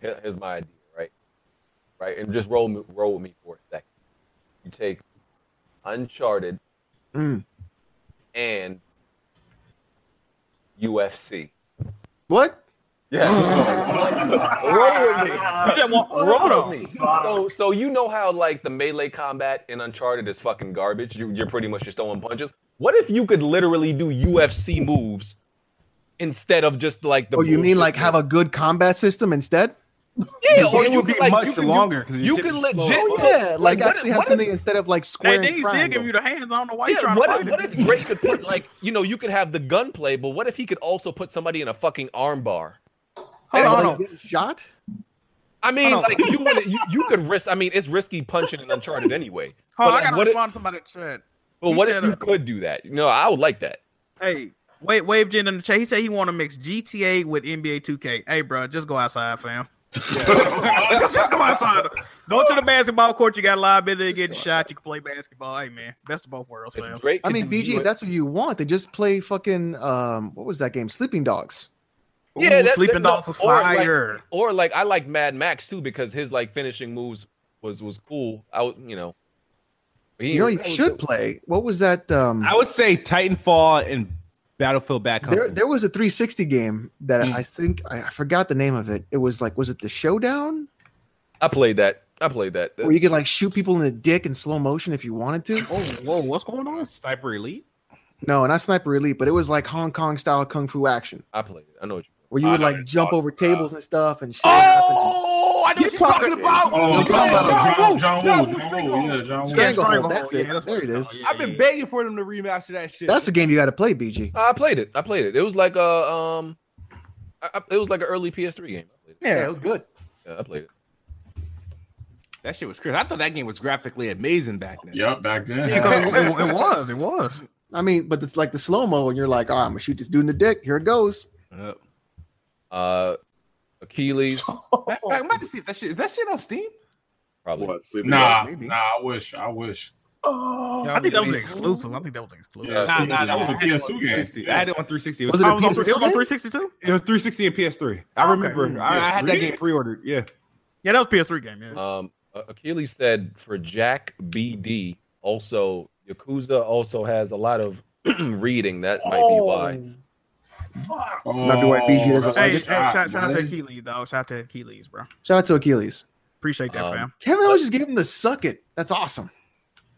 D: Here- here's my idea, right? Right, and just roll me- roll with me for a second. You take Uncharted
G: Mm.
D: and UFC.
G: What?
D: Yeah, roll
A: [LAUGHS]
D: with me.
F: Yeah, well,
D: Roll
F: hold
D: with me.
F: on.
D: So, so you know how like the melee combat in Uncharted is fucking garbage. You, you're pretty much just throwing punches. What if you could literally do UFC moves instead of just like the?
G: Oh, you mean
D: bullshit
G: like have a good combat system instead?
D: yeah,
I: the
D: or
I: game
D: you
I: would
D: could,
I: be
D: like, you
I: much
D: could- you-
I: longer because
D: You can legit,
G: Yeah, like
D: Oh, what
G: actually
D: if-
G: have
D: what if-
G: something instead of like
F: Hey,
G: square and
F: these did give you
G: triangle.
F: the hands. I don't know why you're
D: yeah,
F: trying to
D: what
F: fight
D: if,
F: it.
D: what if Drake could put like you know you could have the gunplay, but what if he could also put somebody in a fucking armbar?
F: Hold on,
G: Like,
F: hold on.
G: getting Shot?
D: I mean,
F: Hold on.
D: like you, would, you you could risk. I mean, it's risky punching in Uncharted anyway.
F: Hold
D: But,
F: on,
D: like,
F: I gotta
D: what if-
F: respond to somebody in the chat.
D: But
F: He
D: what if
F: said,
D: you
F: uh,
D: could do that? You know, I would like that.
F: Hey, wait, wave Jen in the chat. He said he want to mix GTA with NBA 2K. Hey, bro, just go outside, fam. just, [LAUGHS] just go outside. Go to the basketball court. You got a liability getting shot. You can play basketball. Hey, man, best of both worlds, fam.
D: If Drake
G: I
D: could
G: mean,
D: do
G: BG, if
D: it-
G: that's what you want, then just play fucking um, what was that game? Sleeping Dogs.
D: Yeah,
F: Ooh,
D: that-
F: sleeping
D: that-
F: dogs was
D: or, like-
F: fire.
D: or like I like Mad Max too because his like finishing moves was was cool. I would, you know. He-
G: You know, you
D: that was
G: should
D: dope.
G: play. What was that? Um,
I: I would say Titanfall and Battlefield Back Home.
G: there, there was a 360 game that I think I I forgot the name of it. It was like, was it the Showdown?
D: I played that. I played that.
G: Where you could like shoot people in the dick in slow motion if you wanted to.
F: Oh, whoa, what's going on?
I: Sniper Elite.
G: No, not Sniper Elite, but it was like Hong Kong style kung fu action
D: I played it. I know what you.
G: where you
C: I
G: would
C: know
G: like
C: what
G: jump
C: you're
G: over
C: talking
G: tables and stuff and shit.
I: Oh, I know what you're talking, about.
B: Oh,
I: You're
B: I'm talking about
I: John
H: oh,
B: John,
I: Woo, John
B: John Woo.
I: Woo,
B: John
I: John Woo.
B: Woo. Yeah, John Woo.
F: Yeah,
G: Stranglehold.
F: Stranglehold.
G: That's it.
F: Yeah, that's
G: there
F: what
G: it
F: it's
G: is.
F: called.
I: I've been begging for them to remaster that shit.
G: That's a game you got to play, BG.
D: I played it. I played it. It was like a um, I, I- it was like an early PS3 game. I played it.
G: Yeah, it was good.
D: Yeah, I played it.
I: that shit was crazy. I thought that game was graphically amazing back then.
B: Yep, back then.
H: [LAUGHS]
F: it, it was. It was.
G: I mean, but it's like the slow mo, and you're like, oh, I'm gonna shoot this dude in the dick. Here it goes.
I: Yep.
D: Uh, Achilles
I: Matter of fact, I might see if that shit. Is that shit on Steam?
D: probably.
E: What? Sleeping
B: Nah,
G: Maybe.
B: nah. I wish. I wish.
I: Oh,
F: I think that was exclusive. I think that was exclusive.
B: Yeah,
I: Nah, nah,
B: that was a PS2 game.
I: I had it on 360. It was,
G: Was it
F: I
G: a
F: was on, it was
G: PS2
F: on
G: game?
F: 362.
I: it was 360 and PS3. I
F: Okay.
I: remember.
A: Mm,
I: I, I had that
B: PS3?
I: game pre-ordered. Yeah.
F: Yeah, that was PS3 game.
B: Uh,
F: Yeah.
D: Um, A- Achilles said for Jack BD. Also, Yakuza also has a lot of [CLEARS THROAT] reading. That might be why.
B: Oh,
G: Might be why BG doesn't
H: Oh,
B: that's
F: hey,
B: a
F: hey, shout, shout out to
B: man.
F: Achilles, dog. Shout out to Achilles, bro.
G: Shout out to Achilles.
F: Appreciate that,
B: Uh,
D: Um,
F: fam.
G: Kevin always just gave him the suck it. That's awesome.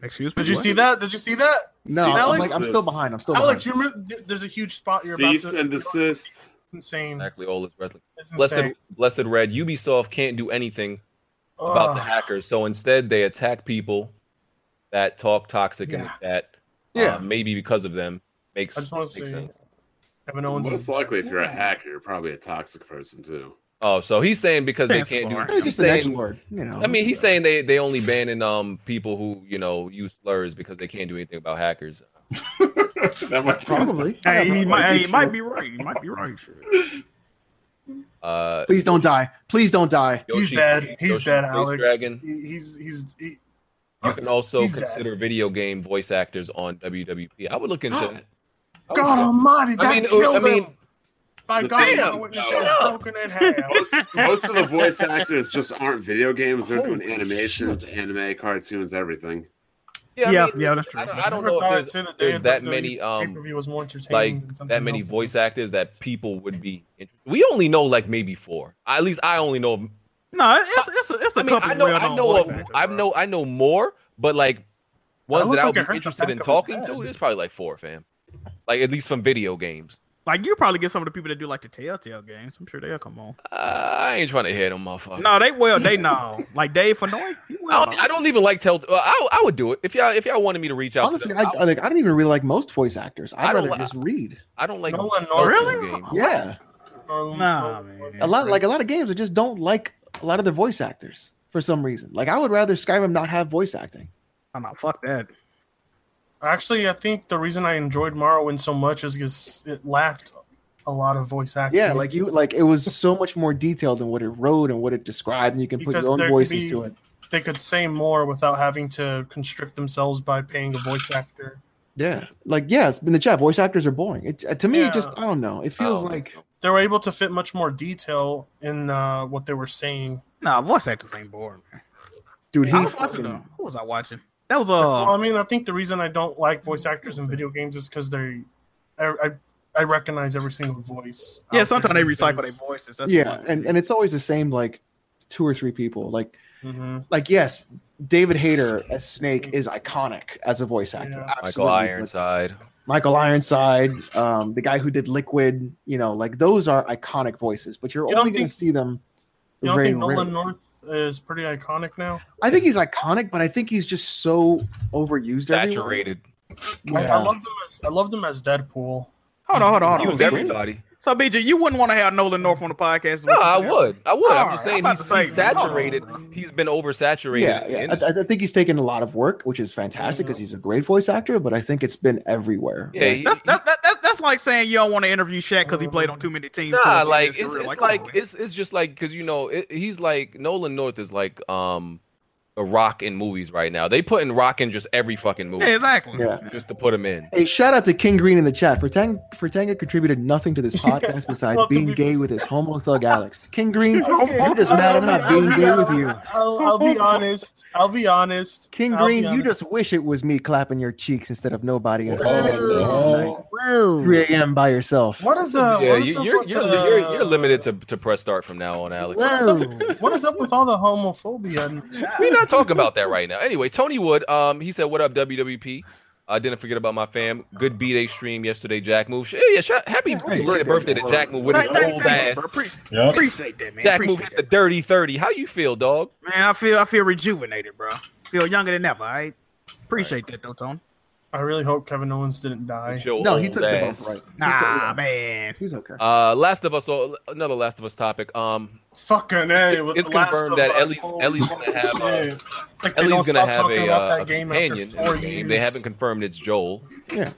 F: Excuse me.
A: Did you see that? Did you see that?
G: No,
A: See,
G: I'm,
A: Alex?
G: like, I'm still behind. I'm still
A: Alex,
G: behind.
A: you remember, th- there's a huge spot you're about
E: Cease
A: to.
E: and desist.
A: insane.
D: Exactly, all this wrestling.
A: It's
D: Blessed,
A: insane.
D: blessed red. Ubisoft can't do anything about the
A: Ugh.
D: hackers, so instead they attack people that talk toxic in the
A: Yeah.
D: chat.
G: Yeah.
D: uh, maybe because of them makes.
A: I just want
D: makes
A: to say,
D: sense.
A: Kevin Owens
E: Most
A: is
E: likely, if you're a hacker, you're probably a toxic person too.
D: Oh, so he's saying because they
F: Chances
D: can't do.
F: are.
G: Hey,
D: he's
G: just the
D: saying-
G: next word. You know.
D: I mean, he's saying they they only banning um people who you know use slurs because they can't do anything about hackers.
B: That might
D: [LAUGHS]
G: probably.
F: Hey, he,
G: Whatever.
F: might, hey, he might be right. He might be [LAUGHS] right.
D: Uh,
G: Please don't die. Please don't die.
A: He's
D: Yoshi-
A: dead. He's
D: Yoshi
A: dead,
D: Space
A: Alex.
D: Dragon.
A: He, he's he's he,
D: You can also
A: He's dead.
D: consider video game
A: [GASPS]
D: voice actors on WWP. I E. would look into that. I would
A: God
D: look-
A: Almighty. That
D: Oh, I mean,
A: killed
D: I mean,
A: him. By
E: The
A: God,
E: thing-
A: my witness is broken
D: [LAUGHS]
A: in half.
E: [LAUGHS] Most of the voice actors just aren't video games. They're doing animations, anime, cartoons, everything.
F: Yeah,
D: mean,
F: yeah, that's true.
D: I don't, I don't
A: Never
D: know
A: thought I'd
D: if
A: say
D: there's,
A: the day
D: there's
A: of
D: that
A: WWE
D: many um
A: Pay-per-view was more entertaining
D: like
A: than something
D: that many
A: else.
D: voice actors that people would be. interested. We only know like maybe four. At least I only know.
F: No, it's it's a, it's a
D: I mean,
F: couple
D: I know,
F: well
D: I
F: known
D: know,
F: voice
D: a,
F: actors,
D: I
F: bro.
D: know, I know more, but like ones
A: looks
D: that I
A: like
D: would
A: it hurt
D: be
A: the
D: interested in
A: back of his
D: talking to,
A: head.
D: it's probably like four, fam. Like at least from video games.
F: Like you probably get some of the people that do like the Telltale games. I'm sure they'll come on.
D: Uh, I ain't trying to hear them, motherfucker.
F: No, they will. They know. Like Dave Fanoy. he will
D: I don't,
F: know.
D: I don't even like tell. Uh, I, I would do it if y'all if y'all wanted me to reach out.
G: Honestly,
D: to
G: I,
D: them,
G: I, like, I don't even really like most voice actors. I'd
D: I don't
G: rather
D: li-
G: just read.
D: I, I don't like
A: Nolan
D: no
A: North
D: video
A: is-
D: game.
G: Yeah,
A: Um,
F: Nah,
A: um,
F: man.
G: a lot like a lot of games. I just don't like a lot of the voice actors for some reason. Like I would rather Skyrim not have voice acting.
F: I'm not. Fuck that.
A: Actually, I think the reason I enjoyed Morrowind so much is because it lacked a lot of voice acting.
G: Yeah, like you, like it was so much more detailed than what it wrote and what it described, and you can put
A: Because
G: your
A: there
G: own
A: could
G: voices
A: be-
G: to it.
A: they could say more without having to constrict themselves by paying a voice actor.
G: Yeah, like yes, in the chat, voice actors are boring. It to me,
A: Yeah.
G: just I don't know. It
D: I don't
G: feels like
D: know.
A: They were able to fit much more detail in uh, what they were saying.
F: Nah, voice actors ain't boring, man.
G: dude, he
F: I was watching
G: fucking-
F: though. Who was I watching? That was
G: Oh.
A: well, I
F: uh
A: mean, I think the reason I don't like voice actors in video games is because they, I, I, I recognize every single voice.
F: yeah.
A: out
F: Sometimes they
A: there
F: recycle their
A: because-
F: voices. That's the
G: yeah,
F: one.
G: and, and it's always the same like two or three people. Like
A: Mhm.
G: like yes, David Hayter as Snake is iconic as a voice actor.
A: Yeah.
D: Michael
G: Absolutely.
D: Ironside.
G: Michael Ironside, um, the guy who did Liquid, you know, like those are iconic voices, but you're
A: You don't
G: only going
A: think-
G: to see them
A: You don't
G: very
A: think
G: rarely.
A: Nolan North is pretty iconic now?
G: I think he's iconic, but I think he's just so overused. everywhere.
D: Saturated.
A: I,
G: Yeah.
A: I love them as I love them as Deadpool.
F: Hold on, hold on,
D: He
F: hold
D: was
F: on.
D: everybody.
F: So BJ, you wouldn't want to have Nolan North on the podcast. is
D: No,
F: what
D: I
F: you're saying?
D: would. I would. I'm just
F: Alright,
D: saying
F: I'm
D: he's,
F: about to
D: he's
F: say, hold on.
D: saturated. He's been oversaturated. in
G: Yeah,
D: the
G: yeah.
D: industry.
G: I, I think he's taken a lot of work, which is fantastic because he's a great voice actor. But I think it's been everywhere.
D: Mm-hmm. yeah.
G: Like,
D: he-
F: That's,
D: he-
F: that's, that, that's, that's like saying you don't want to interview Shaq because he played on too many teams. towards the
D: Nah,
F: end of
D: like
F: his
D: it's,
F: career.
D: it's
F: come on,
D: like
F: man.
D: it's it's just like because you know it, he's like Nolan North is like um a rock in movies right now. They putting rock in just every fucking movie
F: yeah, exactly.
G: yeah.
D: just to put him in.
G: Hey, shout out to King Green in the chat. Fratang, Fratanga contributed nothing
D: [LAUGHS]
G: to this podcast besides
A: Well, to
G: being
A: be-
G: gay with his homo thug Alex.
A: [LAUGHS]
G: King Green, you're just
A: I'll
G: mad I'm
A: be-
G: not
A: I'll
G: being
A: be-
G: gay with you.
A: I'll, I'll be honest. I'll be honest.
G: King
A: I'll be
G: Green, you
A: honest.
G: just wish it was me clapping your cheeks instead of nobody
H: Oh,
G: at all.
A: Oh, Whoa.
G: 3 a.m. by yourself.
A: What is uh?
D: yeah,
A: what is
D: you,
A: up
D: you're
A: with
D: you're,
A: the-
D: you're you're limited to, to press start from now on, Alex.
A: Whoa. what is up with all the homophobia? And,
D: We're not talking about that right now. Anyway, Tony Wood, um, he said, "What up, WWP? I didn't forget about my fam. Good B day stream yesterday. Jack Move. Yeah, yeah. shout- Happy
G: great,
D: belated
G: great,
D: birthday to Jack Move with his
F: Thank- thank-
D: old ass.
F: thanks, bro. Pre-
H: Yeah.
F: Appreciate that, man.
D: Jack Move
F: Appreciate
D: hit the
F: that.
D: dirty thirty. How you feel, dog?
F: Man, I feel I feel rejuvenated, bro. Feel younger than ever. I appreciate that though, Tony.
A: I really hope Kevin Owens didn't die.
D: With your
G: No, he
D: old
G: took the bump
D: ass.
G: right.
F: Nah, man.
G: He's okay.
D: Uh, Last of Us, oh, another Last of Us topic. Um,
A: Fucking a. With
D: it's
A: the Last
D: confirmed
A: of
D: that
A: Us.
D: Ellie's-
A: Holy [LAUGHS]
D: Ellie's gonna have, uh,
A: shit. It's like they don't
D: Ellie's gonna
A: stop
D: have
A: talking
D: a,
A: about
D: uh,
A: that
D: a
A: game
D: companion.
A: after
D: in
A: four
D: the
A: years.
D: game. They haven't confirmed it's Joel.
G: Yeah.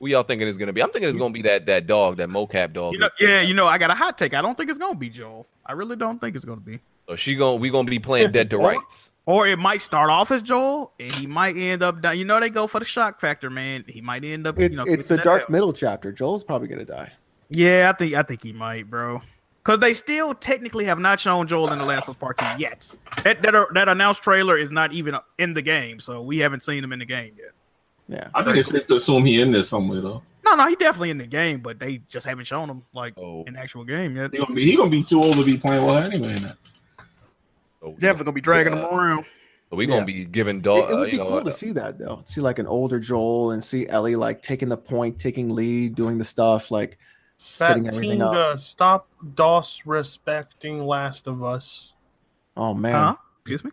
D: Who y'all thinking it's gonna be? I'm thinking it's gonna be that that dog, that mocap dog.
F: You know, yeah, you know, I got a hot take. I don't think it's gonna be Joel. I really don't think it's gonna be.
D: so she gonna we gonna be playing Dead to Rights.
F: Or it might start off as Joel, and he might end up dying. You know, they go for the shock factor, man. He might end up.
G: It's
F: you know,
G: it's
F: kicking
G: the
F: that
G: dark
F: out.
G: middle chapter. Joel's probably gonna die.
F: Yeah, I think I think he might, bro. Because they still technically have not shown Joel in the Last of Us Part Two yet. That that, that announced trailer is not even in the game, so we haven't seen him in the game yet.
G: Yeah.
H: I think it's safe to assume he in there somewhere though.
F: No, no, he definitely in the game, but they just haven't shown him like
D: Oh.
F: in the actual game yet.
H: He gonna be he gonna be too old to be playing with her anyway. Now.
D: So,
F: Definitely gonna be dragging him
D: Yeah.
F: around.
D: so we gonna
G: Yeah.
D: be giving
G: It,
D: dog.
G: it
D: uh,
G: would
D: you
G: be
D: know,
G: cool to see that though. See like an older Joel and see Ellie like taking the point, taking lead, doing the stuff. Like Setting everything up.
A: Fatinga, stop DOS respecting Last of Us.
G: oh man,
F: Huh? Excuse me.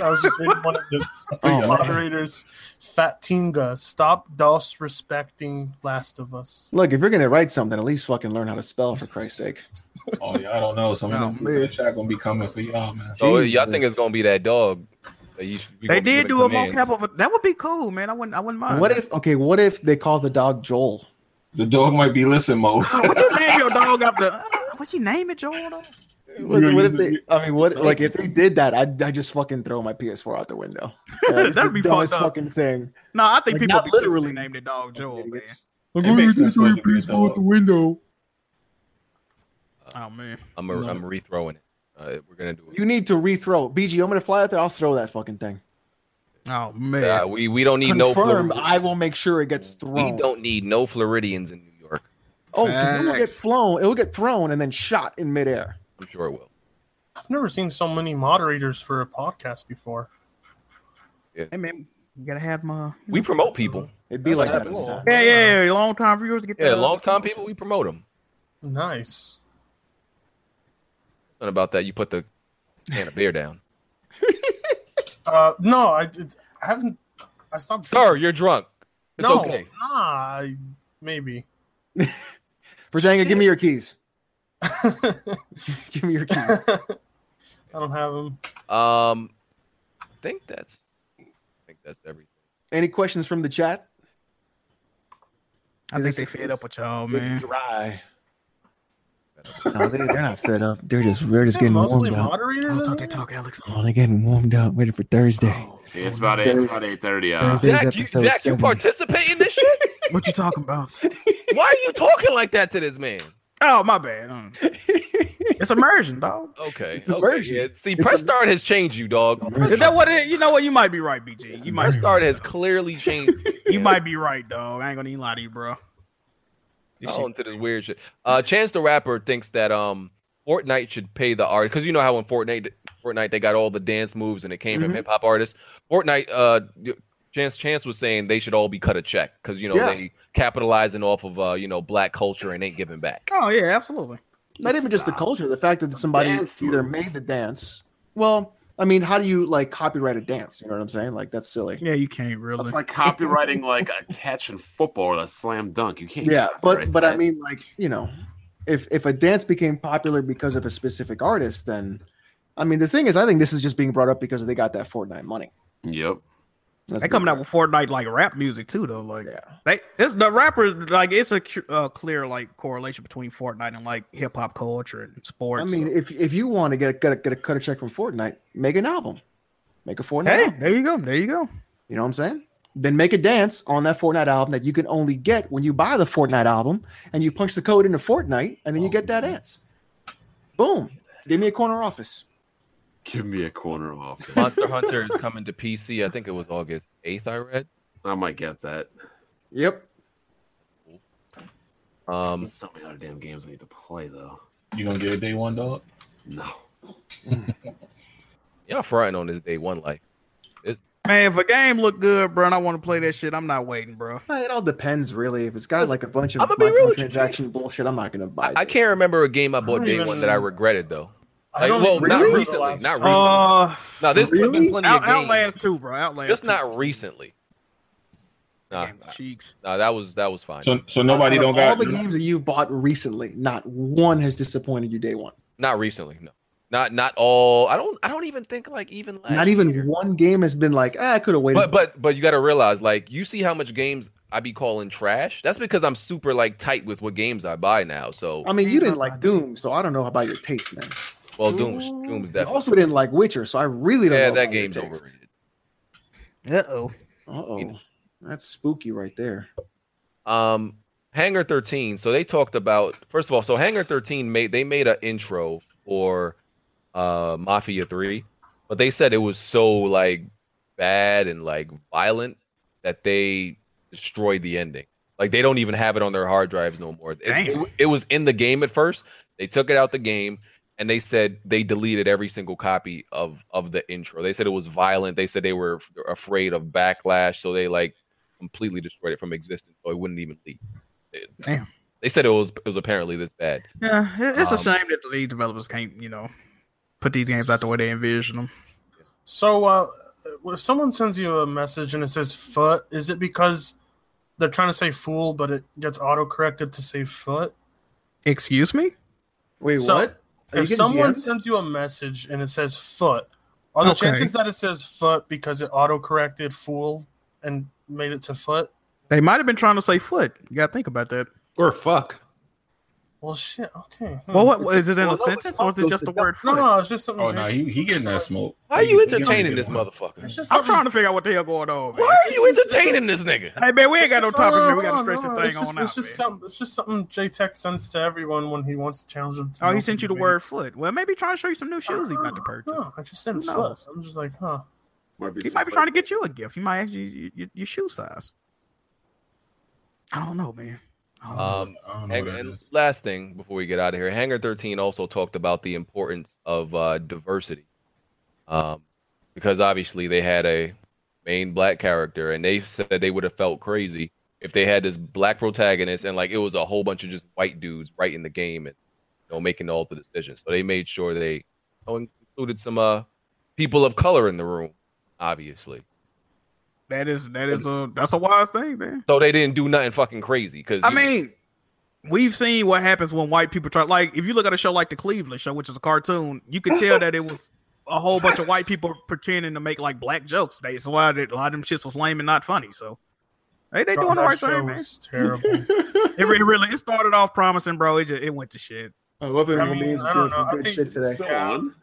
A: I was
D: [LAUGHS]
A: just reading one of the
G: Oh, man.
A: moderators. Fatinga, stop DOS respecting Last of Us.
G: look if you're gonna write something, at least fucking learn how to spell for Christ's sake.
H: Oh yeah, I don't know. Some
F: Oh,
H: of them
F: man.
H: that shot gonna be coming for y'all, man.
D: so y'all think
G: Jesus.
D: it's gonna be that dog? that you- we
F: They
D: gonna be
F: did
D: giving
F: do a
D: commands.
F: mocap of it. That would be cool, man. I wouldn't. I wouldn't mind.
G: What
F: that.
G: if okay? What if they call the dog Joel?
H: The dog might be listen mode.
F: [LAUGHS] what you name your dog after? [LAUGHS] What you name it, Joel? though?
G: What,
H: gonna
G: what if
H: use
G: they? uh,
H: it-
G: I mean, what like if they did that? I'd, I'd just fucking throw my PS4 out the [LAUGHS] window. Yeah, it's
F: That'd
G: the
F: be
G: dumbest
F: fucked up.
G: fucking thing.
F: No, I think
G: Like,
F: people
G: not
F: be literally
G: literally.
F: named their dog Joel, man.
G: Idiots.
H: It makes sense for it to be a dog.
J: window.
F: Oh man.
D: Uh, I'm a, I'm rethrowing it. Uh, we're gonna do it.
G: You need to rethrow. BG, I'm gonna fly out there. I'll throw that fucking thing.
F: Oh man.
D: Uh, we we don't need no.
G: Confirm.
D: Flor-
G: I will make sure it gets thrown.
D: we don't need no Floridians in New York.
G: Oh, because it'll get
F: Facts.
G: flown. It'll get thrown and then shot in midair.
D: I'm sure it will.
A: I've never seen so many moderators for a podcast before.
F: Hey man, you gotta have my.
D: We promote people.
G: It'd be like that.
A: That's
G: this time.
F: Yeah, yeah, yeah. Long time viewers get
D: Yeah,
F: that.
D: long time people. We promote them.
A: Nice.
D: Nothing about that. You put the can of beer down.
A: Uh, no, I, did- I haven't. I stopped.
D: Sir, you're drunk. It's
A: no,
D: okay.
A: nah, I, maybe. [LAUGHS]
G: Virginia, give me your keys. [LAUGHS] give me your keys.
A: [LAUGHS] I don't have them.
D: Um, I think that's. I think that's everything.
G: Any questions from the chat?
F: I think they fed up with y'all, man.
G: dry. No, they, they're not fed up. They're just we're
A: Is
G: just
A: it
G: getting
A: mostly
G: warmed up.
A: moderators.
F: Don't
A: in
F: talk
A: there?
F: that talk, Alex.
G: Oh, they're getting warmed up, ready for Thursday.
E: It's about eight. It's about eight thirty. Uh,
G: Thursday's
D: Jack, you,
G: episode
D: Jack you [LAUGHS]
G: seven.
D: participate in this shit?
F: [LAUGHS] What you talking about?
D: Why are you talking like that to this man?
F: Oh my bad. Um, it's immersion, [LAUGHS] dog.
D: Okay.
G: a
D: okay
G: version.
D: yeah. See, press start has changed you, dog.
F: Is that what it? You know what? You might be right, BG. You might.
D: Press
F: Be,
D: start has clearly changed.
F: you might be right, dog. I ain't gonna even lie to you, bro.
D: be all into this weird shit. Uh, Chance the Rapper thinks that um Fortnite should pay the artist because you know how in Fortnite Fortnite they got all the dance moves and it came from hip hop artists. Fortnite uh Chance Chance was saying they should all be cut a check because you know
G: Yeah.
D: they capitalizing off of uh you know black culture and ain't giving back.
F: Oh yeah, absolutely.
G: Not even just the culture, the fact that somebody
E: Dance
G: either
E: move.
G: made the dance. Well, I mean, how do you like copyright a dance? You know what I'm saying? Like that's silly.
F: Yeah, you can't really.
E: it's like copywriting like a catch in football or a slam dunk. You can't.
G: yeah but
E: copyright
G: but i
E: that.
G: mean like you know if if a dance became popular because of a specific artist then i mean the thing is i think this is just being brought up because they got that fortnite money
E: Yep.
G: That's
F: They
G: the-
F: coming out with Fortnite like rap music too, though. Like,
G: yeah
F: They, it's the rappers like it's a cu- uh, clear like correlation between Fortnite and like hip hop culture and sports.
G: i mean if if you want to get a, get a get a cut a check from fortnite make an album make a fortnite
F: hey,
G: album,
F: there you go, there you go.
G: you know what i'm saying then make a dance on that Fortnite album that you can only get when you buy the Fortnite album and you punch the code into Fortnite and then you get that dance. Boom. Give me a corner office.
E: Give me a corner off.
D: Monster Hunter is coming to PC. I think it was August eighth. I read.
E: I might get that.
G: Yep.
D: Um,
E: There's so many other damn games I need to play though.
H: You gonna get a day one dog?
E: No.
D: y'all fronting on this day one life.
F: Man, if a game look good, bro, and I want to play that shit, I'm not waiting, bro.
G: Uh, It all depends, really. If it's got like a bunch of
D: I'ma be real with you,
G: microtransaction bullshit, I'm not gonna buy.
D: I, I can't remember a game I bought
A: don't
D: day
A: even-
D: one that I regretted though.
A: I
D: Like,
A: don't
D: well, not
A: remember the
D: recently,
A: last
D: not
A: time.
D: recently.
F: Uh,
D: Now there's been
G: really?
D: plenty of
F: Out,
D: games.
F: Outlast too, bro. Outlast.
D: Just
F: two.
D: not recently. Nah,
F: Damn, cheeks.
D: nah, that was that was fine.
H: So, so nobody
G: Out
H: don't
G: of
H: got
G: all the games that you bought recently. Not one has disappointed you day one.
D: Not recently, no. Not not all. I don't I don't even think like even last
G: Not even
D: year.
G: one game has been like, ah, I could have waited.
D: But but but you got to realize like you see how much games I be calling trash. That's because I'm super like tight with what games I buy now. So
G: I mean, you didn't like Doom, so I don't know about your taste, man.
D: well, Doom was- Doom was
G: You
D: definitely
G: also didn't like Witcher, so I really don't.
D: yeah.
G: know
D: That
G: about your
D: game's
G: taste.
D: overrated.
F: Uh oh.
G: Uh-oh. That's spooky right there.
D: um Hangar 13. So they talked about first of all, so Hangar 13 made they made an intro for uh Mafia 3, but they said it was so like bad and like violent that they destroyed the ending. Like they don't even have it on their hard drives no more. It,
F: Damn.
D: it- it was in the game at first. They took it out the game and they said they deleted every single copy of of the intro. They said it was violent. They said they were f- afraid of backlash, so they like completely destroyed it from existence, so it wouldn't even leak. It-
F: Damn.
D: They said it was it was apparently this bad.
F: Yeah, it- it's
D: Um,
F: a shame that the lead developers can't, you know, put these games out the way they envision them.
A: So, uh, if someone sends you a message and it says foot, is it because they're trying to say fool, but it gets auto corrected to say foot?
F: Excuse me?
G: Wait,
A: So,
G: what? Are you
A: if
G: getting
A: someone
G: DM'd?
A: sends you a message and it says foot, are the
F: Okay.
A: chances that it says foot because it auto corrected fool and made it to foot?
F: They might have been trying to say foot. You gotta think about that.
I: Or fuck.
A: Well, shit. Okay. hmm.
F: Well, what what- is it in
D: Well,
F: a
D: nobody
F: sentence or is it
D: wants
F: just
D: us
F: a
D: to
F: word?
A: No,
F: for it?
A: no, it's just something.
B: Oh no, he, he getting that smoke.
D: How are you
B: He- he gonna
D: entertaining
B: get
D: this
B: one.
D: motherfucker?
A: It's just
F: I'm
A: something-
F: trying to figure out what the hell going on. Man.
D: Why are you
A: It's just-
D: entertaining
A: it's
D: this nigga?
F: Hey man, we ain't got no
A: It's just-
F: topic, man. We
A: no,
F: gotta
A: no,
F: stretch
A: no,
F: this
A: it's
F: thing
A: just-
F: on out.
A: It's just
F: man.
A: something. It's just something J Tech sends to everyone when he wants to challenge them. To
F: Oh, he
A: an
F: sent you the
A: open
F: word foot. Well, maybe trying to show you some new shoes he about to
A: debate.
F: purchase.
A: Huh, I just sent
F: Who
A: foot.
F: knows?
A: I'm just like, huh.
E: Might be
F: He might be trying to get you a gift. He might ask you you- you- your shoe size. I don't know, man. I don't know.
D: Um,
B: I don't know
D: and,
B: what that
D: and
B: is.
D: last thing before we get out of here, Hanger 13 also talked about the importance of uh, diversity, um, because obviously they had a main black character, and they said that they would have felt crazy if they had this black protagonist and like it was a whole bunch of just white dudes writing the game and you know making all the decisions. So they made sure they you know, included some uh, people of color in the room, obviously.
F: that is that is a that's a wise thing, man.
D: So they didn't do nothing fucking crazy. Because
F: I mean, we've seen what happens when white people try. Like, if you look at a show like the Cleveland Show, which is a cartoon, you can tell that it was a whole bunch of white people pretending to make like black jokes. They so a lot of, a lot of them shits was lame and not funny. So, hey, they doing the
A: That
F: right
A: show
F: thing, man.
A: was
G: [LAUGHS]
A: terrible.
F: It re- really it started off promising, bro. It just it went to shit.
J: I love that
A: I
J: Uncle
A: mean,
J: Beans
A: I
J: doing
A: don't know.
J: some
A: I
J: good
A: think uh,
J: shit today.
E: So on.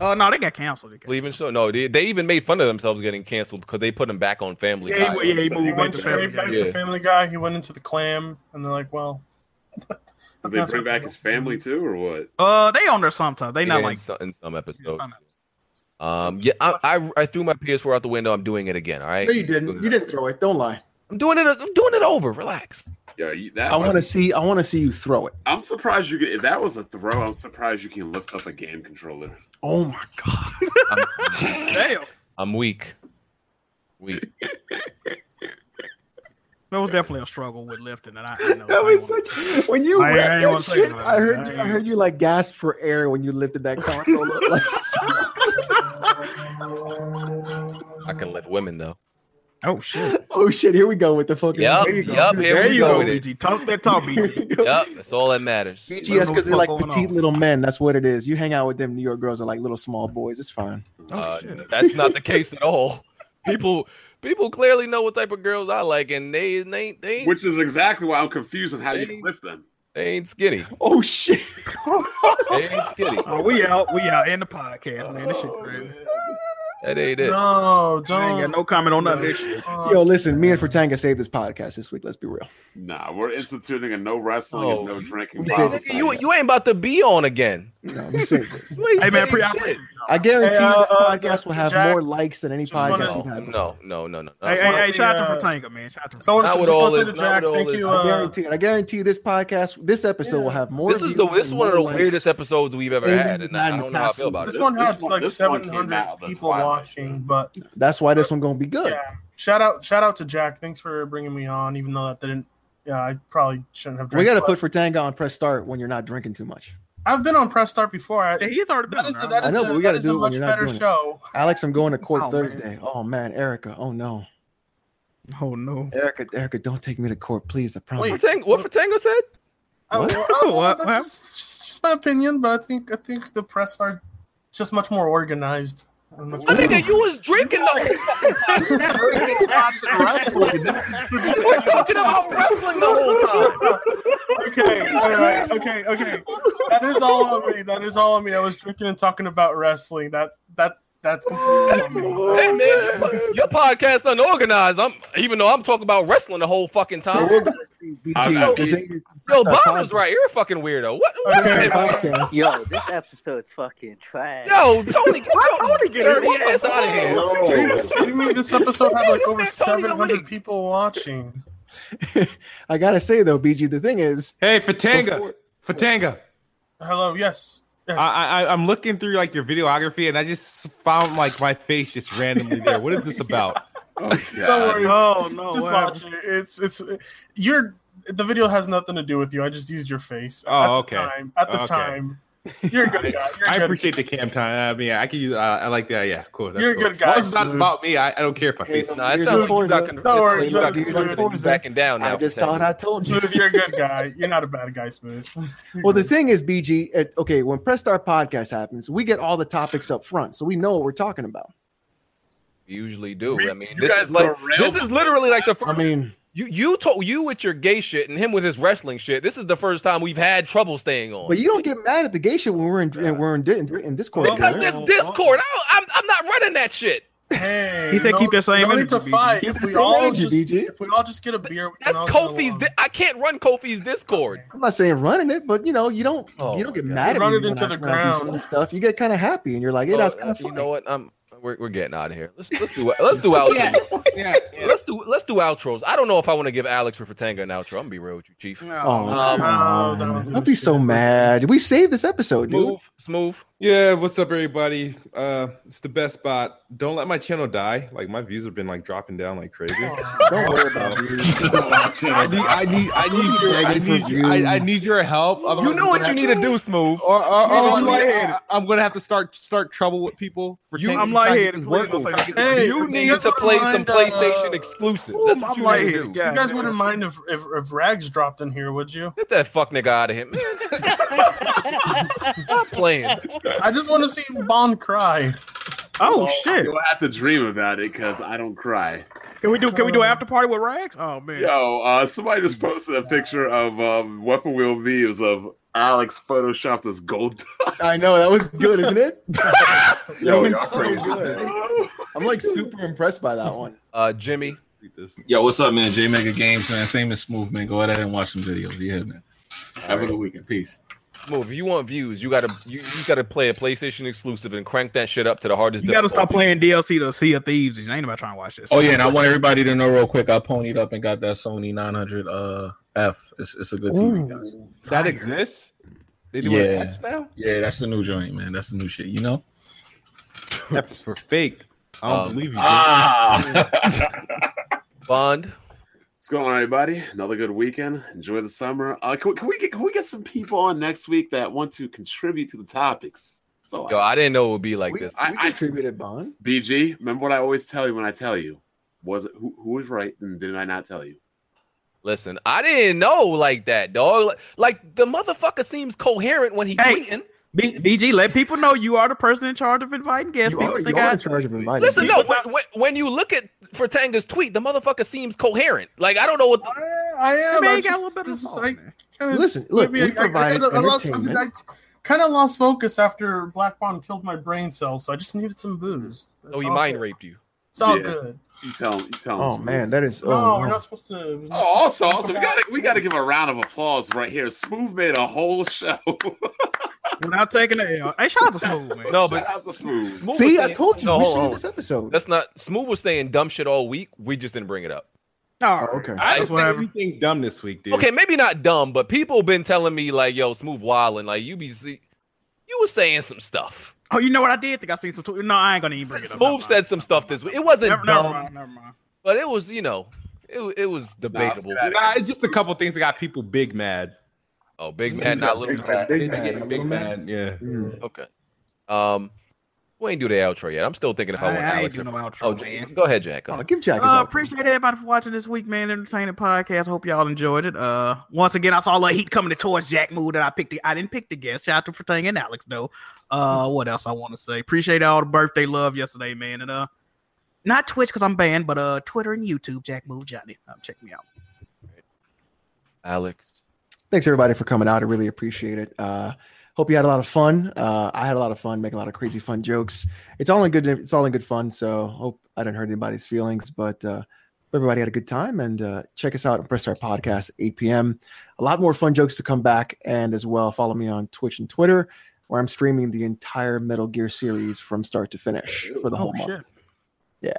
F: Oh no, they got canceled. They got
D: Cleveland Show. No, they, they even made fun of themseled getting canceled because they put him back on Family
F: Yeah,
D: Guy.
F: he, yeah, he
A: He
F: moved back
A: went
F: to
A: straight
F: family.
A: back
F: Guy.
A: to Family Guy. He went into the clam, and they're like, well.
E: Did they bring back his family too, or what?
F: Uh, they on there sometimes. They
D: Yeah,
F: not
D: in
F: like
D: some, in some
F: Yeah,
D: episodes.
F: some episodes.
D: Um, yeah, I, I I threw my PS4 out the window. I'm doing it again. All right.
G: No, you didn't. You didn't throw it. Don't lie.
D: I'm doing it. I'm doing it over. Relax.
E: Yeah, you, that.
G: I want to see. I want to see you throw it.
E: I'm surprised you. Could, if that was a throw, I'm surprised you can lift up a game controller.
G: Oh my god.
D: I'm,
F: damn.
D: I'm weak. Weak.
F: That was definitely a struggle with lifting, and I, I know.
G: That was such when you
F: I- I
G: read
F: ain't
G: that
F: wanna say
G: shit.
F: nothing.
G: I heard
F: I
G: you, I
F: ain't-
G: heard you like gasp for air when you lifted that console. up. Like,
D: I can lift women though.
F: oh shit!
G: [LAUGHS] oh shit! Here we go with the fucking.
D: Yup.
G: There you go. [LAUGHS]
D: Yup. Here
F: There
D: we
F: you
D: go
F: go,
D: with it.
F: BG. Talk that talk, BG.
D: [LAUGHS] Yup. That's all that matters.
G: BGS because they're
F: What's
G: like
F: going
G: petite
F: on?
G: little men. That's what it is. You hang out with them New York girls are like little small boys. It's fine.
D: Uh,
F: Oh, shit.
D: that's not the case at all. People people clearly know what type of girls I like, and they they ain't they ain't,
E: Which is exactly why I'm confused on how you can lift them.
D: they ain't skinny.
G: Oh shit! [LAUGHS]
D: They ain't skinny.
F: Oh, we out. We out in the podcast, man. This shit crazy.
D: That ain't
F: [LAUGHS]
D: it.
A: No,
F: I ain't
A: don't.
F: got no comment on none of this shit.
A: Uh,
G: Yo, listen. Me and Fratanga saved this podcast this week. Let's be real.
E: Nah, we're instituting a no wrestling
D: Oh,
E: and no
D: you-
E: drinking.
G: you said-
E: policy.
D: Nigga, you you ain't about to be on again.
G: No, we saved
A: [LAUGHS]
G: this.
D: You ain't
F: Hey man,
D: saying
F: pre I
D: shit.
F: appreciate
G: I guarantee
A: Hey, uh,
G: you this
A: uh,
G: podcast will
A: Dr.
G: have
A: Jack,
G: more likes than any
A: just wanna-
G: podcast you've
D: No,
G: had.
D: no, no, no, no.
F: Hey,
A: Just
F: hey,
A: wanna
F: hey,
A: see,
F: shout
A: uh,
F: out to Fratanga, man. Shout out to
A: So I
F: Fratanga.
A: want
D: Not
A: to
D: with
A: just
D: all
A: wanna say to
D: this- not
A: Jack,
D: with all
A: thank
D: this.
A: you.
G: I
A: Uh,
G: guarantee it. I guarantee this podcast, this episode will have more.
D: this is the
G: views
D: this is
G: and
D: one of
G: more
D: the
G: likes.
D: weirdest episodes we've ever
G: Maybe
D: had, and I, I
G: nine
D: don't know how I
G: past
D: feel about
A: this
D: it.
E: This-
A: one
E: this
A: has
E: one-
A: like
E: this one came
A: 700
E: out, that's
A: people
E: why I like
A: watching,
E: it.
A: but
G: That's why this one gonna be good.
A: yeah. Shout out, shout out to Jack. Thanks for bringing me on, even though that didn't. Yeah, I probably shouldn't have.
G: We
A: Drank,
G: gotta
A: but
G: put Fratanga on press start when you're not drinking too much.
A: I've been on press start before. I,
F: Yeah, he's already been
A: that
F: on
A: is
F: there.
A: that
G: I
A: is
G: know,
A: a,
G: but we
A: that
G: gotta
A: is
G: do
A: a
G: it when
A: much
G: you're not
A: better
G: doing it.
A: show.
G: Alex,
A: [LAUGHS]
G: I'm going to court
F: Oh, man.
G: Thursday. Oh man, Erica. Oh no,
F: Oh no.
G: Erica, Erica, don't take me to court, please. I promise.
D: What Fatang- what Fatango said?
A: I-
G: What?
A: Oh, well, I- well,
F: What?
A: that's
F: What?
A: Just, just my opinion, but I think I think the press start just much more organized. and much
D: I
A: more-
D: think that you was drinking the whole fucking time. You was talking about wrestling the whole time.
A: [LAUGHS] okay, all right, okay, okay. That is all on me. That is all on me. I was drinking and talking about wrestling. That that that's completely on me.
D: [LAUGHS] Hey man, your- your podcast unorganized. I'm even though I'm talking about wrestling the whole fucking
G: But
A: [LAUGHS]
D: time.
G: we're gonna see BT.
E: I- I-
G: The thing is,
D: Yo,
G: press start
D: Bomber's
G: podcast-
D: right. You're a fucking weirdo. What?
A: Okay.
D: what
G: podcast.
K: Yo, this episode's fucking trash.
D: Yo, Tony, get your dirty ass out of here.
A: Are you kidding me? This episode had like over
D: You said Tony the
A: 700
D: Leak.
A: people watching.
G: I gotta say though, BG, the thing is,
I: Hey, Fatanga, Fatanga.
A: Hello, yes. yes.
I: I, I I'm looking through like your videography, and I just found like my face just randomly there. What is this about?
A: Don't worry.
F: Oh,
A: just,
F: no,
A: just
F: what
A: watch it. It's it's you're the video has nothing to do with you. I just used your face.
I: Oh,
A: At the
I: okay.
A: time- at the
I: Okay.
A: time, [LAUGHS] you're a good guy. You're
I: I
A: good.
I: appreciate the cam time. I mean, I can use. Uh, I like that. Yeah, cool. That's
A: You're a
I: cool.
A: good
I: As long
A: guy,
I: as it's not
A: dude.
I: about me. I, I don't care if I face.
D: Nah, it
G: Here's
D: sounds
G: your
D: like you got
G: Forza.
D: con-
A: Don't worry,
D: you got
A: here's your
D: convicted and you
G: Forza.
D: backing down now.
G: I just
D: Fatanga.
G: thought I told you.
A: [LAUGHS] Smooth, you're a good guy. You're not a bad guy, Smooth.
G: Well, the thing is, BG, at, okay, when Press Start Podcast happens, we get all the topics up front, so we know what we're talking about.
D: We usually do. I mean,
E: you
D: this
E: guys
D: is like
E: derailed
D: this is literally like the first
G: I mean,
D: You you told you with your gay shit and him with his wrestling shit. This is the first time we've had trouble staying on.
G: But you don't get mad at the gay shit when we're in we're in, di- in, in Discord.
D: because
G: together.
D: this Discord, I, am I'm not running that shit.
A: Hey,
G: He said
A: no-
G: keep that same
A: no need to
G: energy, BG.
A: fight.
G: Keep
A: If
G: the
A: we
G: same
A: all
G: energy,
A: just,
G: BG.
A: if we all just get a beer, we
D: That's
A: can all get along.
D: Kofi's. Di- I can't run Kofi's Discord.
G: I'm not saying running it, but you know, you don't
D: Oh
G: you don't get
D: my God.
G: mad at
D: Run
G: me
D: it
G: when
D: into
G: I-
D: the
G: when I do
D: ground.
G: silly stuff. You get kind of happy, and you're like, "Yeah,
D: So,
G: that's kind
D: uh,
G: of
D: you
G: funny."
D: know what? I'm we're, we're getting out of here. Let's let's do let's do outros.
G: [LAUGHS] Yeah,
D: Let's do let's do outros. I don't know if I want to give Alex for Fatanga an outro. I'm gonna be real with you, Chief.
G: Oh, come on. don't be so mad. We saved this episode, dude.
D: Smooth.
H: Yeah, what's up, everybody? Uh, it's the best spot. Don't let my channel die. Like my views have been like dropping down like
I: [LAUGHS]
H: crazy.
G: Don't worry
H: about I need, I need, I need your, I need, your, I, I need your help. Otherwise,
D: You know
H: I'm
D: what
H: gonna
D: you need
H: have
D: to do, Smooth.
H: Or, or, or,
D: You
H: I'm,
D: need-
H: like, I, am gonna have to start start trouble with people for
D: You-
H: taking-
D: I'm lightheaded,
H: this
D: please
H: work
D: don't say
H: over.
D: that. Hey, You need to play some PlayStation exclusives. That's what you need to do.
A: You guys wouldn't mind if, if, if Rags dropped in here, would
D: [LAUGHS]
A: you?
D: Get that fuck nigga out of here. Stop playing.
A: I just want to see Bond cry.
F: Oh, shit.
E: You'll have to dream about it because I don't cry.
F: Can we do can we do an after party with Rags? Oh man.
E: Yo, uh, somebody just posted a picture of um, Weapon Wheel memes of Alex photoshopped as gold.
G: I know that was good, isn't it?
E: [LAUGHS] Yo,
G: That was
E: y'all
G: so
E: crazy.
G: good. I'm like super impressed by that one.
D: Uh, Jimmy.
B: Yo, what's up, man? J Mega Games, man. Same as Smooth, man. Go ahead and watch some videos. Yeah, man. Have a good weekend. Peace.
D: Move. If you want views, you gotta you, you gotta play a PlayStation exclusive and crank that shit up to the hardest.
F: You gotta
D: difficulty.
F: stop playing DLC to Sea of Thieves. Ain't nobody trying to watch this.
B: Oh yeah, and I want everybody to know real quick. I ponied up and got that Sony 900 uh F. It's, it's a good TV, guys.
I: That exists. They do
B: yeah,
I: apps now.
B: yeah, that's the new joint, man. That's the new shit. You know.
I: F is for fake. Um, I don't believe you.
B: Ah. [LAUGHS]
D: Bond.
E: What's going on, everybody? Another good weekend. Enjoy the summer. Uh, can, we, can we get can we get some people on next week that want to contribute to the topics? So
D: Yo, I didn't know it would be like this.
E: I, I
G: contributed Bond.
E: BG, remember what I always tell you when I tell you was it, who who was right and did I not tell you?
D: Listen, I didn't know like that, dog. Like the motherfucker seems coherent when he tweeting.
F: B- BG, let people know you are the person in charge of inviting guests.
G: You
F: people
G: are,
F: think
G: you are
F: I-
G: in charge of inviting.
D: Listen, no,
G: people.
D: when, when, when you look at Fertanga's tweet, the motherfucker seems coherent. Like I don't know what. The,
A: I am.
F: Man,
A: I
F: you got
A: just,
F: a little bit of
A: this is,
F: salt,
A: I kinda
G: Listen,
A: just-
G: look,
A: maybe
G: we provided
A: kinda lost-
G: entertainment.
A: I kind of lost focus after Black Bond killed my brain cells, so I just needed some booze. That's
D: oh, he
A: all
D: mind
A: good.
D: raped you.
A: It's all
E: Yeah.
A: good.
E: You tell him. You tell him.
G: Oh man, that is.
A: No,
G: Oh, no.
A: we're not supposed to.
E: Oh, also, also, we gotta we gotta give a round of applause right here. Smooth made a whole [LAUGHS] show.
F: without taking the L. Hey, shout out to Smooth, man.
D: No,
E: Shout
D: but
E: out to Smooth.
D: Smooth
G: See,
D: was
G: I
D: saying-
G: told you
D: No, hold on,
G: we saved
D: hold on.
G: this episode.
D: That's not Smooth was saying dumb shit all week. We just didn't bring it up.
F: All
G: Oh,
F: right.
G: okay.
I: I
D: I
I: didn't say
F: whatever.
I: anything dumb this week, dude.
D: Okay, maybe not dumb, but people been telling me like, "Yo, Smooth wildin'." Like you be see, you was saying some stuff.
F: Oh, you know what I did? Think I seen some. Tw- no, I ain't gonna even bring it up. Never
D: Smooth
F: mind.
D: said some stuff this week. It wasn't
F: Never, never
D: dumb,
F: mind. Never mind.
D: but it was you know, it it was debatable.
I: Nah, it's just a couple things that got people big mad.
D: oh, big man, not little man.
I: Big mad, big mad. Yeah.
G: Mm.
D: Okay. Um, we ain't do the outro yet. I'm still thinking if I,
F: I,
D: want
F: I ain't
D: Alex.
F: doing
D: or-
F: no outro,
D: oh,
F: man.
D: go ahead, Jack. Go
G: Oh,
D: ahead.
G: give Jack his
F: Uh,
G: outro.
F: appreciate everybody for watching this week, man. Entertaining podcast. Hope y'all enjoyed it. Uh, once again, I saw a lot of heat coming towards Jack Mood that I picked. The, I didn't pick the guest. Shout out to Fratang and Alex though. Uh, what else I want to say? Appreciate all the birthday love yesterday, man. And uh, not Twitch because I'm banned, but uh, Twitter and YouTube. Jack Mood Johnny. Um, check me out.
D: Alex.
G: Thanks everybody for coming out. I really appreciate it. Uh, hope you had a lot of fun. Uh, I had a lot of fun making a lot of crazy fun jokes. It's all in good. It's all in good fun. So hope I didn't hurt anybody's feelings, but uh, everybody had a good time. And uh, check us out and press our podcast at 8 p.m. A lot more fun jokes to come back, and as well follow me on Twitch and Twitter, where I'm streaming the entire Metal Gear series from start to finish for the whole month. Yeah.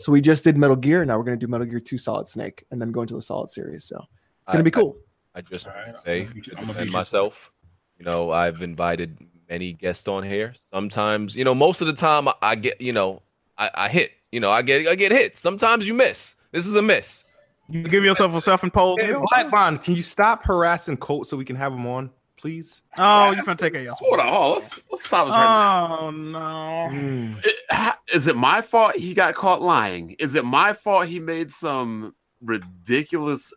G: So we just did Metal Gear. Now we're gonna do Metal Gear 2 Solid Snake, and then go into the Solid series. So it's gonna
D: I-
G: be cool.
D: I just
B: All right,
D: say
B: I'm gonna
D: to
B: be- I'm gonna
D: defend
B: be-
D: myself. You know, I've invited many guests on here. Sometimes, you know, most of the time I, I get, you know, I, I hit. You know, I get I get hit. Sometimes you miss. This is a miss.
F: You give yourself a self-imposed.
I: Hey, Black Bond, can you stop harassing Colt so we can have him on, please?
F: Oh, you finna take a yes.
E: Hold on, hold on. oh, Let's, let's stop and
G: Uh,
E: try
F: Oh no.
G: Mm.
E: to- It- ha- Is it my fault he got caught lying? Is it my fault he made some ridiculous,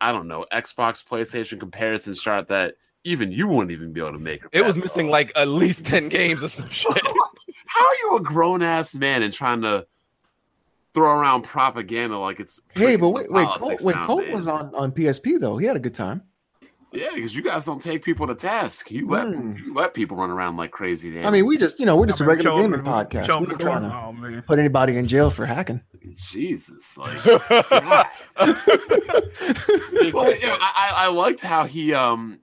E: I don't know, Xbox PlayStation comparison chart that even you wouldn't even be able to make? or
D: It was
E: pass
D: missing
E: off?
D: like at least [LAUGHS] ten games or some shit.
E: How are you a grown ass man and trying to throw around propaganda like it's
G: Hey, but wait, wait, Colt,
E: politics
G: wait,
E: now,
G: Colt
E: man.
G: was on, on PSP though. He had a good time.
E: yeah because you guys don't take people to task. You let you let people run around like crazy.
G: Hmm. I mean, we just you know we're just a
E: mean,
G: regular
E: show 'em
G: gaming
E: the-
G: podcast.
E: show 'em
G: We're
E: the
G: not trying
E: door.
G: to
E: Oh, man.
G: put anybody in jail for hacking.
E: Jesus, [LAUGHS] like, God. [LAUGHS] Well, you know, I, I I liked how he um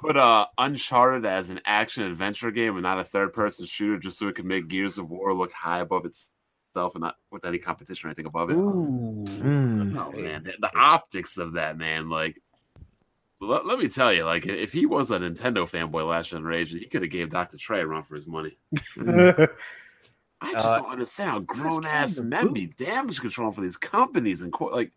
E: put uh Uncharted as an action adventure game and not a third person shooter, just so it could make Gears of War look high above itself and not with any competition or anything above it.
G: Ooh. Mm.
E: Oh man, the, the optics of that man, like. Let, let me tell you, like if he was a Nintendo fanboy last generation, he could have gave Dr. Trey a run for his money.
G: [LAUGHS]
E: I just
J: Uh,
E: don't understand how grown ass men be damage control for these companies and co- like.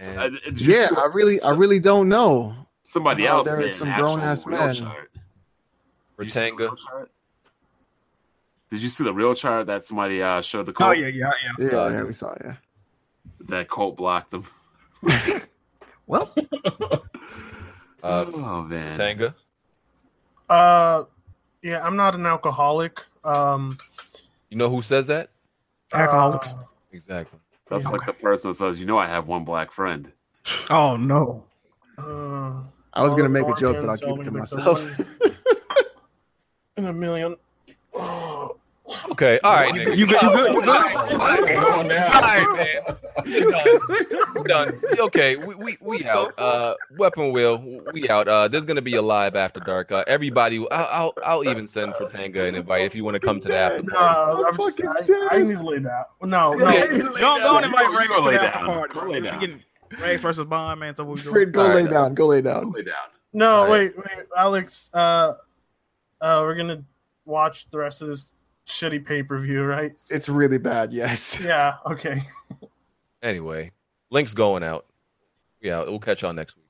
E: Uh, did you
G: Yeah,
E: see
G: I really I really don't know.
E: somebody
G: Well,
E: else
G: there
E: made
G: is some
E: an actual
G: grown-ass
E: real
G: men.
E: chart. Ratanga. Did you see the real chart that somebody uh, showed the Colt?
F: Oh yeah, yeah, yeah.
G: Yeah, yeah, we saw yeah.
E: That Colt blocked him.
G: well.
E: [LAUGHS] oh man.
D: Tanga.
A: Uh, yeah, I'm not an alcoholic. Um,
D: You know who says that?
F: Uh,
A: Alcoholics.
D: Exactly.
E: That's
A: Yeah.
E: like the person that says, "You know, I have one black friend."
F: Oh no.
A: Uh,
G: I was gonna
A: Olive
G: make a joke, but I'll
A: Orange
G: keep it to
A: and
G: myself. [LAUGHS]
A: in a million. [SIGHS]
D: Okay, all right. nigga.
A: You good- you good- you good?
D: All right, man. You done. You done. Okay, we, we, we out. Uh, Weapon Will, we out. Uh, there's gonna be a live after dark. Uh, everybody, I'll, I'll I'll even send for Tanga an invite if you want to come to the after
A: No,
D: party.
A: I'm just, I, I need to lay down. No, no.
D: [LAUGHS] Yeah,
F: Don't don't invite
A: You go
F: Rex to
A: lay
F: the after
A: down.
F: party.
A: Go
F: bro.
A: lay
F: We
A: down.
F: getting Rex versus Bond, man. So what we doing?
G: Fred, go lay down. Go lay down.
E: Lay down.
A: No,
F: All right.
A: wait, wait, Alex. Uh, uh, we're gonna watch the rest of this shitty pay per view, right?
G: It's really bad. Yes.
A: Yeah. Okay.
D: Anyway, link's going out. Yeah, we'll catch y'all next week.